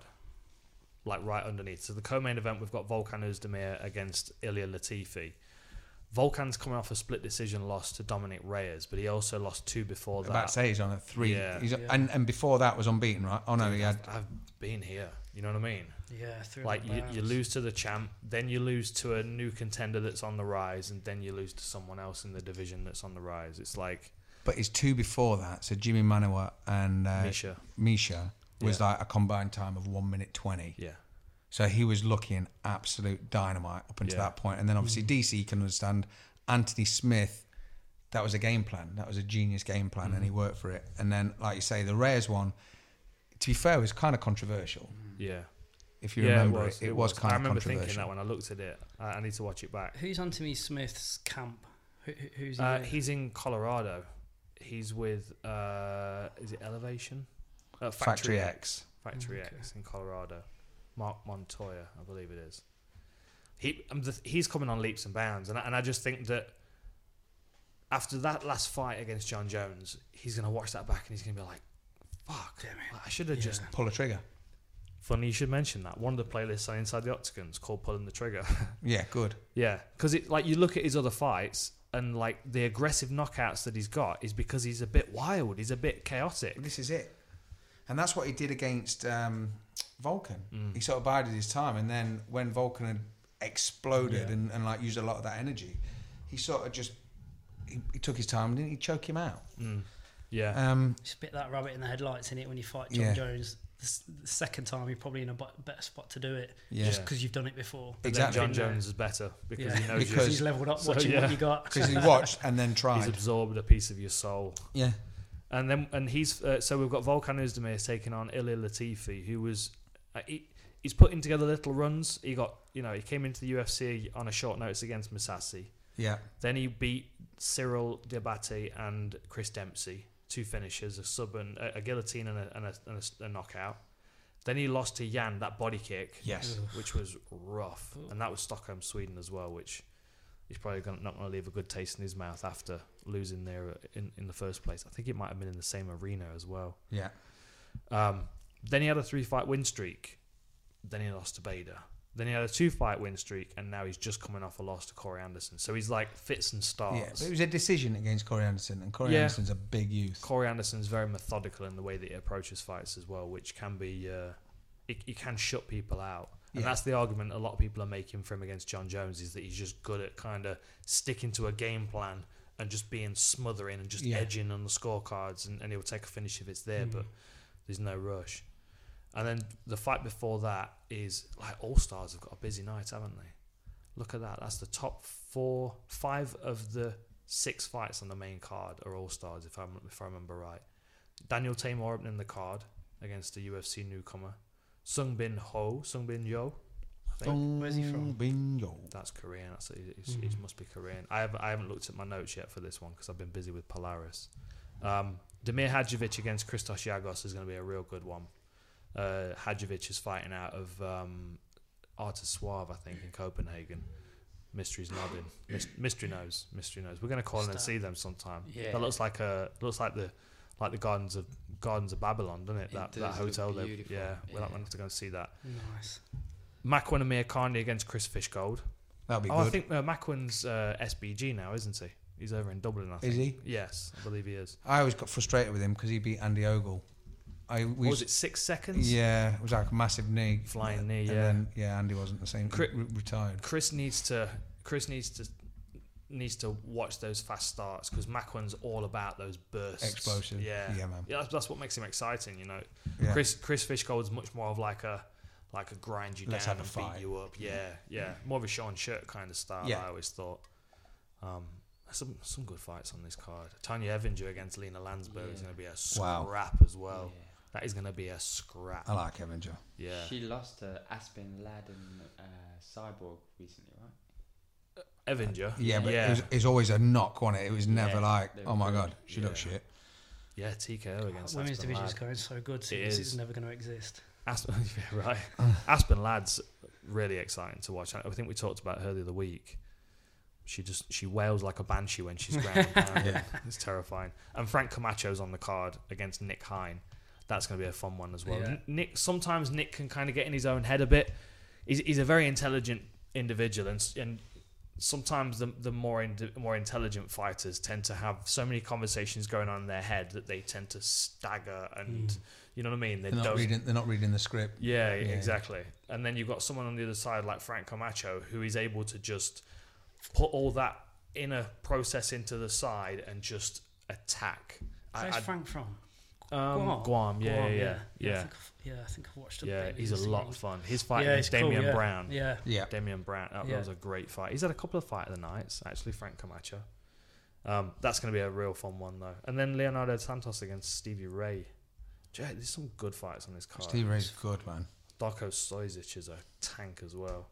Speaker 2: like right underneath. So the co-main event we've got Volkan Ozdemir against Ilya Latifi. Volkan's coming off a split decision loss to Dominic Reyes, but he also lost two before
Speaker 6: About to
Speaker 2: that.
Speaker 6: say he's on a three.
Speaker 2: Yeah.
Speaker 6: He's, And and before that was unbeaten, right? Oh no, he had.
Speaker 2: I've been here. You know what I mean?
Speaker 4: yeah, three
Speaker 2: Like you,
Speaker 4: rounds.
Speaker 2: you lose to the champ, then you lose to a new contender that's on the rise, and then you lose to someone else in the division that's on the rise. It's like
Speaker 6: But his two before that, so Jimmy Manawa and uh,
Speaker 2: Misha.
Speaker 6: Misha was
Speaker 2: Yeah.
Speaker 6: like a combined time of one minute twenty.
Speaker 2: Yeah.
Speaker 6: So he was looking absolute dynamite up until
Speaker 2: Yeah.
Speaker 6: that point. And then obviously DC you can understand Anthony Smith, that was a game plan. That was a genius game plan and he worked for it. And then like you say, the Reyes one, to be fair, was kind of controversial.
Speaker 2: Yeah.
Speaker 6: If you
Speaker 2: yeah,
Speaker 6: remember it, it, was, kind
Speaker 2: I
Speaker 6: of
Speaker 2: remember
Speaker 6: controversial.
Speaker 2: thinking that when I looked at it. I, I need to watch it back.
Speaker 4: Who's Anthony Smith's camp? Who, who- who's he?
Speaker 2: Uh,
Speaker 4: with?
Speaker 2: he's in Colorado. He's with uh, is it Elevation? Uh,
Speaker 6: Factory X.
Speaker 2: Factory
Speaker 4: Okay.
Speaker 2: X in Colorado. Mark Montoya, I believe it is. He um, the, he's coming on leaps and bounds, and I, and I just think that after that last fight against John Jones, he's gonna watch that back and he's gonna be like, "Fuck,
Speaker 4: Damn
Speaker 2: I should have just."
Speaker 6: Pull a trigger.
Speaker 2: Funny you should mention that. One of the playlists on Inside the Octagons called "Pulling the Trigger."
Speaker 6: Yeah, good.
Speaker 2: Yeah, because it like you look at his other fights and like the aggressive knockouts that he's got is because he's a bit wild, he's a bit chaotic.
Speaker 6: This is it. And that's what he did against um, Vulcan.
Speaker 2: Mm.
Speaker 6: He sort of bided his time. And then when Vulcan had exploded and, and like used a lot of that energy, he sort of just, he, he took his time and didn't he choke him out?
Speaker 2: Mm. Yeah,
Speaker 6: Um,
Speaker 4: spit that rabbit in the headlights in it when you fight John
Speaker 6: Yeah.
Speaker 4: Jones. The, s- the second time, you're probably in a bu- better spot to do it,
Speaker 6: Yeah.
Speaker 4: just because you've done it before.
Speaker 2: But
Speaker 6: exactly.
Speaker 2: Then John Jones is better because
Speaker 4: Yeah.
Speaker 2: he knows
Speaker 6: Because-
Speaker 2: you.
Speaker 4: He's leveled up
Speaker 2: So,
Speaker 4: watching
Speaker 2: yeah.
Speaker 4: what you got.
Speaker 6: Because he watched and then
Speaker 2: He's
Speaker 6: tried.
Speaker 2: absorbed a piece of your soul,
Speaker 6: yeah.
Speaker 2: and then and he's uh, so we've got Volkan Ozdemir taking on Ilya Latifi, who was uh, he, he's putting together little runs. He got you know he came into the UFC on a short notice against Masasi.
Speaker 6: Yeah.
Speaker 2: Then he beat Cyril Diabate and Chris Dempsey, two finishes, a sub and a, a guillotine and, a, and, a, and a s- a, knockout. Then he lost to Jan that body kick,
Speaker 6: Yes.
Speaker 2: which was rough, and that was Stockholm, Sweden as well, which he's probably gonna, not going to leave a good taste in his mouth after losing there in, in the first place. I think it might have been in the same arena as well.
Speaker 6: Yeah.
Speaker 2: Um, then he had a three fight win streak. Then he lost to Bader. Then he had a two fight win streak, and now he's just coming off a loss to Corey Anderson. So he's like fits and
Speaker 6: Yeah. But
Speaker 2: starts.
Speaker 6: it was a decision against Corey Anderson. And Corey
Speaker 2: Yeah.
Speaker 6: Anderson's a big youth.
Speaker 2: Corey Anderson's very methodical in the way that he approaches fights as well, which can be uh, it, it can shut people out. And
Speaker 6: Yeah.
Speaker 2: that's the argument a lot of people are making for him against John Jones is that he's just good at kind of sticking to a game plan and just being smothering and just
Speaker 6: Yeah.
Speaker 2: edging on the scorecards, and, and he'll take a finish if it's there, but there's no rush. And then the fight before that is like All Stars have got a busy night, haven't they? Look at that. That's the top four, five of the six fights on the main card are All Stars, if I if I remember right. Daniel Tamor opening the card against the UFC newcomer, Sung Bin Ho, Sung Bin Yo. I think.
Speaker 4: Where's he from?
Speaker 6: Bingo.
Speaker 2: That's Korean. That's it's, it must be Korean. I have I haven't looked at my notes yet for this one because I've been busy with Polaris. Um, Demir Hadjovic against Christos Yagos is going to be a real good one. Uh, Hadjovic is fighting out of um, Arta Suave, I think, in Copenhagen. Mystery's nodding. Mys- Mystery knows. Mystery knows. We're going to call in and
Speaker 4: Star.
Speaker 2: see them sometime.
Speaker 5: Yeah.
Speaker 2: That looks like a looks like the like the gardens of gardens of Babylon, doesn't it?
Speaker 5: It
Speaker 2: that that
Speaker 5: does look
Speaker 2: hotel. there.
Speaker 5: beautiful.
Speaker 2: yeah, we're
Speaker 5: Yeah.
Speaker 2: not going to go and see that.
Speaker 4: Nice.
Speaker 2: Macwin and Amir Carney against Chris Fishgold.
Speaker 6: That'll be
Speaker 2: Oh, I
Speaker 6: good.
Speaker 2: think uh, Macwin's uh, SBG now, isn't he? He's over in Dublin, I think.
Speaker 6: Is he?
Speaker 2: Yes, I believe he is.
Speaker 6: I always got frustrated with him because he beat Andy Ogle. I
Speaker 2: What
Speaker 6: we
Speaker 2: was it six seconds?
Speaker 6: yeah, it was like a massive knee,
Speaker 2: Flying knee,
Speaker 6: And
Speaker 2: yeah.
Speaker 6: then, yeah, Andy wasn't the same.
Speaker 2: Cri-
Speaker 6: Re- retired.
Speaker 2: Chris needs to. Chris needs to needs to watch those fast starts because Macwin's all about those bursts.
Speaker 6: Explosive.
Speaker 2: Yeah.
Speaker 6: Yeah, man.
Speaker 2: Yeah, that's, that's what makes him exciting, you know.
Speaker 6: Yeah.
Speaker 2: Chris Chris Fishgold's much more of like a like a grind you
Speaker 6: Let's
Speaker 2: down
Speaker 6: have a
Speaker 2: and
Speaker 6: fight. Mm-hmm.
Speaker 2: beat you up. Yeah, yeah. More of a Sean Shirt kind of style.
Speaker 6: Yeah.
Speaker 2: I always thought. Um, some some good fights on this card. Tanya Evinger against Lena Landsberg is
Speaker 5: Yeah.
Speaker 2: going to be a
Speaker 6: Wow.
Speaker 2: scrap as well. That is going to be a scrap.
Speaker 6: I like Evinger.
Speaker 2: Yeah.
Speaker 5: She lost to Aspen Ladd and uh, Cyborg recently, right?
Speaker 2: Evinger.
Speaker 6: Yeah, but
Speaker 2: yeah.
Speaker 6: It, was, it was always a knock on it. It was never
Speaker 5: Yeah,
Speaker 6: like,
Speaker 5: they were
Speaker 6: oh my
Speaker 5: good.
Speaker 6: god, she looks
Speaker 2: Yeah.
Speaker 6: shit.
Speaker 2: yeah, TKO against
Speaker 4: Women's
Speaker 2: Aspen
Speaker 4: division is
Speaker 2: Ladd.
Speaker 4: going so good. So
Speaker 2: It
Speaker 4: this
Speaker 2: is.
Speaker 4: is never going to exist.
Speaker 2: Aspen, yeah, right.
Speaker 6: Uh.
Speaker 2: Aspen Ladd's really exciting to watch. I I think we talked about her the other week. She just she wails like a banshee when she's ground and pounding. It's terrifying. And Frank Camacho's on the card against Nick Hine. That's going to be a fun one as well.
Speaker 4: Yeah.
Speaker 2: N- Nick sometimes Nick can kind of get in his own head a bit. He's, he's a very intelligent individual, and s- and sometimes the, the more in, more intelligent fighters tend to have so many conversations going on in their head that they tend to stagger and you know what I mean. They
Speaker 6: Mm. They're not
Speaker 2: don't
Speaker 6: reading. They're not reading the script.
Speaker 2: yeah,
Speaker 6: Yeah.
Speaker 2: exactly. And then you've got someone on the other side like Frank Camacho who is able to just put all that inner process into the side and just attack. I-
Speaker 4: Where's
Speaker 2: I-
Speaker 4: Frank from?
Speaker 2: um, Guam, yeah, yeah, yeah,
Speaker 4: yeah. I
Speaker 2: yeah.
Speaker 4: think I've, yeah, I think I've watched a
Speaker 2: Yeah,
Speaker 4: bit of
Speaker 2: he's
Speaker 4: his
Speaker 2: a lot
Speaker 4: thing.
Speaker 2: of fun. His fight
Speaker 4: Yeah,
Speaker 2: against
Speaker 4: he's cool,
Speaker 2: Damian
Speaker 4: yeah.
Speaker 2: Brown.
Speaker 4: Yeah,
Speaker 6: Yeah,
Speaker 2: Damian Brown. That, that
Speaker 4: Yeah.
Speaker 2: was a great fight. He's had a couple of fight of the nights, actually, Frank Camacho. Um, that's going to be a real fun one, though. And then Leonardo Santos against Stevie Ray. Jay, there's some good fights on this card.
Speaker 6: Steve Ray's good man.
Speaker 2: Darko Stojic is a tank as well.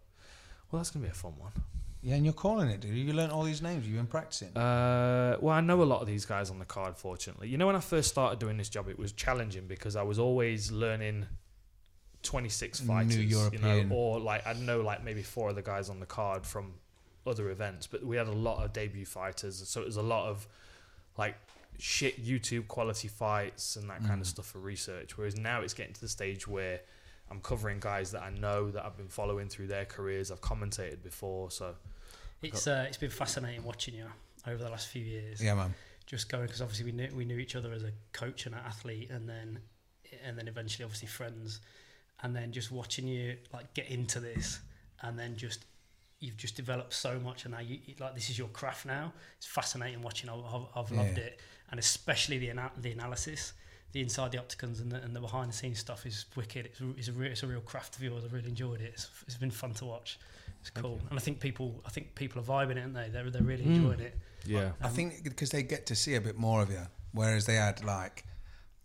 Speaker 2: Well, that's gonna be a fun one.
Speaker 6: Yeah, and you're calling it, dude. You learnt all these names. You've been practicing.
Speaker 2: Uh, well, I know a lot of these guys on the card. Fortunately, you know when I first started doing this job, it was challenging because I was always learning twenty six
Speaker 6: New
Speaker 2: fighters, you know,
Speaker 6: European.
Speaker 2: or like I'd know like maybe four of the guys on the card from other events, but we had a lot of debut fighters, so it was a lot of like shit YouTube quality fights and that kind of stuff for research. Whereas now it's getting to the stage where I'm covering guys that I know that I've been following through their careers. I've commentated before, so
Speaker 4: It's uh, it's been fascinating watching you over the last few years.
Speaker 6: yeah, man.
Speaker 4: Just going because obviously we knew we knew each other as a coach and an athlete, and then and then eventually obviously friends, and then just watching you like get into this, and then just you've just developed so much, and now you you- like this is your craft now. It's fascinating watching. I've, I've- I've loved
Speaker 6: Yeah.
Speaker 4: it, and especially the ana- the analysis. The inside the opticons and the, and the behind the scenes stuff is wicked. It's, re- it's, a, re- it's a real craft of yours. I really enjoyed it. It's, it's been fun to watch. It's cool, and I think people I think people are vibing it, aren't they? They're, they're really enjoying it.
Speaker 2: yeah.
Speaker 6: I think because they get to see a bit more of you, whereas they had like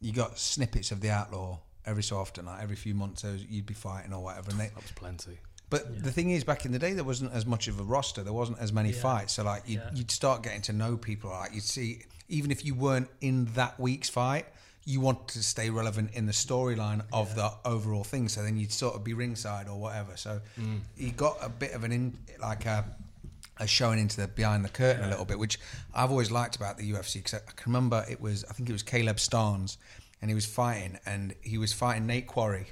Speaker 6: you got snippets of the outlaw every so often, like every few months, so you'd be fighting or whatever. And they,
Speaker 2: That was plenty.
Speaker 6: but the thing is, back in the day, there wasn't as much of a roster. There wasn't as many
Speaker 4: Yeah.
Speaker 6: fights, so like you'd,
Speaker 4: Yeah.
Speaker 6: you'd start getting to know people. Like you'd see, even if you weren't in that week's fight, you wanted to stay relevant in the storyline of the overall thing. So then you'd sort of be ringside or whatever. So
Speaker 4: Mm.
Speaker 6: you got a bit of an in, like a a showing into the behind the curtain a little bit, which I've always liked about the UFC because I, I can remember it was I think it was Caleb Starnes, and he was fighting and he was fighting Nate Quarry.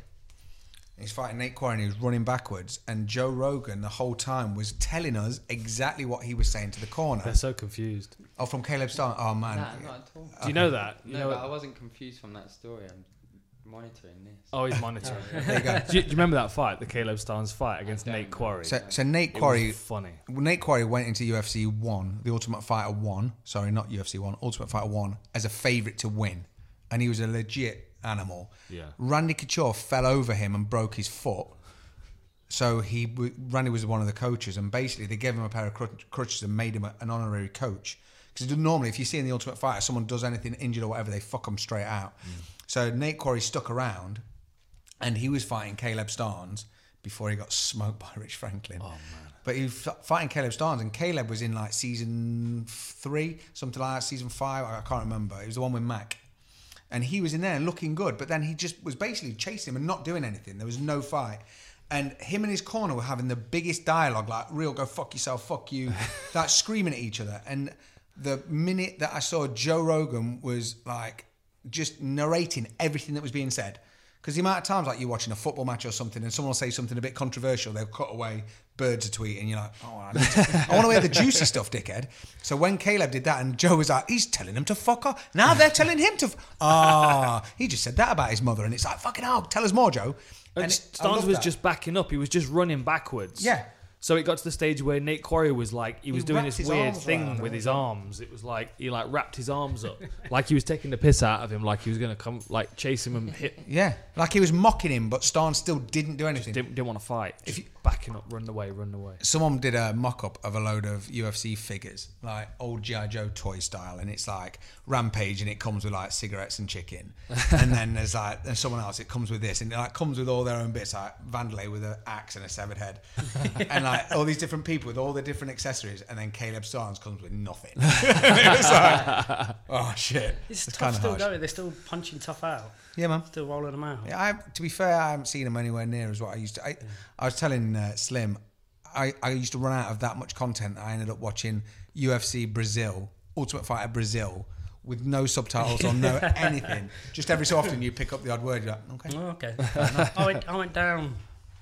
Speaker 6: And He's fighting Nate Quarry and he was running backwards. And Joe Rogan, the whole time, was telling us exactly what he was saying to the corner.
Speaker 2: They're so confused.
Speaker 6: Oh, from Caleb Starn. Oh, man.
Speaker 5: Nah, not at all.
Speaker 2: Do you know that? You
Speaker 5: No,
Speaker 2: know
Speaker 5: but I wasn't confused from that story. I'm monitoring this.
Speaker 2: Oh, he's monitoring.
Speaker 6: There you go.
Speaker 2: do, you, do you remember that fight, the Caleb Starnes fight against
Speaker 5: I don't
Speaker 2: Nate
Speaker 5: know.
Speaker 2: Quarry?
Speaker 6: So, so Nate
Speaker 2: It was
Speaker 6: Quarry.
Speaker 2: funny.
Speaker 6: Nate Quarry went into UFC 1, the Ultimate Fighter 1, sorry, not UFC 1, Ultimate Fighter 1, as a favourite to win. And he was a legit animal.
Speaker 2: Yeah.
Speaker 6: Randy Couture fell over him and broke his foot. So he w- Randy was one of the coaches, and basically they gave him a pair of crutch, crutches and made him a, an honorary coach. Because normally, if you see in the Ultimate Fighter, someone does anything injured or whatever, they fuck them straight out. So Nate Quarry stuck around, and he was fighting Caleb Starnes before he got smoked by Rich Franklin. Oh man! But he was f- fighting Caleb Starnes, and Caleb was in like season three, something like that, season five. I I can't remember. It was the one with Mac and he was in there and looking good, but then he just was basically chasing him and not doing anything. There was no fight. And him and his corner were having the biggest dialogue, like real go fuck yourself, fuck you, like screaming at each other. And the minute that I saw Joe Rogan was like just narrating everything that was being said. Because the amount of times like you're watching a football match or something and someone will say something a bit controversial, they'll cut away, birds a tweet, and you're like, oh, I, need to- I want to hear the juicy stuff, dickhead. So when Caleb did that and Joe was like, he's telling them to fuck off. Now they're telling him to, f- ah, he just said that about his mother. And it's like, fucking hell, tell us more, Joe.
Speaker 2: And
Speaker 6: it-
Speaker 2: Starnes
Speaker 6: I love
Speaker 2: was
Speaker 6: that.
Speaker 2: just backing up. He was just running backwards.
Speaker 6: Yeah.
Speaker 2: So it got to the stage where Nate Quarry was like, he was doing
Speaker 6: wrapped
Speaker 2: this
Speaker 6: his
Speaker 2: weird
Speaker 6: arms around
Speaker 2: thing
Speaker 6: him,
Speaker 2: with his arms. It was like he like wrapped his arms up, like he was taking the piss out of him, like he was gonna come, like chase him and hit.
Speaker 6: Yeah, like he was mocking him, but Starn still didn't do anything.
Speaker 2: Didn't, didn't want to fight. If backing up, run away, run away.
Speaker 6: someone did a mock-up of a load of UFC figures, like old GI Joe toy style, and it's like Rampage, and it comes with like cigarettes and chicken, and then there's like there's someone else, it comes with this, and it like comes with all their own bits, like Vandalay with an axe and a severed head, and like all these different people with all the different accessories, and then Caleb Starnes comes with nothing. it's like, oh shit,
Speaker 4: It's,
Speaker 6: It's
Speaker 4: tough
Speaker 6: kinda
Speaker 4: still
Speaker 6: harsh.
Speaker 4: going. They're still punching tough out.
Speaker 6: Yeah, man.
Speaker 4: Still rolling them out.
Speaker 6: Yeah, I, to be fair, I haven't seen him anywhere near as what I used to. I, I was telling uh, Slim, I, I used to run out of that much content. I ended up watching UFC Brazil, Ultimate Fighter Brazil, with no subtitles or no anything. Just every so often you pick up the odd word. You're like, okay.
Speaker 4: Oh, okay. I, went, I went down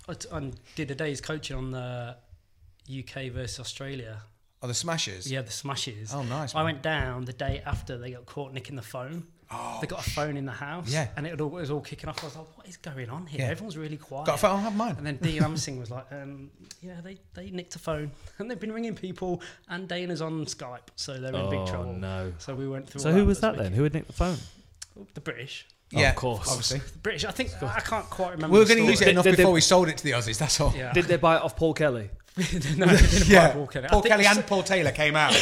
Speaker 4: I t- and did a day's coaching on the UK versus Australia.
Speaker 6: Oh, the Smashers.
Speaker 4: Yeah, the smashes.
Speaker 6: Oh, nice,
Speaker 4: I
Speaker 6: man.
Speaker 4: went down the day after they got caught nicking the phone. Oh, they got a phone in the house.
Speaker 6: Yeah.
Speaker 4: And it, all, it was all kicking off. I was like, what is going on here?
Speaker 6: Yeah.
Speaker 4: Everyone's really quiet.
Speaker 6: Got a phone? I have mine.
Speaker 4: And then Dean Amsing was like, um, yeah, they, they nicked a phone. And they've been ringing people, and Dana's on Skype, so they're in
Speaker 2: Oh,
Speaker 4: big trouble.
Speaker 2: no.
Speaker 4: So we went through
Speaker 2: So
Speaker 4: all
Speaker 2: who was
Speaker 4: this
Speaker 2: that then?
Speaker 4: weekend.
Speaker 2: Who had nicked the phone?
Speaker 4: The British.
Speaker 6: yeah,
Speaker 2: of course.
Speaker 6: Obviously.
Speaker 4: The British. I think, I can't quite remember.
Speaker 6: We were
Speaker 4: the
Speaker 6: going
Speaker 4: story.
Speaker 6: to use it
Speaker 2: Did-
Speaker 6: enough
Speaker 2: did they-
Speaker 6: before we sold it to the Aussies, that's all.
Speaker 4: Yeah.
Speaker 2: Did they buy it off Paul Kelly?
Speaker 4: no, they didn't
Speaker 6: Yeah.
Speaker 4: buy Paul Kelly. I
Speaker 6: Paul
Speaker 4: think
Speaker 6: Kelly
Speaker 4: it's
Speaker 6: and Paul Taylor came out.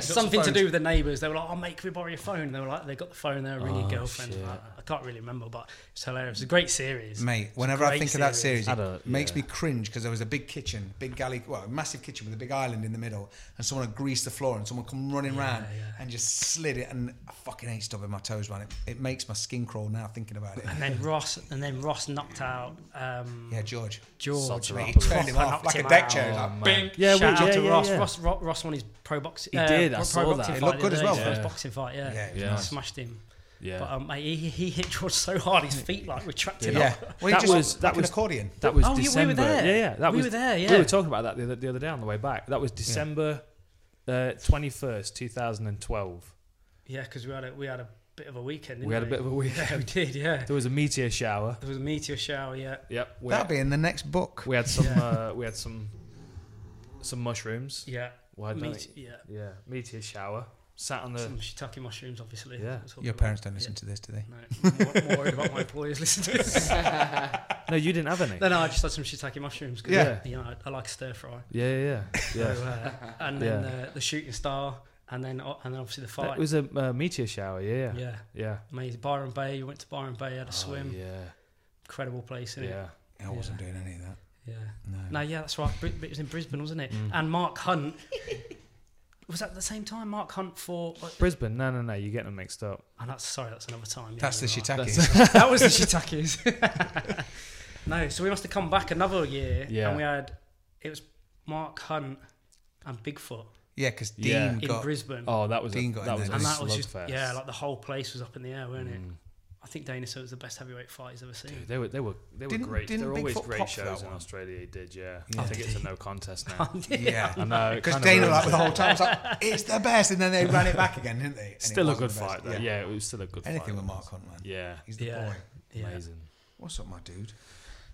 Speaker 4: something to do with the neighbours. They were like, "Oh, mate, can we borrow your phone?" They were like, "They got the phone. They were
Speaker 6: Oh,
Speaker 4: ringing girlfriend." I, I can't really remember, but it's hilarious. It's a great series,
Speaker 6: Mate, whenever I
Speaker 4: great
Speaker 6: think of that
Speaker 4: series.
Speaker 6: series,
Speaker 2: I
Speaker 6: it
Speaker 2: don't-
Speaker 6: makes
Speaker 2: yeah.
Speaker 6: me cringe because there was a big kitchen, big galley, well, a massive kitchen with a big island in the middle, and someone had greased the floor, and someone come running round and just slid it, and I fucking hate stubbing my toes, man. It, it makes my skin crawl now thinking about it.
Speaker 4: And then Ross, and then Ross knocked out um,
Speaker 6: yeah, George.
Speaker 4: George.
Speaker 2: Sotter
Speaker 6: Mate, he
Speaker 2: Proper
Speaker 6: turned him
Speaker 4: knocked
Speaker 6: off like
Speaker 4: him
Speaker 6: a deck
Speaker 4: out.
Speaker 6: chair. He's like, bing.
Speaker 2: Yeah,
Speaker 4: Shout
Speaker 2: we-
Speaker 4: out
Speaker 2: yeah,
Speaker 4: to
Speaker 2: yeah,
Speaker 4: Ross.
Speaker 2: yeah.
Speaker 4: Ross. Ro- Ross won his pro boxing.
Speaker 2: He did, I
Speaker 4: pro
Speaker 2: saw
Speaker 4: boxing
Speaker 2: that. It
Speaker 4: fight
Speaker 6: looked
Speaker 4: the
Speaker 6: good as
Speaker 4: other day,
Speaker 6: well.
Speaker 4: his
Speaker 2: Yeah.
Speaker 4: First boxing fight, yeah.
Speaker 6: Yeah, it was
Speaker 2: Yeah. nice.
Speaker 4: smashed him.
Speaker 2: Yeah.
Speaker 4: But um, mate, he, he hit George so hard, his feet like retracted
Speaker 6: Yeah.
Speaker 4: up.
Speaker 6: Well, he
Speaker 2: That
Speaker 6: just
Speaker 2: was-
Speaker 6: was,
Speaker 2: that
Speaker 6: like
Speaker 2: was-
Speaker 6: an accordion.
Speaker 2: That was
Speaker 4: Oh, yeah, we were
Speaker 2: December.
Speaker 4: there.
Speaker 2: Yeah, yeah, that
Speaker 4: We
Speaker 2: was
Speaker 4: were there,
Speaker 2: we
Speaker 4: yeah.
Speaker 2: were talking about that the other, the other day on the way back. That was December twenty first, two thousand and twelve.
Speaker 4: Yeah, because we had a, we had a bit of a weekend. Didn't
Speaker 2: We had a bit of a week.
Speaker 4: Yeah, we did. Yeah,
Speaker 2: There was a meteor shower.
Speaker 4: there was a meteor shower. Yeah.
Speaker 2: Yep. We,
Speaker 6: That'll be in the next book.
Speaker 2: we had some. Uh, we had some. Some mushrooms.
Speaker 4: Yeah.
Speaker 2: Why don't
Speaker 4: Meat,
Speaker 2: it-
Speaker 4: yeah.
Speaker 2: Yeah. Meteor shower. Sat on the.
Speaker 4: Some shiitake mushrooms, obviously.
Speaker 2: Yeah.
Speaker 4: That's what
Speaker 6: Your
Speaker 4: we-
Speaker 6: parents don't listen to this, do they?
Speaker 4: No, I'm more worried about my employers listening to this.
Speaker 2: No, you didn't have any.
Speaker 4: then I just had some shiitake mushrooms because
Speaker 2: Yeah.
Speaker 4: you know I, I like stir fry.
Speaker 2: Yeah, yeah, yeah.
Speaker 4: So,
Speaker 2: yeah.
Speaker 4: uh, and then
Speaker 2: Yeah.
Speaker 4: uh, the shooting star, and then uh, and then obviously the fight.
Speaker 2: It was a uh, meteor shower. Yeah.
Speaker 4: yeah,
Speaker 2: Yeah.
Speaker 4: amazing. Byron Bay. You went to Byron Bay, had a swim.
Speaker 2: Oh, Yeah.
Speaker 4: Incredible place. Isn't
Speaker 2: Yeah.
Speaker 6: I wasn't doing any of that.
Speaker 4: It? Yeah.
Speaker 6: No. Mm.
Speaker 4: No, yeah, that's right. Bri- It was in Brisbane, wasn't it? And Mark Hunt. Was that the same time? Mark Hunt for.
Speaker 2: Brisbane. No, no, no. You're getting them mixed up.
Speaker 4: And that's sorry, that's another time. Yeah,
Speaker 6: That's the
Speaker 4: you're right.
Speaker 6: shiitake.
Speaker 4: that was the shiitakes. no, so we must have come back another year,
Speaker 2: Yeah.
Speaker 4: and we had it was Mark Hunt and Bigfoot
Speaker 6: Yeah, because
Speaker 2: Yeah.
Speaker 6: Dean
Speaker 4: in
Speaker 6: got...
Speaker 4: Brisbane,
Speaker 2: Oh, that was a,
Speaker 6: Dean got in
Speaker 2: that
Speaker 6: there,
Speaker 2: was a
Speaker 4: Mm. and that was just
Speaker 2: slugfest.
Speaker 4: yeah, like the whole place was up in the air, weren't
Speaker 6: Mm.
Speaker 4: it? I think Dana said it was the best heavyweight fight he's ever seen.
Speaker 2: They were they were they were
Speaker 6: Didn't-
Speaker 2: great.
Speaker 6: didn't
Speaker 2: They're always
Speaker 6: Bigfoot
Speaker 2: great
Speaker 6: pop for that
Speaker 2: shows in
Speaker 6: one?
Speaker 2: Australia. He did, yeah. I think it's a no contest now.
Speaker 6: Yeah.
Speaker 2: I know it
Speaker 6: Because
Speaker 2: kind of
Speaker 6: Dana,
Speaker 2: ruins
Speaker 6: like,
Speaker 2: it.
Speaker 6: the whole time, was like, it's the best. And then they ran it back again, didn't they? And it
Speaker 2: still a
Speaker 6: wasn't
Speaker 2: good
Speaker 6: the best.
Speaker 2: fight though. Yeah. it was still a good
Speaker 6: Anything
Speaker 2: fight.
Speaker 6: with Mark Hunt, man.
Speaker 2: Yeah,
Speaker 6: He's the
Speaker 4: Yeah.
Speaker 6: boy.
Speaker 4: Yeah.
Speaker 2: amazing.
Speaker 6: What's up, my dude?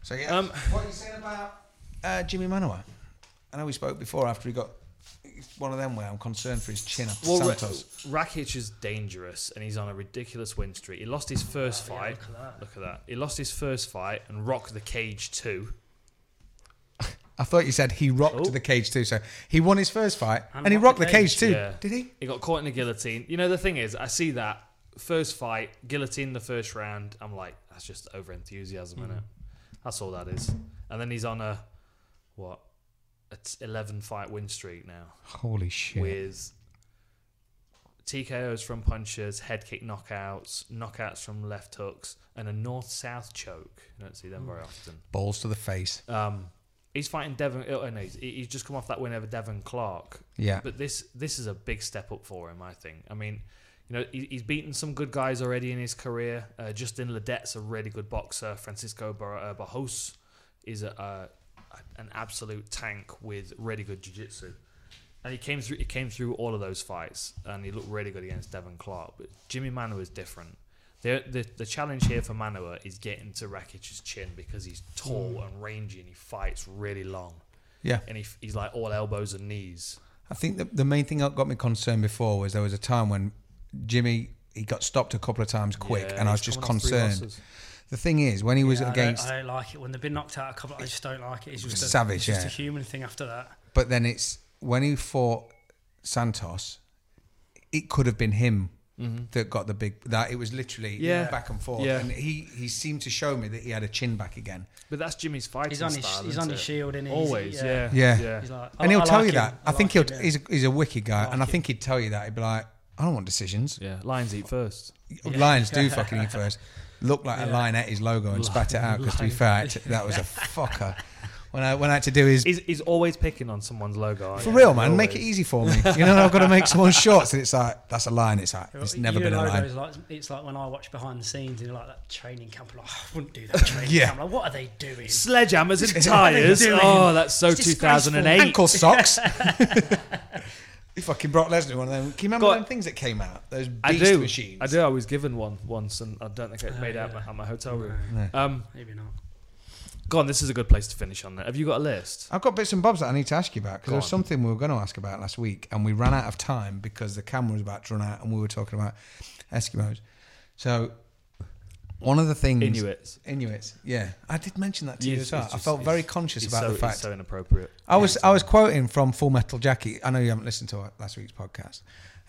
Speaker 6: So, yeah.
Speaker 2: Um,
Speaker 6: what are you saying about uh, Jimmy Manoa? I know we spoke before after he got it's one of them where I'm concerned for his chin after
Speaker 2: Well, Ra-
Speaker 6: Santos.
Speaker 2: Rakic is dangerous, and he's on a ridiculous win streak. He lost his first fight. Oh, look, at that. He lost his first fight and rocked the cage too.
Speaker 6: I thought you said he rocked
Speaker 2: Oh.
Speaker 6: the cage too. So he won his first fight and,
Speaker 4: And
Speaker 6: he rocked the cage, too.
Speaker 2: Yeah.
Speaker 6: Did he?
Speaker 2: He got caught in a guillotine. You know the thing is, I see that first fight guillotine the first round. I'm like, that's just over enthusiasm, innit?
Speaker 6: Mm.
Speaker 2: That's all that is. And then he's on a what? A t- eleven fight win streak now
Speaker 6: Holy shit!
Speaker 2: with TKOs from punches, head kick knockouts, knockouts from left hooks, and a north south choke. You don't see them
Speaker 6: Mm.
Speaker 2: very often.
Speaker 6: Balls to the face.
Speaker 2: Um, he's fighting Devon. Oh no, he's, he's just come off that win over Devon Clark.
Speaker 6: Yeah.
Speaker 2: But this this is a big step up for him, I think. I mean, you know, he, he's beaten some good guys already in his career. Uh, Justin Ledette's a really good boxer. Francisco Bar- uh, Barros is a, uh, an absolute tank with really good jiu-jitsu. And he came through. He came through all of those fights, and he looked really good against Devon Clark. But Jimmy Manoa is different. The, the the challenge here for Manoa is getting to Rakic's chin because he's tall and rangy, and he fights really long,
Speaker 6: Yeah.
Speaker 2: and he, f- he's like all elbows and knees.
Speaker 6: I think the, the main thing that got me concerned before was there was a time when Jimmy he got stopped a couple of times quick,
Speaker 2: Yeah,
Speaker 6: and I was
Speaker 2: he's
Speaker 6: just
Speaker 2: coming off three
Speaker 6: concerned.
Speaker 2: losses.
Speaker 6: The thing is, when he was
Speaker 4: Yeah, I don't-
Speaker 6: against,
Speaker 4: I don't, like it when they've been knocked out a couple. I just don't like it. It's just a,
Speaker 6: Savage,
Speaker 4: It's just
Speaker 6: yeah.
Speaker 4: a human thing after that.
Speaker 6: but then it's when he fought Santos, it could have been him
Speaker 4: Mm-hmm.
Speaker 6: that got the big. That it was literally
Speaker 2: Yeah.
Speaker 6: back and forth,
Speaker 2: Yeah.
Speaker 6: and he he seemed to show me that he had a chin back again.
Speaker 2: But that's Jimmy's fighting
Speaker 4: He's on his-
Speaker 2: style.
Speaker 4: he's
Speaker 2: isn't
Speaker 4: on his
Speaker 2: it?
Speaker 4: shield, isn't he? He's-
Speaker 2: Always,
Speaker 4: yeah.
Speaker 2: yeah,
Speaker 6: Yeah.
Speaker 4: He's like, I
Speaker 6: and
Speaker 4: li-
Speaker 6: he'll
Speaker 4: I
Speaker 6: tell
Speaker 4: like
Speaker 6: you
Speaker 4: him.
Speaker 6: that. I,
Speaker 4: like
Speaker 6: think
Speaker 4: him,
Speaker 6: he'll
Speaker 4: yeah.
Speaker 6: he's a, he's a wicked guy, and I
Speaker 4: like
Speaker 6: think he'd tell you that. He'd be like, I don't want decisions.
Speaker 2: yeah. Lions eat first.
Speaker 6: Lions do fucking eat first. Looked like a lion ate his logo and spat it out because, to be fair, I had to- that was a fucker. When I when I had to do his
Speaker 2: He's, he's always picking on someone's logo.
Speaker 6: for real, man, make it easy for me. You know, I've got to make someone shorts, and it's like that's a lion. It's like it's
Speaker 4: You
Speaker 6: never
Speaker 4: know
Speaker 6: been a
Speaker 4: those,
Speaker 6: lion.
Speaker 4: Like, it's like when I watch behind the scenes and like that training camp. I'm like, "Oh, I wouldn't do that training
Speaker 6: Yeah.
Speaker 4: camp. Like, what are they doing?
Speaker 2: Sledgehammers and tires. oh, that's so
Speaker 4: It's disgraceful.
Speaker 2: 2008.
Speaker 6: Ankle socks. you fucking Brock Lesnar one of them. Can you remember
Speaker 2: Got-
Speaker 6: them things that came out? Those beast
Speaker 2: I do.
Speaker 6: machines.
Speaker 2: I do. I was given one once, and I don't think it made out
Speaker 4: Oh, yeah.
Speaker 2: at my hotel room. Um,
Speaker 4: Maybe not.
Speaker 2: go on. This is a good place to finish on. That. Have you got a list?
Speaker 6: I've got bits and bobs that I need to ask you about because
Speaker 2: Go
Speaker 6: there was
Speaker 2: on.
Speaker 6: something we were going to ask about last week and we ran out of time because the camera was about to run out and we were talking about Eskimos. So one of the things
Speaker 2: Inuits.
Speaker 6: Inuits, yeah, I did mention that to you
Speaker 2: It's-
Speaker 6: as well.
Speaker 2: it's
Speaker 6: I
Speaker 2: just-
Speaker 6: felt very
Speaker 2: it's-
Speaker 6: conscious
Speaker 2: it's
Speaker 6: about
Speaker 2: so,
Speaker 6: the fact
Speaker 2: It's so inappropriate.
Speaker 6: I was I was quoting from Full Metal Jackie. I know you haven't listened to our- last week's podcast,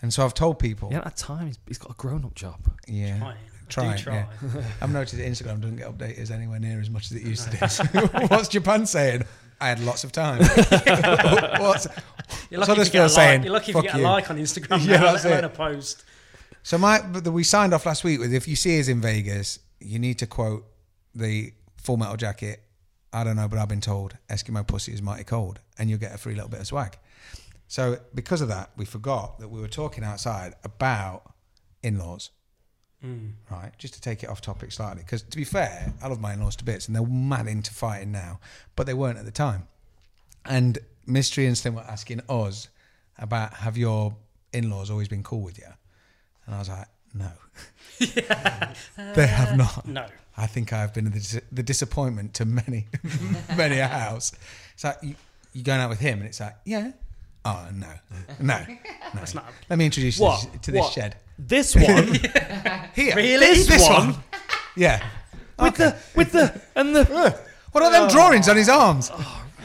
Speaker 6: and so I've told people,
Speaker 2: Yeah, at time he's, he's got a grown-up job.
Speaker 6: yeah,
Speaker 4: Try it. I do
Speaker 6: try, it,
Speaker 4: try.
Speaker 6: yeah. I've noticed that Instagram doesn't get updated anywhere near as much as it used to do. So What's Japan saying? I had lots of time. What's,
Speaker 4: You're
Speaker 6: what's
Speaker 4: lucky, if you,
Speaker 6: Huddersfield
Speaker 4: get a
Speaker 6: saying?
Speaker 4: like, you're lucky if you
Speaker 6: Fuck
Speaker 4: get a
Speaker 6: you.
Speaker 4: like on Instagram.
Speaker 6: Yeah,
Speaker 4: Yeah,
Speaker 6: that's
Speaker 4: that's
Speaker 6: it.
Speaker 4: alone a post.
Speaker 6: So my but the- we signed off last week with if you see us in Vegas, you need to quote the Full Metal Jacket. I don't know, but I've been told Eskimo pussy is mighty cold, and you'll get a free little bit of swag. So because of that, we forgot that we were talking outside about in-laws, right? Just to take it off topic slightly, because to be fair, I love my in-laws to bits, and they're mad into fighting now, but they weren't at the time. And Mystery and Slim were asking us about have your in-laws always been cool with you? And I was like, no, they have not.
Speaker 4: No.
Speaker 6: I think I've been the, dis- the disappointment to many, many a house. It's like you, you're going out with him, and it's like, yeah, oh no, no, no.
Speaker 4: not-
Speaker 6: Let me introduce you to
Speaker 2: What?
Speaker 6: this- to this
Speaker 2: What?
Speaker 6: shed.
Speaker 2: This one
Speaker 6: Here,
Speaker 4: Really?
Speaker 6: this
Speaker 2: This
Speaker 6: one,
Speaker 2: one?
Speaker 6: yeah.
Speaker 2: with the with the and the.
Speaker 6: What are them drawings on his arms?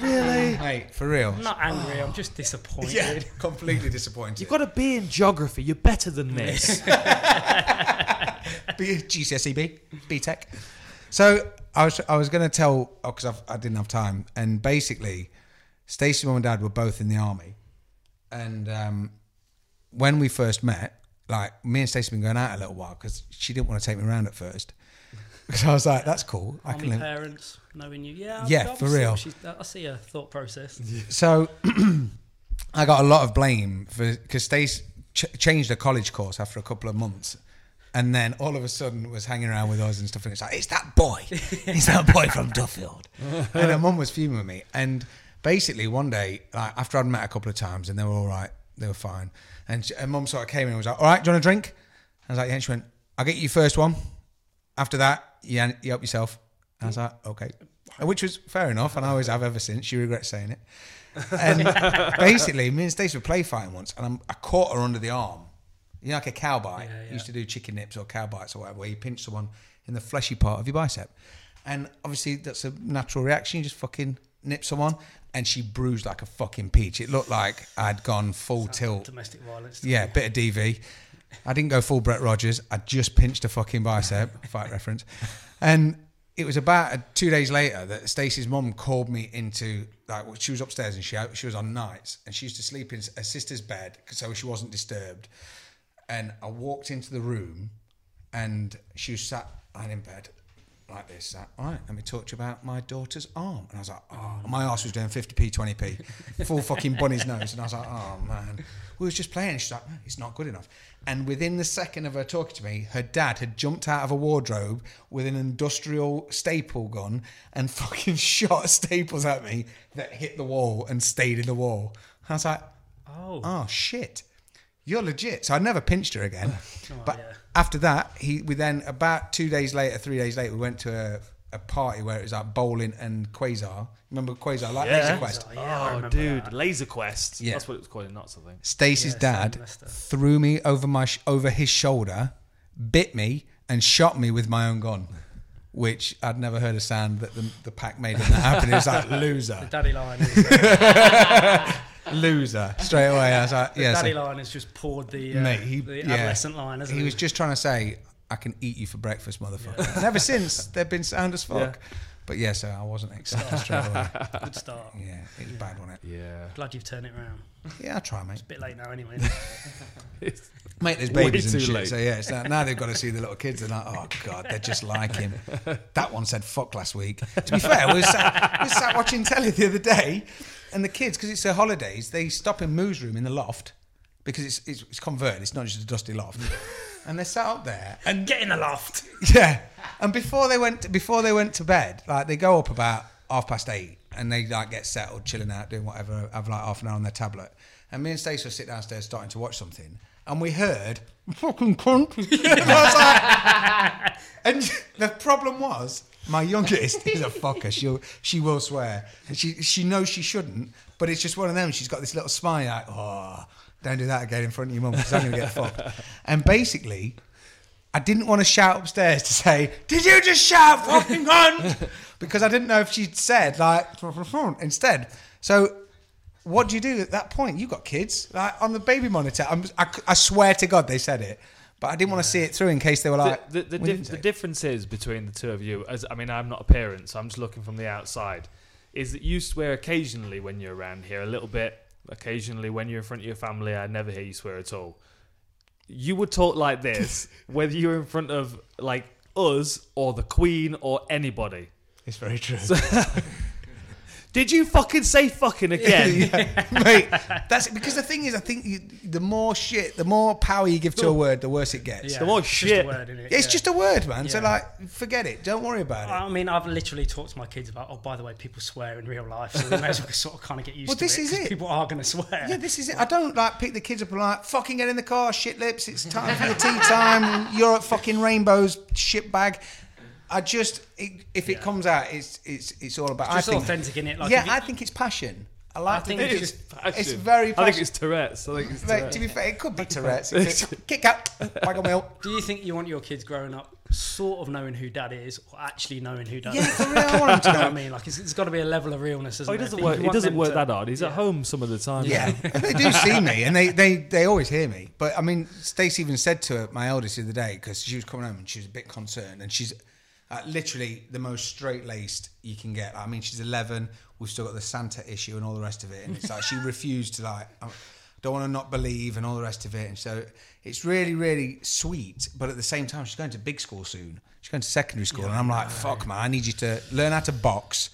Speaker 6: really, mate? For real?
Speaker 4: I'm not angry. I'm just disappointed.
Speaker 6: Yeah, completely disappointed.
Speaker 2: You've got to be in geography. You're better than this.
Speaker 6: E B- GCSEB, BTEC. So I was I was going to tell because I've I didn't have time, and basically, Stacey, mum and dad were both in the army, and um, when we first met, like me and Stacey had been going out a little while because she didn't want to take me around at first, because I was like, that's cool, I
Speaker 4: Army
Speaker 6: can. Live.
Speaker 4: parents knowing you. Yeah. I-
Speaker 6: Yeah,
Speaker 4: I
Speaker 6: for
Speaker 4: see-
Speaker 6: real.
Speaker 4: She's, I see her thought process.
Speaker 6: So I got a lot of blame for because Stacey ch- changed her college course after a couple of months. And then all of a sudden was hanging around with us and stuff, and it's like, it's that boy, it's that boy from Duffield. and her mum was fuming with me. And basically, one day, like after I'd met a couple of times, and they were all right, they were fine. And, she, her mum sort of came in and was like, all right, do you want a drink? I was like, yeah. And she went, I'll get you your first one. After that, you, you help yourself. And I was like, okay. which was fair enough, and I always have ever since. She regrets saying it. And basically, me and Stacey were play fighting once, and I'm, I caught her under the arm. You know, like a cow bite.
Speaker 4: Yeah, yeah.
Speaker 6: Used to do chicken nips or cow bites or whatever, where you pinch someone in the fleshy part of your bicep. And obviously, that's a natural reaction. You just fucking nip someone, and she bruised like a fucking peach. It looked like I'd gone full tilt.
Speaker 4: Domestic violence.
Speaker 6: Yeah, bit of DV. I didn't go full Brett Rogers. I just pinched a fucking bicep, fight reference. And it was about uh, two days later that Stacey's mum called me into, like, well, she was upstairs and she, she was on nights and she used to sleep in her sister's bed so she wasn't disturbed. And I walked into the room and she was sat lying in bed like this. Like, All right, let me talk to you about my daughter's arm. And I was like, oh, my ass was doing 50p, 20p, full fucking bunny's nose. And I was like, oh man, we was just playing. She's like, no, it's not good enough. And within the second of her talking to me, her dad had jumped out of a wardrobe with an industrial staple gun and fucking shot staples at me that hit the wall and stayed in the wall. And I was like,
Speaker 4: Oh.
Speaker 6: oh shit you're legit so i never pinched her again but
Speaker 4: yeah.
Speaker 6: after that he we then about two days later three days later we went to a, a party where it was like bowling and quasar remember quasar like
Speaker 2: Yeah.
Speaker 6: laser quest
Speaker 4: Yeah, I
Speaker 2: oh,
Speaker 4: remember
Speaker 2: dude,
Speaker 4: that.
Speaker 2: Laser Quest.
Speaker 6: Yeah.
Speaker 2: That's what it was called in Knots, I think.
Speaker 6: stacy's
Speaker 4: Yeah,
Speaker 6: dad
Speaker 4: same Leicester.
Speaker 6: threw me over my sh- over his shoulder bit me and shot me with my own gun which I'd never heard a sound that the, the pack made when that happened. It was like loser,
Speaker 4: Daddy line is, uh,
Speaker 6: loser. Straight away, I was like, "Yeah." so-
Speaker 4: Daddy line has just poured the, uh,
Speaker 6: Mate, he-
Speaker 4: the
Speaker 6: yeah.
Speaker 4: adolescent line, hasn't
Speaker 6: He was just trying to say, I can eat you for breakfast, motherfucker. And Ever since, they've been sound as fuck. But yeah, so I wasn't excited straight away.
Speaker 4: Good start.
Speaker 6: Yeah, it was bad, wasn't it?
Speaker 2: Yeah.
Speaker 4: Glad you've turned it round.
Speaker 6: Yeah, I try, mate.
Speaker 4: Bit late now, anyway.
Speaker 6: Mate, there's
Speaker 2: Way
Speaker 6: babies
Speaker 2: too
Speaker 6: and shit.
Speaker 2: late.
Speaker 6: So yeah, it's now, now they've got to see the little kids. They're like, oh god, they're just like him. That one said fuck last week. To be fair, we were sat, we were sat watching telly the other day, and the kids, because it's their holidays, they stop in Moo's room in the loft because it's, it's it's converted. It's not just a dusty loft. And they sat up there,
Speaker 4: and get in the loft.
Speaker 6: Yeah. And before they went before they went to bed, like they go up about half past eight and they like get settled, chilling out, doing whatever, have like half an hour on their tablet. And me and Stacey will sit downstairs starting to watch something. And we heard fucking cunt. and I was like, and the problem was my youngest is a fucker. She'll she will swear. And she she knows she shouldn't, but it's just one of them. She's got this little smile like, oh, don't do that again in front of your mum because I'm gonna get fucked. And basically, I didn't want to shout upstairs to say, "Did you just shout fucking cunt?" because I didn't know if she'd said like instead. So, what do you do at that point? You got kids like on the baby monitor. I'm, I, c- I swear to God, they said it, but I didn't want to see it through in case they were
Speaker 2: The,
Speaker 6: like,
Speaker 2: the, the,
Speaker 6: "We
Speaker 2: dif-
Speaker 6: didn't
Speaker 2: the
Speaker 6: say it."
Speaker 2: difference is between the two of you, as I mean, I'm not a parent, so I'm just looking from the outside, is that you swear occasionally when you're around here, a little bit, occasionally when you're in front of your family, I never hear you swear at all. You would talk like this whether you were in front of like us or the Queen or anybody.
Speaker 6: It's very true,
Speaker 2: Did you fucking say fucking again?
Speaker 6: Yeah. mate. That's it. because the thing is, I think you, the more shit, the more power you give to a word, the worse it gets.
Speaker 4: Yeah,
Speaker 2: the more
Speaker 4: it's
Speaker 2: shit.
Speaker 4: Just a word, innit?
Speaker 6: It's
Speaker 4: Yeah.
Speaker 6: just a word, man. So
Speaker 4: Yeah.
Speaker 6: like, forget it. Don't worry about it.
Speaker 4: I mean, I've literally talked to my kids about, oh, by the way, people swear in real life, so we may as well sort of kind of get used
Speaker 6: Well,
Speaker 4: to
Speaker 6: this
Speaker 4: it.
Speaker 6: is
Speaker 4: 'cause
Speaker 6: it.
Speaker 4: People are going to swear.
Speaker 6: Yeah, this is it. I don't like pick the kids up and like fucking get in the car, shit lips. It's time for your tea time. You're at fucking rainbows, shit bag. I just it, if it comes out, it's it's it's all about.
Speaker 4: just
Speaker 6: I think,
Speaker 4: authentic, innit? Like,
Speaker 6: yeah,
Speaker 4: if you-
Speaker 6: I think it's passion. I like to
Speaker 4: think
Speaker 6: think
Speaker 4: it is
Speaker 6: it's,
Speaker 2: Passion.
Speaker 6: it's very.
Speaker 2: I
Speaker 6: Passion.
Speaker 2: think it's Tourette's. I think it's
Speaker 6: Mate,
Speaker 2: Tourette's.
Speaker 6: to be fair, it could be Tourette's. It could- Kick out, bag of milk.
Speaker 4: Do you think you want your kids growing up sort of knowing who dad is or actually knowing who dad
Speaker 6: Yeah,
Speaker 4: is?
Speaker 6: for real. I want 'em to
Speaker 4: You know
Speaker 6: know.
Speaker 4: what I mean? Like, it's, it's got to be a level of realness, isn't
Speaker 2: Oh,
Speaker 4: it?
Speaker 2: he doesn't
Speaker 4: That
Speaker 2: work.
Speaker 4: you
Speaker 2: He
Speaker 4: want
Speaker 2: doesn't
Speaker 4: them
Speaker 2: work
Speaker 4: to-
Speaker 2: that hard. He's at home some of the time.
Speaker 6: Yeah, they do see me, and they, they, they always hear me. But I mean, Stacey even said to her, my eldest the other day because she was coming home and she was a bit concerned, and she's uh, literally the most straight laced you can get. I mean, she's eleven. We've still got the Santa issue and all the rest of it, and it's like she refused to like. I don't want to not believe and all the rest of it, and so it's really, really sweet. But at the same time, she's going to big school soon. She's going to secondary school, and I'm like, "Fuck, man! I need you to learn how to box.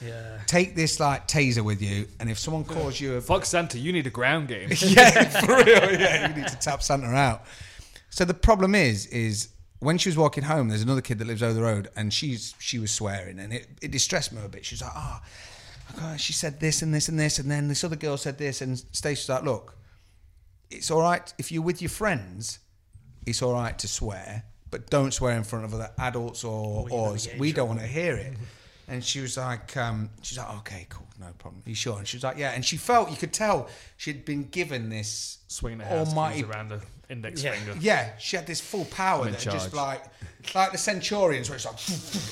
Speaker 4: Yeah.
Speaker 6: Take this like taser with you, and if someone calls you a
Speaker 2: Fuck Santa, you need a ground game.
Speaker 6: yeah, for real. Yeah, you need to tap Santa out. So the problem is, is when she was walking home, there's another kid that lives over the road, and she's she was swearing, and it, it distressed me a bit. She's like, ah, oh, God, she said this and this and this, and then this other girl said this, and Stacey's like, look, it's all right if you're with your friends, it's all right to swear, but don't swear in front of other adults or
Speaker 4: you're gonna
Speaker 6: us.
Speaker 4: get in
Speaker 6: We don't want to hear it. And she was like, um, she's like, okay, cool, no problem. you sure? And she was like, yeah. And she felt, you could tell she'd been given this
Speaker 2: Swinging her house
Speaker 6: almighty
Speaker 2: keys around her index
Speaker 4: Yeah.
Speaker 2: finger.
Speaker 6: yeah, she had this full power
Speaker 2: in
Speaker 6: that just
Speaker 2: charge.
Speaker 6: like like the Centurions where it's like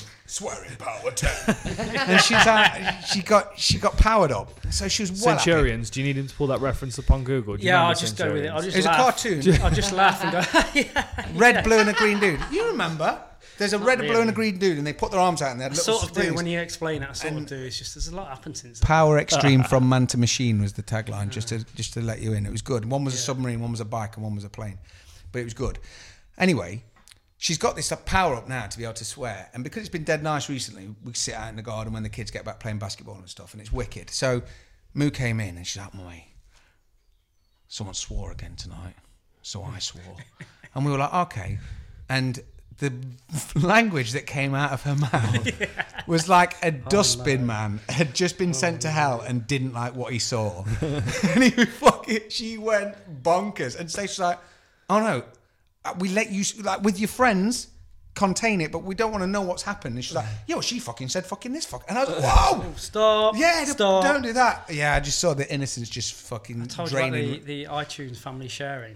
Speaker 6: swearing power ten. and she's like, she got she got powered up. So she was well happy.
Speaker 2: Centurions. Do you need him to pull that reference up on Google? Do you
Speaker 4: yeah,
Speaker 2: remember
Speaker 4: I'll just go with it. I'll
Speaker 2: Centurions?
Speaker 4: just
Speaker 6: It was a
Speaker 4: laugh.
Speaker 6: cartoon.
Speaker 4: I'll just laugh and go.
Speaker 6: Red, blue and a green dude. You remember? There's a red, blue and a green dude and they put their arms out and they had
Speaker 4: I
Speaker 6: little
Speaker 4: sort of do
Speaker 6: things.
Speaker 4: when you explain it. I sort of do. It's just there's a lot happened since. then.
Speaker 6: Power extreme from man to machine was the tagline. Just to just to let you in, it was good. One was a submarine, one was a bike, and one was a plane, but it was good. Anyway, she's got this uh, power up now to be able to swear, and because it's been dead nice recently, we sit out in the garden when the kids get back playing basketball and stuff, and it's wicked. So Moo came in and she's like, "Mummy, someone swore again tonight, so I swore," and we were like, "Okay," and. The language that came out of her mouth was like a
Speaker 4: Oh,
Speaker 6: dustbin man had just been sent to hell and didn't like what he saw. and he was fucking, she went bonkers. And Stacey's like, oh no, uh, we let you, s- like with your friends, contain it, but we don't want to know what's happened. And she's like, yeah, well, she fucking said fucking this fuck. And I was like, whoa!
Speaker 4: Stop.
Speaker 6: Yeah, d-
Speaker 4: Stop.
Speaker 6: don't do that. Yeah, I just saw the innocence just fucking
Speaker 4: Told you about
Speaker 6: draining.
Speaker 4: the, the iTunes family sharing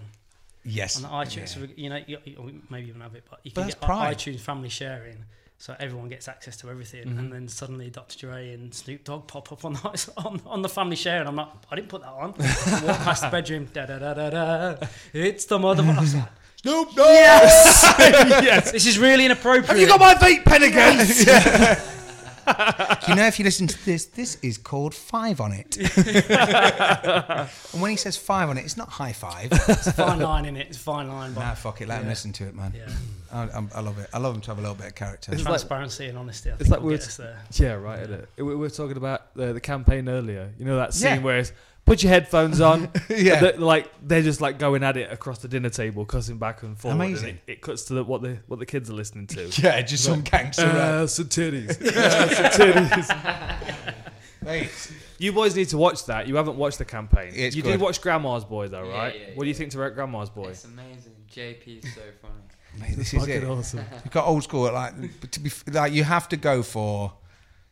Speaker 6: yes.
Speaker 4: on the iTunes. So we- you know, you, you, maybe you don't have it, but you
Speaker 6: But
Speaker 4: can
Speaker 6: that's
Speaker 4: get
Speaker 6: pride.
Speaker 4: iTunes family sharing, so everyone gets access to everything.
Speaker 6: Mm-hmm.
Speaker 4: And then suddenly, Dr. Dre and Snoop Dogg pop up on the, on, on the family sharing. I'm like, I didn't put that on. I walk past the bedroom. Da da da da da. It's the motherfucker. I was like,
Speaker 6: Snoop Dogg! Yes!
Speaker 2: yes.
Speaker 4: This is really inappropriate.
Speaker 6: Have you got my vape pen again? Do you know if you listen to this, this is called Five on It. and when he says Five on It, it's not high five.
Speaker 4: it's a fine line in it? It's a fine line, but
Speaker 6: nah, fuck it. Let him listen to it, man.
Speaker 4: yeah,
Speaker 6: I, I'm- I love it. I love him to have a little bit of character.
Speaker 2: It's like-
Speaker 4: transparency and honesty. I think
Speaker 2: it's like
Speaker 4: will
Speaker 2: we were,
Speaker 4: get us there.
Speaker 2: yeah, right. isn't it? We we were talking about the, the campaign earlier. You know that scene
Speaker 6: Yeah.
Speaker 2: where it's put your headphones on.
Speaker 6: Yeah.
Speaker 2: They're- like they're just like going at it across the dinner table, cussing back and forth.
Speaker 6: Amazing.
Speaker 2: And it, it cuts to the, what the what the kids are listening to.
Speaker 6: Yeah, just some gangster rap.
Speaker 2: Uh, some titties. Yeah, some titties.
Speaker 6: Mate,
Speaker 2: You boys need to watch that. You haven't watched the campaign.
Speaker 6: It's
Speaker 2: you
Speaker 6: good.
Speaker 2: did watch Grandma's Boy though,
Speaker 5: Yeah,
Speaker 2: right?
Speaker 5: yeah,
Speaker 2: what do you
Speaker 5: yeah.
Speaker 2: think to Grandma's Boy?
Speaker 5: It's amazing. JP's so funny.
Speaker 6: mate, this is
Speaker 2: Fucking
Speaker 6: it.
Speaker 2: awesome.
Speaker 6: You've got old school. Like but to be f- like, you have to go for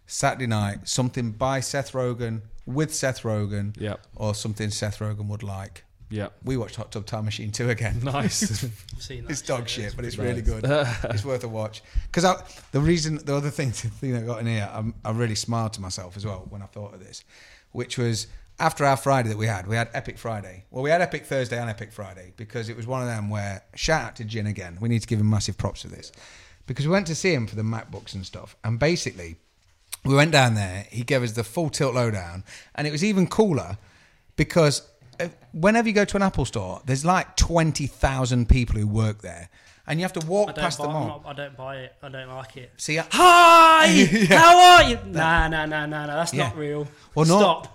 Speaker 6: Saturday night something by Seth Rogen with Seth Rogen,
Speaker 2: Yep.
Speaker 6: or something Seth Rogen would like.
Speaker 2: Yep.
Speaker 6: We watched Hot Tub Time Machine two again.
Speaker 2: Nice.
Speaker 4: I've seen that.
Speaker 6: It's dog
Speaker 4: actually.
Speaker 6: shit, but it's
Speaker 2: pretty
Speaker 6: really
Speaker 2: bad.
Speaker 6: good. it's worth a watch. Because the reason, the other thing, the thing that got in here, I'm, I really smiled to myself as well when I thought of this, which was after our Friday that we had, we had Epic Friday. Well, we had Epic Thursday and Epic Friday because it was one of them where shout out to Jin again. We need to give him massive props for this because we went to see him for the MacBooks and stuff, and basically we went down there. He gave us the full tilt lowdown, and it was even cooler because uh, whenever you go to an Apple store, there's like twenty thousand people who work there, and you have to
Speaker 4: I
Speaker 6: walk
Speaker 4: don't,
Speaker 6: past
Speaker 4: buy,
Speaker 6: them
Speaker 4: I'm
Speaker 6: all.
Speaker 4: not, I don't buy it. I don't like it.
Speaker 6: See, I-
Speaker 4: Hi, how are you? Nah, nah, nah, nah, nah. That's not
Speaker 6: Yeah.
Speaker 4: real.
Speaker 6: Well, no.
Speaker 4: Stop.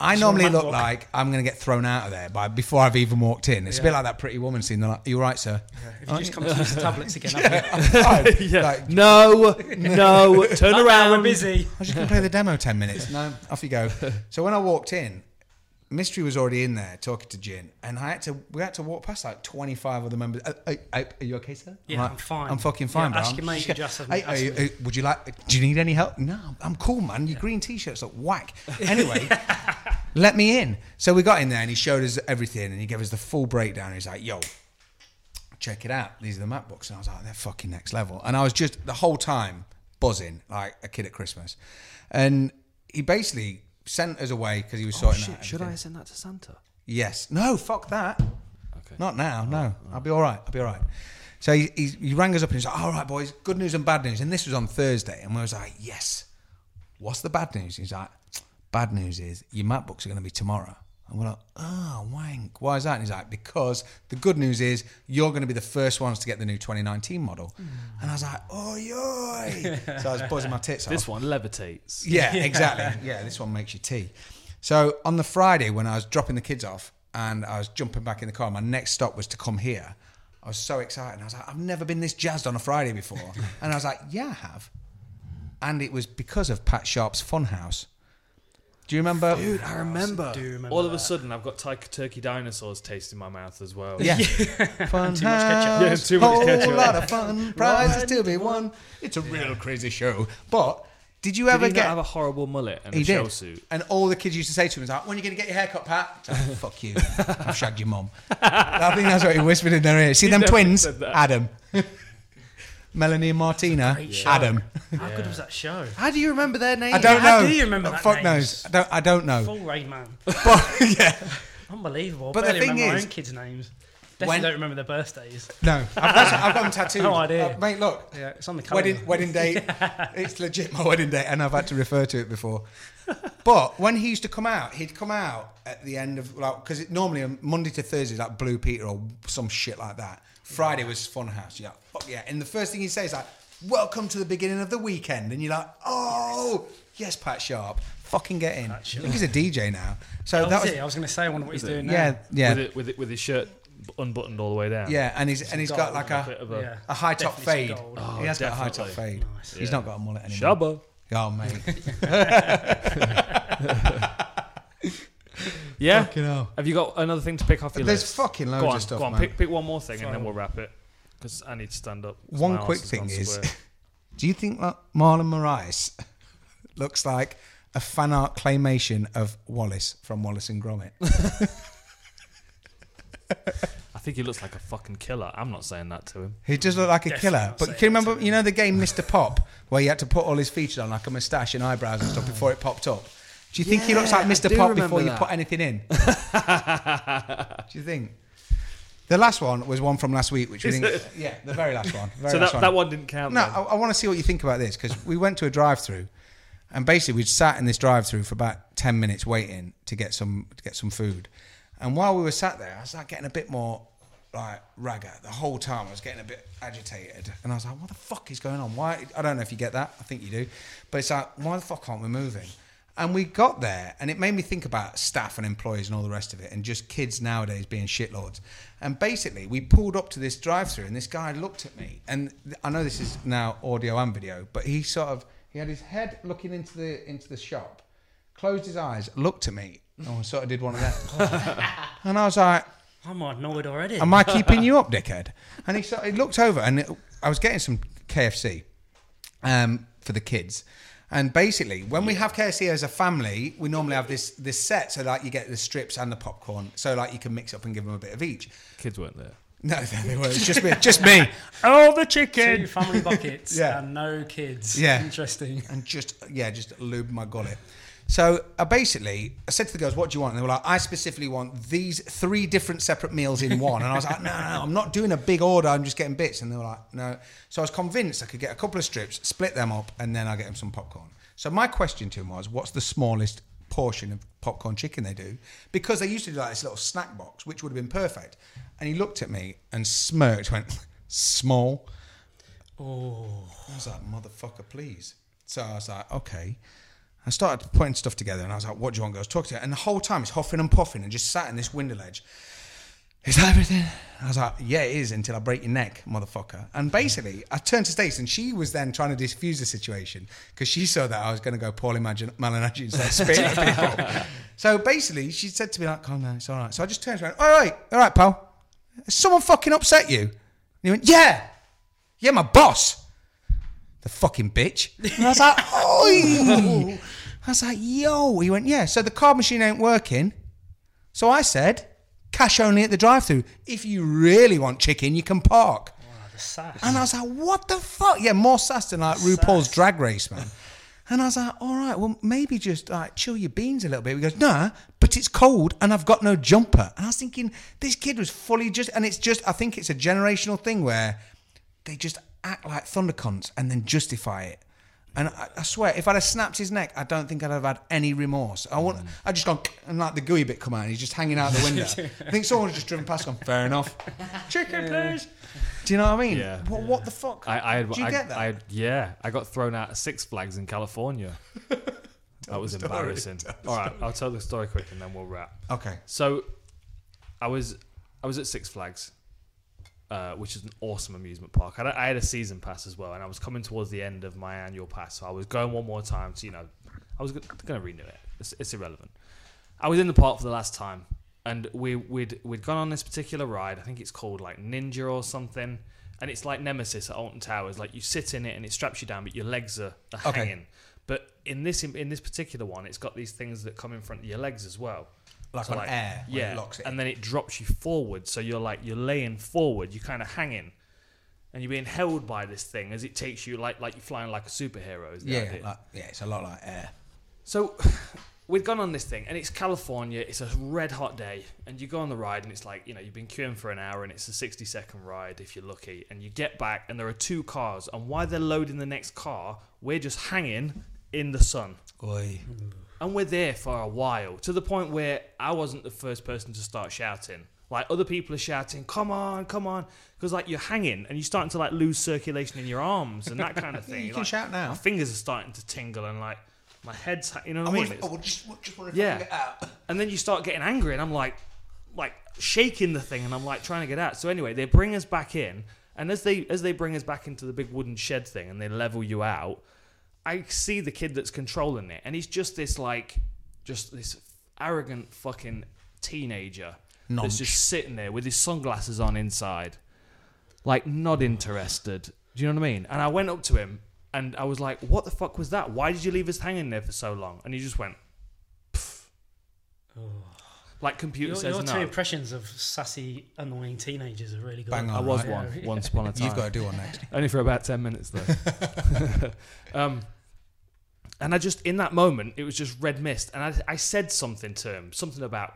Speaker 6: I
Speaker 4: It's
Speaker 6: normally
Speaker 4: on
Speaker 6: look
Speaker 4: MacBook.
Speaker 6: like I'm going to get thrown out of there by before I've even walked in. It's a bit
Speaker 4: Yeah.
Speaker 6: like that Pretty Woman scene. They're like, "You all right, sir?"
Speaker 4: If you just come to use the tablets again,
Speaker 6: I'm fine.
Speaker 2: yeah.
Speaker 6: Like,
Speaker 2: no, no, turn around.
Speaker 4: I'm around. We're busy.
Speaker 6: I was just going to play the demo 10 minutes. No, off you go. So when I walked in, Mystery was already in there talking to Jin, and I had to. We had to walk past like twenty five other members. Uh, uh, uh, are you okay, sir?
Speaker 4: Yeah,
Speaker 6: like,
Speaker 4: I'm fine.
Speaker 6: I'm fucking
Speaker 4: Yeah,
Speaker 6: fine. bro.
Speaker 4: ask
Speaker 6: I'm
Speaker 4: your mate,
Speaker 6: just
Speaker 4: you
Speaker 6: go-
Speaker 4: just haven't
Speaker 6: Hey,
Speaker 4: asked
Speaker 6: hey,
Speaker 4: me."
Speaker 6: hey, would you like? Do you need any help? No, I'm cool, man. Your green t-shirt's like whack. Anyway, let me in. So we got in there, and he showed us everything, and he gave us the full breakdown. He's like, "Yo, check it out. These are the map books. And I was like, they're fucking next level. And I was just the whole time buzzing like a kid at Christmas. And he basically sent us away because he was sorting out.
Speaker 2: Oh, Should
Speaker 6: everything.
Speaker 2: I send that to Santa?
Speaker 6: Yes. No, fuck that.
Speaker 2: Okay.
Speaker 6: Not now, no. I'll be all right. I'll be all right. So he, he, he rang us up and he's like, all right, boys, good news and bad news. And this was on Thursday. And we was like, yes. What's the bad news? He's like, bad news is your MacBooks are going to be tomorrow. And we're like, oh, wank. Why is that? And he's like, because the good news is you're going to be the first ones to get the new 2019 model.
Speaker 2: Mm.
Speaker 6: And I was like, oh, yoy. so I was buzzing my tits off.
Speaker 2: This one levitates.
Speaker 6: Yeah, exactly. Yeah, this one makes you tea. So on the Friday when I was dropping the kids off and I was jumping back in the car, my next stop was to come here. I was so excited. I was like, I've never been this jazzed on a Friday before. And I was like, Yeah, I have. And it was because of Pat Sharp's Funhouse. Do you remember?
Speaker 2: Dude, I remember.
Speaker 4: do remember
Speaker 2: All of a
Speaker 4: that.
Speaker 2: sudden, I've got ty- turkey dinosaurs taste in my mouth as well.
Speaker 6: Yeah. fun
Speaker 4: Too much ketchup.
Speaker 6: house,
Speaker 2: Yeah, too much
Speaker 6: whole
Speaker 2: ketchup.
Speaker 6: lot of fun. Prizes to be won. It's a real crazy show. But Did you
Speaker 2: Did
Speaker 6: ever
Speaker 2: he not
Speaker 6: get?
Speaker 2: have a horrible mullet and
Speaker 6: he
Speaker 2: a
Speaker 6: did.
Speaker 2: shell suit?
Speaker 6: And all the kids used to say to him, like, when are you going to get your haircut, Pat? It's like, Fuck you. I've shagged your mum. I think that's what he whispered in their ear. See them
Speaker 2: definitely
Speaker 6: twins?
Speaker 2: said that.
Speaker 6: Adam. Melanie and Martina.
Speaker 4: Great show.
Speaker 6: Adam.
Speaker 4: How good was that show?
Speaker 5: How do you remember their name?
Speaker 6: I don't
Speaker 4: How
Speaker 6: know. Oh,
Speaker 4: do you remember that
Speaker 6: Fuck
Speaker 4: name?
Speaker 6: knows. I don't, I don't know.
Speaker 4: Full rain man.
Speaker 6: But, yeah.
Speaker 4: Unbelievable. But
Speaker 6: But the
Speaker 4: Barely
Speaker 6: thing
Speaker 4: remember my
Speaker 6: is-
Speaker 4: own kids' names. Definitely
Speaker 6: When-
Speaker 4: don't remember their birthdays.
Speaker 6: No. I've, that's, I've got them tattooed.
Speaker 4: No idea.
Speaker 6: Uh, mate, look.
Speaker 4: Yeah, it's on the calendar.
Speaker 6: Wedding, wedding date. It's legit my wedding date, and I've had to refer to it before. But when he used to come out, he'd come out at the end of like because normally on Monday to Thursday like Blue Peter or some shit like that. Friday was Funhouse. Yeah, fuck yeah. And the first thing he says like, "Welcome to the beginning of the weekend," and you're like, "Oh yes, Pat Sharp, fucking get in." I think he's a DJ now. So
Speaker 4: Oh,
Speaker 6: that
Speaker 4: is
Speaker 6: was
Speaker 4: he? I was going to say, I wonder what he's doing
Speaker 6: yeah,
Speaker 4: now.
Speaker 6: yeah,
Speaker 2: With, it, with, it, with his shirt b- unbuttoned all the way down.
Speaker 6: yeah. And he's and he's got
Speaker 4: gold,
Speaker 6: like
Speaker 2: Bit
Speaker 6: a
Speaker 2: of a
Speaker 4: Yeah.
Speaker 6: a high top
Speaker 4: Definitely
Speaker 6: fade.
Speaker 4: some gold. Oh,
Speaker 6: he has got a high top
Speaker 2: definitely.
Speaker 6: fade. He's not got a mullet anymore.
Speaker 2: Shabba.
Speaker 6: Oh mate.
Speaker 2: Yeah.
Speaker 6: Fucking hell.
Speaker 2: Have you got another thing to pick off your
Speaker 6: There's
Speaker 2: list?
Speaker 6: fucking loads
Speaker 2: go
Speaker 6: of
Speaker 2: on,
Speaker 6: stuff,
Speaker 2: Go on,
Speaker 6: man.
Speaker 2: pick, pick one more thing and then we'll wrap it because I need to stand up. 'cause
Speaker 6: One
Speaker 2: my arse
Speaker 6: quick
Speaker 2: has gone
Speaker 6: thing is-
Speaker 2: square.
Speaker 6: Do you think that Marlon Moraes looks like a fan art claymation of Wallace from Wallace and Gromit?
Speaker 2: I think he looks like a fucking killer. I'm not saying that to him.
Speaker 6: He does look like a
Speaker 4: Definitely
Speaker 6: killer.
Speaker 4: not
Speaker 6: But
Speaker 4: saying
Speaker 6: can you remember,
Speaker 4: that.
Speaker 6: you know, the game Mr. Pop, where you had to put all his features on, like a moustache and eyebrows and stuff, before it popped up? Do you think he looks
Speaker 5: Yeah,
Speaker 6: like
Speaker 5: I
Speaker 6: Mr.
Speaker 5: do
Speaker 6: Pop before
Speaker 5: remember
Speaker 6: you
Speaker 5: that.
Speaker 6: put anything in? do you think? The last one was one from last week, which we didn't. Yeah, the very last one. Very
Speaker 2: so
Speaker 6: last
Speaker 2: that, that one didn't count.
Speaker 6: No,
Speaker 2: then.
Speaker 6: I, I want to see what you think about this because we went to a drive-through, and basically we'd sat in this drive-through for about ten minutes waiting to get some to get some food, and while we were sat there, I was like getting a bit more like ragga the whole time. I was getting a bit agitated, and I was like, "What the fuck is going on? Why?" I don't know if you get that. I think you do, but it's like, "Why the fuck aren't we moving?" And we got there, and it made me think about staff and employees and all the rest of it, and just kids nowadays being shitlords. And basically, we pulled up to this drive-through, and this guy looked at me, and th- I know this is now audio and video, but he sort of he had his head looking into the into the shop, closed his eyes, looked at me, and sort of did one of them, and I was like.
Speaker 4: I'm annoyed already.
Speaker 6: Am I keeping you up, dickhead? And he, sort he looked over, and it- I was getting some KFC um, for the kids. And basically, when we have KFC as a family, we normally have this this set so like you get the strips and the popcorn, so like you can mix up and give them a bit of each.
Speaker 2: Kids weren't there.
Speaker 6: No, they were just me, just me,
Speaker 2: Oh, the
Speaker 4: Two
Speaker 2: chicken.
Speaker 4: family buckets
Speaker 6: Yeah.
Speaker 4: and no kids.
Speaker 6: Yeah.
Speaker 4: Interesting.
Speaker 6: and just yeah, just lube my gullet. So I basically, I said to the girls, "What do you want?" And they were like, "I specifically want these three different separate meals in one." And I was like, "No, no, no I'm not doing a big order. I'm just getting bits." And they were like, "No." So I was convinced I could get a couple of strips, split them up, and then I will get them some popcorn. So my question to him was, "What's the smallest portion of popcorn chicken they do?" Because they used to do like this little snack box, which would have been perfect. And he looked at me and smirked, went, "Small." I was like, motherfucker, please. So I was like, okay. I started putting stuff together and I was like, what do you want, girls? Talk to you. And the whole time it's huffing and puffing and just sat in this window ledge. Is that everything? I was like, yeah, it is until I break your neck, motherfucker. And basically, I turned to Stacey and she was then trying to diffuse the situation because she saw that I was going to go poorly Malin- Malinachi and start spitting at people. So basically, she said to me, like, calm down, it's all right. So I just turned around, all right, all right, pal. Has someone fucking upset you? And he went, yeah, yeah, my boss the fucking bitch. And I was like, oi. I was like, yo. He went, yeah. So the card machine ain't working. So I said, cash only at the drive through. If you really want chicken, you can park.
Speaker 4: Wow, the sass.
Speaker 6: And I was like, what the fuck? Yeah, more sass than like RuPaul's drag race, man. And I was like, all right, well, maybe just like chill your beans a little bit. He goes, nah, but it's cold and I've got no jumper. And I was thinking, this kid was fully just, and it's just, I think it's a generational thing where they just act like thunder cunts and then justify it. And I, I swear, if I'd have snapped his neck, I don't think I'd have had any remorse. I
Speaker 2: Mm.
Speaker 6: want, I just gone and like the gooey bit come out, and he's just hanging out the window. I think someone's just driven past, gone, fair enough, chicken please. Do you know what I mean?
Speaker 2: Yeah.
Speaker 6: What, what the fuck?
Speaker 2: I, I had,
Speaker 6: Do you
Speaker 2: I,
Speaker 6: get that?
Speaker 2: I had- yeah, I got thrown out of Six Flags in California. that was embarrassing. All right, I'll tell the story quick and then we'll wrap.
Speaker 6: okay.
Speaker 2: So, I was I was at Six Flags, uh, which is an awesome amusement park. I had, a- I had a season pass as well, and I was coming towards the end of my annual pass, so I was going one more time. To you know, I was going to renew it. It's, it's irrelevant. I was in the park for the last time, and we we'd we'd gone on this particular ride. I think it's called like Ninja or something, and it's like Nemesis at Alton Towers. Like you sit in it and it straps you down, but your legs are, are
Speaker 6: Okay.
Speaker 2: hanging. But in this in this particular one, it's got these things that come in front of your legs as well.
Speaker 6: Like
Speaker 2: So,
Speaker 6: on air, when
Speaker 2: yeah,
Speaker 6: it locks it.
Speaker 2: and then it drops you forward. So you're like you're laying forward, you're kind of hanging, and you're being held by this thing as it takes you like like you're flying like a superhero. Is the
Speaker 6: yeah,
Speaker 2: idea.
Speaker 6: like, yeah, it's a lot like air.
Speaker 2: So we'd gone on this thing, and it's California. It's a red hot day, and you go on the ride, and it's like you know you've been queuing for an hour, and it's a sixty second ride if you're lucky, and you get back, and there are two cars, and while they're loading the next car, we're just hanging in the sun,
Speaker 6: Oi.
Speaker 2: and we're there for a while to the point where I wasn't the first person to start shouting. Like other people are shouting, "Come on, come on!" Because like you're hanging and you're starting to like lose circulation in your arms and that kind of thing.
Speaker 6: you can
Speaker 2: Like,
Speaker 6: shout now.
Speaker 2: My fingers are starting to tingle and like my head's, ha- you know
Speaker 6: I
Speaker 2: what I mean?
Speaker 6: was,
Speaker 2: It's-
Speaker 6: I was just, just wondering if I
Speaker 2: yeah.
Speaker 6: could get out.
Speaker 2: And then you start getting angry, and I'm like, like shaking the thing, and I'm like trying to get out. So anyway, they bring us back in, and as they as they bring us back into the big wooden shed thing, and they level you out, I see the kid that's controlling it, and he's just this like, just this arrogant fucking teenager that's
Speaker 6: Nonch.
Speaker 2: just sitting there with his sunglasses on inside, like not interested. Do you know what I mean? And I went up to him. And I was like, "What the fuck was that? Why did you leave us hanging there for so long?" And he just went, like computer
Speaker 4: Your,
Speaker 2: says
Speaker 4: your
Speaker 2: no.
Speaker 4: two impressions of sassy, annoying teenagers are really good.
Speaker 6: Bang on.
Speaker 2: I was
Speaker 6: right?
Speaker 2: one
Speaker 4: Yeah.
Speaker 2: once upon a time.
Speaker 6: You've got to do one next.
Speaker 2: Only for about ten minutes though. um, and I just in that moment it was just red mist, and I, I said something to him, something about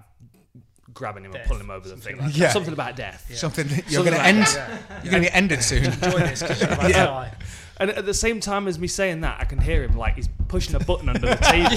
Speaker 2: grabbing him and
Speaker 4: Death.
Speaker 2: pulling him over the
Speaker 4: Something
Speaker 2: thing,
Speaker 4: like
Speaker 6: that. Yeah.
Speaker 2: something about death.
Speaker 6: Something that you're
Speaker 2: Something
Speaker 6: going to
Speaker 2: like
Speaker 6: end.
Speaker 4: Yeah.
Speaker 6: You're going to be ended soon.
Speaker 4: Enjoy this 'cause you're about to
Speaker 2: Yeah.
Speaker 4: die.
Speaker 2: And at the same time as me saying that, I can hear him like he's pushing a button under the table,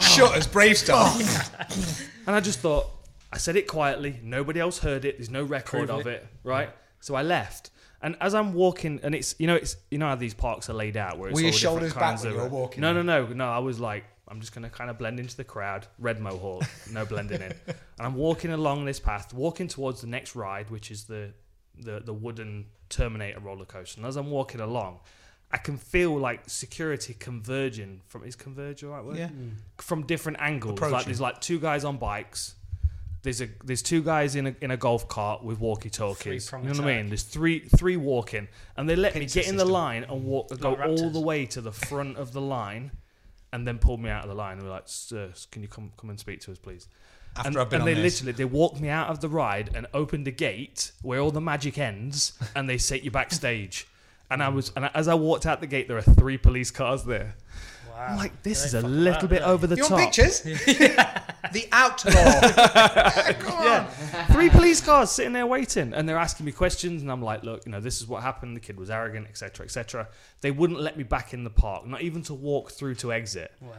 Speaker 6: Shut us, brave stuff.
Speaker 2: Oh. and I just thought I said it quietly. Nobody else heard it. There's no record
Speaker 4: Prove
Speaker 2: of it, right? So I left. And as I'm walking, and it's you know it's you know how these parks are laid out where it's
Speaker 6: Were
Speaker 2: all
Speaker 6: your
Speaker 2: different
Speaker 6: shoulders back
Speaker 2: kinds
Speaker 6: when
Speaker 2: of-
Speaker 6: you were walking?
Speaker 2: No, no, no, no. I was like, I'm just gonna kind of blend into the crowd. Red mohawk, no blending in. And I'm walking along this path, walking towards the next ride, which is the the the wooden Terminator roller coaster. And as I'm walking along, I can feel like security converging from is converge the right word?
Speaker 6: Yeah.
Speaker 2: From different angles. Like
Speaker 6: Approaching.
Speaker 2: there's like two guys on bikes. There's a there's two guys in a in a golf cart with walkie talkies. You
Speaker 4: Three-prong
Speaker 2: know what I mean?
Speaker 4: attack.
Speaker 2: There's three three walking, and they let me get
Speaker 6: Pizza
Speaker 2: in the
Speaker 6: system.
Speaker 2: line and walk go
Speaker 4: Like
Speaker 2: all
Speaker 4: raptors.
Speaker 2: the way to the front of the line, and then pulled me out of the line. They were like, "Sir, can you come come and speak to us, please?"
Speaker 6: After
Speaker 2: and
Speaker 6: I've been
Speaker 2: and
Speaker 6: on
Speaker 2: they
Speaker 6: this.
Speaker 2: literally they walked me out of the ride and opened a gate where all the magic ends, and they set you backstage. And
Speaker 6: Mm.
Speaker 2: I was, and as I walked out the gate, there are three police cars there.
Speaker 4: Wow.
Speaker 6: Oh,
Speaker 2: I'm like, this
Speaker 4: They
Speaker 2: is a
Speaker 4: fuck
Speaker 2: little
Speaker 4: about,
Speaker 2: bit
Speaker 4: don't they?
Speaker 2: over the
Speaker 6: You
Speaker 2: top.
Speaker 6: want pictures? the outlaw.
Speaker 2: Yeah. Three police cars sitting there waiting, and they're asking me questions, and I'm like, look, you know, this is what happened. The kid was arrogant, etc., etc. They wouldn't let me back in the park, not even to walk through to exit.
Speaker 4: Wow.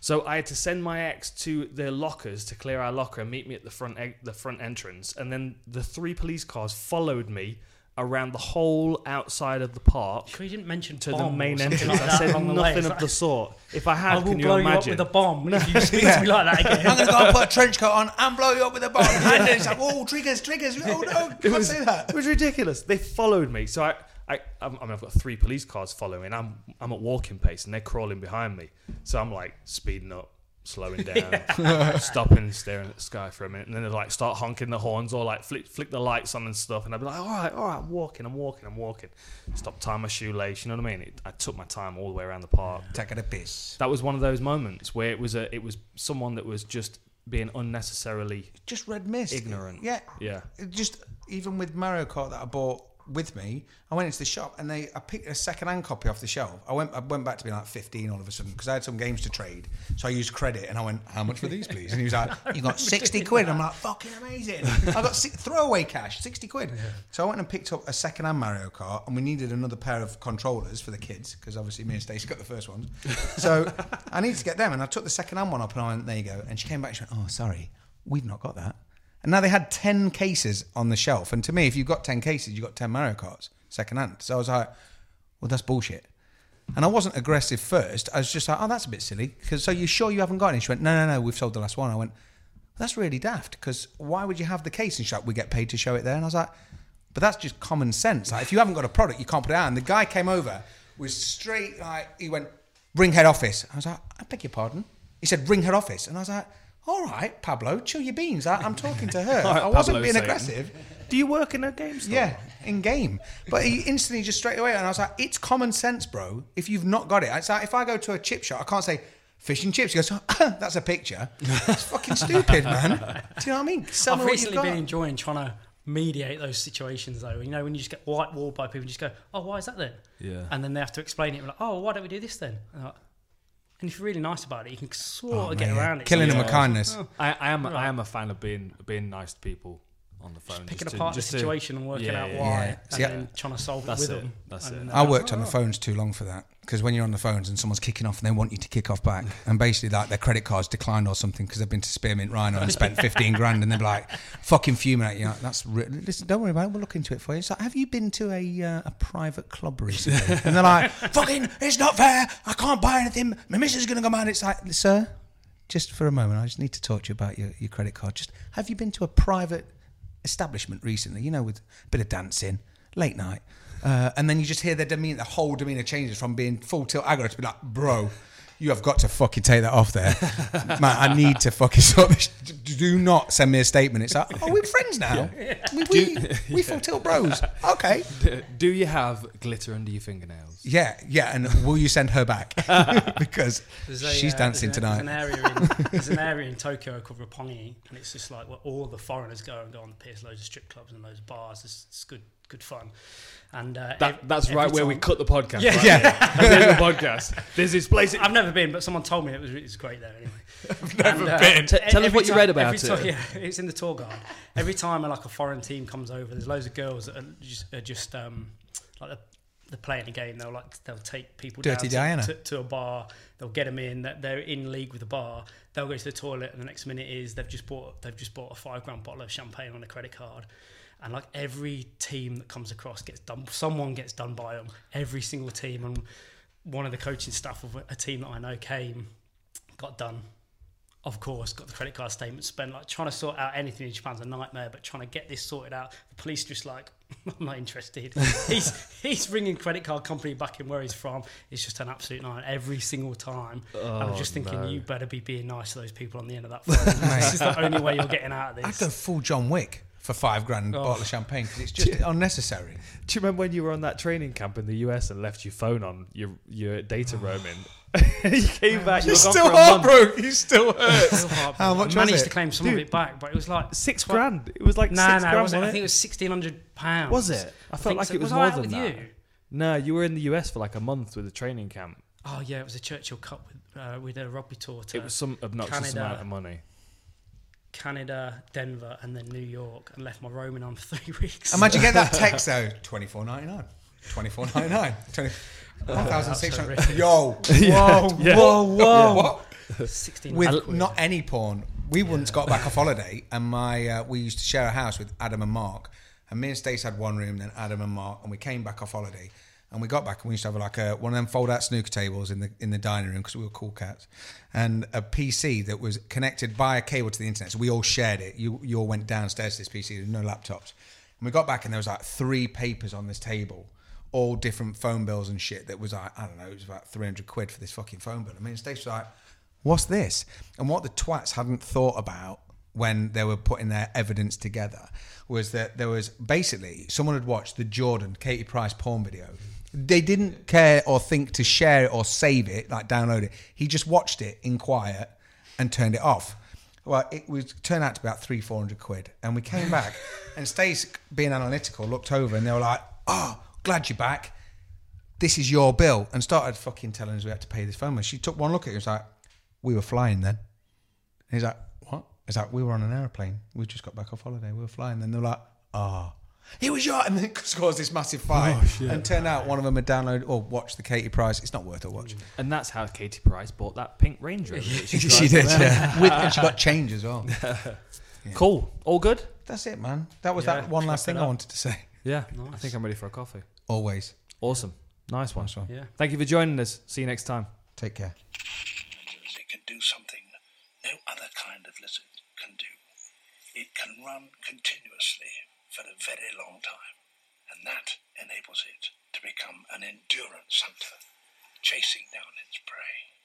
Speaker 2: So I had to send my ex to their lockers to clear our locker and meet me at the front e- the front entrance, and then the three police cars followed me around the whole outside of the park.
Speaker 4: Sure, you didn't mention
Speaker 2: To the
Speaker 4: bomb or
Speaker 2: main
Speaker 4: something
Speaker 2: entrance,
Speaker 4: like
Speaker 2: I
Speaker 4: that
Speaker 2: said
Speaker 4: along the
Speaker 2: nothing
Speaker 4: way. It's
Speaker 2: of
Speaker 4: like,
Speaker 2: the sort. If I
Speaker 4: Oh, I
Speaker 2: had,
Speaker 4: will
Speaker 2: can you
Speaker 4: blow you up
Speaker 2: imagine?
Speaker 4: with a bomb if you speak to me like that again.
Speaker 6: I'm going to go and put a trench coat on and blow you up with a bomb. And it's like, oh, triggers, triggers. Oh, no,
Speaker 2: It
Speaker 6: can't
Speaker 2: was,
Speaker 6: say that.
Speaker 2: it was ridiculous. They followed me. So I, I, I'm- I mean, I've got three police cars following. I'm, I'm at walking pace, and they're crawling behind me. So I'm like speeding up, slowing down, stopping, staring at the sky for a minute, and then they like start honking the horns or like flick, flick the lights on and stuff. And I'd be like, all right, all right, I'm walking, I'm walking, I'm walking. Stop tying my shoelace. You know what I mean? It, I took my time all the way around the park.
Speaker 6: Taking a piss.
Speaker 2: That was one of those moments where it was a, it was someone that was just being unnecessarily
Speaker 6: Just red mist.
Speaker 2: ignorant.
Speaker 6: Yeah.
Speaker 2: yeah.
Speaker 6: It Just even with Mario Kart that I bought with me, I went into the shop and they I picked a second hand copy off the shelf. I went I went back to being like 15 all of a sudden because I had some games to trade. So I used credit and I went, How much for these, please? And he was like, You got 60 quid. I'm like, Fucking amazing. I got si throwaway cash, 60 quid. So I went and picked up a second hand Mario Kart and we needed another pair of controllers for the kids because obviously me and Stacey got the first ones. So I needed to get them and I took the second hand one up and I went, There you go. And she came back and she went, Oh, sorry, we've not got that. And now they had 10 cases on the shelf. And to me, if you've got 10 cases, you've got 10 Mario Karts second hand. So I was like, well, that's bullshit. And I wasn't aggressive first. I was just like, oh, that's a bit silly. Cause, so you sure you haven't got any? She went, no, no, no, we've sold the last one. I went, that's really daft because why would you have the case? And she's like, we get paid to show it there. And I was like, but that's just common sense. Like, if you haven't got a product, you can't put it out. And the guy came over, was straight, like, he went, ring head office. I was like, I beg your pardon. He said, ring head office. And I was like, all right, Pablo, chill your beans. I, I'm talking to her.
Speaker 2: All right,
Speaker 6: I wasn't
Speaker 2: Pablo
Speaker 6: being
Speaker 2: Satan.
Speaker 6: aggressive.
Speaker 2: Do you work in a game store?
Speaker 6: Yeah, in game. But he instantly just straight away, and I was like, it's common sense, bro. If you've not got it, it's like if I go to a chip shop, I can't say fish and chips. He goes, "Ah, that's a picture. It's fucking stupid, man. Do you know what I mean? Sell me
Speaker 4: I've
Speaker 6: what you've
Speaker 4: recently
Speaker 6: got.
Speaker 4: been enjoying trying to mediate those situations, though. You know, when you just get white walled by people, and just go, "Oh, why is that then?"
Speaker 2: Yeah.
Speaker 4: And then they have to explain it. We're like, "Oh, why don't we do this then?" And, like- and if you're really nice about it, you can sort
Speaker 2: Oh,
Speaker 4: of get
Speaker 6: Yeah,
Speaker 4: around it.
Speaker 6: Killing
Speaker 4: So
Speaker 6: them
Speaker 4: it's
Speaker 6: with kindness.
Speaker 2: I, I am. I am a fan of being being nice to people on the phone. Just
Speaker 4: Picking
Speaker 2: to-
Speaker 4: apart the
Speaker 2: just to-
Speaker 4: situation and working
Speaker 2: yeah,
Speaker 4: out
Speaker 2: yeah,
Speaker 4: why,
Speaker 6: yeah.
Speaker 4: and
Speaker 6: See, I-
Speaker 4: then trying to solve it
Speaker 2: That's
Speaker 4: with
Speaker 2: it,
Speaker 4: them.
Speaker 2: that's
Speaker 4: And
Speaker 2: it.
Speaker 4: then
Speaker 6: I worked on the phones too long for that because when you're on the phones and someone's kicking off and they want you to kick off back, and basically like their credit card's declined or something because they've been to Spearmint Rhino and spent fifteen grand, and they're like fucking fuming at you. Like, That's ri- listen, don't worry about it. We'll look into it for you. It's like, have you been to a uh, a private club recently? and they're like, fucking, it's not fair. I can't buy anything. My missus is gonna go mad. It's like, sir, just for a moment, I just need to talk to you about your, your credit card. Just have you been to a private establishment recently? You know, with a bit of dancing, late night, uh, and then you just hear their demeanor, the whole demeanor changes from being full tilt aggro to be like, bro. You have got to fucking take that off there, man. I need to fucking sort this. Do not send me a statement. It's like, oh, we're friends now. We, we, we full tilt bros. Okay.
Speaker 2: Do you have glitter under your fingernails?
Speaker 6: Yeah, yeah. And will you send her back because
Speaker 4: There's a,
Speaker 6: she's
Speaker 4: uh,
Speaker 6: dancing
Speaker 4: there's a-
Speaker 6: tonight?
Speaker 4: There's an, area in, there's an area in Tokyo called Roppongi, and it's just like where all the foreigners go and go on the piers, loads of strip clubs and loads of bars. It's, it's good, good fun. And uh, ev-
Speaker 2: That, that's
Speaker 4: every
Speaker 2: right where we
Speaker 4: time-
Speaker 2: cut the podcast.
Speaker 4: Yeah,
Speaker 2: right?
Speaker 4: yeah.
Speaker 2: At the end of the podcast. There's this place.
Speaker 4: I've never been, but someone told me it was, it was great there anyway. I've E-,
Speaker 2: never been.
Speaker 7: uh, T- tell us what you read about
Speaker 4: every
Speaker 7: it.
Speaker 4: Time, yeah, it's in the tour guide. Every time like a foreign team comes over, there's loads of girls that are just, are just um, like they're, they're playing a game. They'll like they'll take people
Speaker 6: Dirty
Speaker 4: down
Speaker 6: Diana.
Speaker 4: to, to, to a bar. They'll get them in. That they're in league with the bar. They'll go to the toilet, and the next minute is they've just bought they've just bought a five grand bottle of champagne on a credit card. And like every team that comes across gets done, someone gets done by them. Every single team, and one of the coaching staff of a team that I know came, got done. Of course, got the credit card statement spent. Like trying to sort out anything in Japan's a nightmare, but trying to get this sorted out, the police just like, I'm not interested. he's he's ringing credit card company back in where he's from. It's just an absolute nightmare every single time.
Speaker 2: Oh,
Speaker 4: I'm just thinking, you better be being nice to those people on the end of that phone. this is the only way you're getting out of
Speaker 6: I'd
Speaker 4: this.
Speaker 6: go full John Wick for five grand
Speaker 4: Oh.
Speaker 6: bottle of champagne because it's just unnecessary.
Speaker 2: Do you remember when you were on that training camp in the US and left your phone on your your data roaming? you came back. You were gone for a month.
Speaker 6: heartbroken. You still hurt.
Speaker 4: Still heartbroken.
Speaker 6: How much was
Speaker 4: Managed
Speaker 6: it?
Speaker 4: to claim some of it back, but it was like
Speaker 2: Six
Speaker 4: twe-
Speaker 2: grand. It was like
Speaker 4: Nah,
Speaker 2: six
Speaker 4: nah,
Speaker 2: grand.
Speaker 4: was it?
Speaker 2: wasn't
Speaker 4: I think it was sixteen hundred pounds.
Speaker 2: Was it? I felt
Speaker 4: think
Speaker 2: like
Speaker 4: so.
Speaker 2: it was,
Speaker 4: I
Speaker 2: more
Speaker 4: out
Speaker 2: than
Speaker 4: with
Speaker 2: that.
Speaker 4: you?
Speaker 2: No, you were in the US for like a month with a training camp.
Speaker 4: Oh yeah, it was a Churchill Cup with uh, we did a rugby tour to
Speaker 2: It was some obnoxious
Speaker 4: Canada.
Speaker 2: amount of money.
Speaker 4: Canada, Denver, and then New York, and left my roaming on for three weeks.
Speaker 6: Imagine get that text though. Twenty four ninety nine. Twenty four ninety nine. Twenty one thousand six hundred. Yo. Whoa.
Speaker 2: Yeah.
Speaker 6: Whoa. Whoa. What?
Speaker 4: Sixteen
Speaker 6: With
Speaker 4: quid.
Speaker 6: not any porn. We once got back off holiday, and my uh, we used to share a house with Adam and Mark, and me and Stace had one room, then Adam and Mark, and we came back off holiday, and we got back, and we used to have like a, one of them fold out snooker tables in the in the dining room because we were cool cats, and a PC that was connected by a cable to the internet, so we all shared it. You you all went downstairs to this PC, there was no laptops, and we got back, and there was like three papers on this table all different phone bills and shit that was like, I don't know, it was about 300 quid for this fucking phone bill. I mean, Stace was like, what's this? And what the twats hadn't thought about when they were putting their evidence together was that there was basically someone had watched the Jordan Katie Price porn video. They didn't care or think to share it or save it, like download it. He just watched it in quiet and turned it off. Well, it was turned out to be about three, four hundred quid, and we came back, and Stace, being analytical, looked over and they were like, "Oh, glad you're back. This is your bill," and started fucking telling us we had to pay this phone bill. She took one look at it and was like, "We were flying then." And he's like, "What?" He's like, "We were on an airplane. We just got back off holiday. We were flying." Then they're like, "Ah." It was your, and then caused this massive fight.
Speaker 4: Oh,
Speaker 6: and turned out one of them had downloaded or watched the Katie Price. It's not worth a watch.
Speaker 2: And that's how Katie Price bought that pink Range Rover. that she
Speaker 6: she
Speaker 2: drives
Speaker 6: did,
Speaker 2: around.
Speaker 6: yeah. With, and she got change as well.
Speaker 2: Cool. All good.
Speaker 6: That's it, man. That was
Speaker 4: Yeah,
Speaker 6: that one last
Speaker 4: wrap it
Speaker 6: thing I
Speaker 4: up.
Speaker 6: wanted to say.
Speaker 2: Yeah. I
Speaker 4: Nice.
Speaker 2: think I'm ready for a coffee.
Speaker 6: Always.
Speaker 2: Awesome. Nice one.
Speaker 6: one.
Speaker 4: Yeah.
Speaker 2: Thank you for joining us. See you next time.
Speaker 6: Take care.
Speaker 8: It can do something no other kind of lizard can do. It can run continuously for a very long time, and that enables it to become an endurance hunter, chasing down its prey.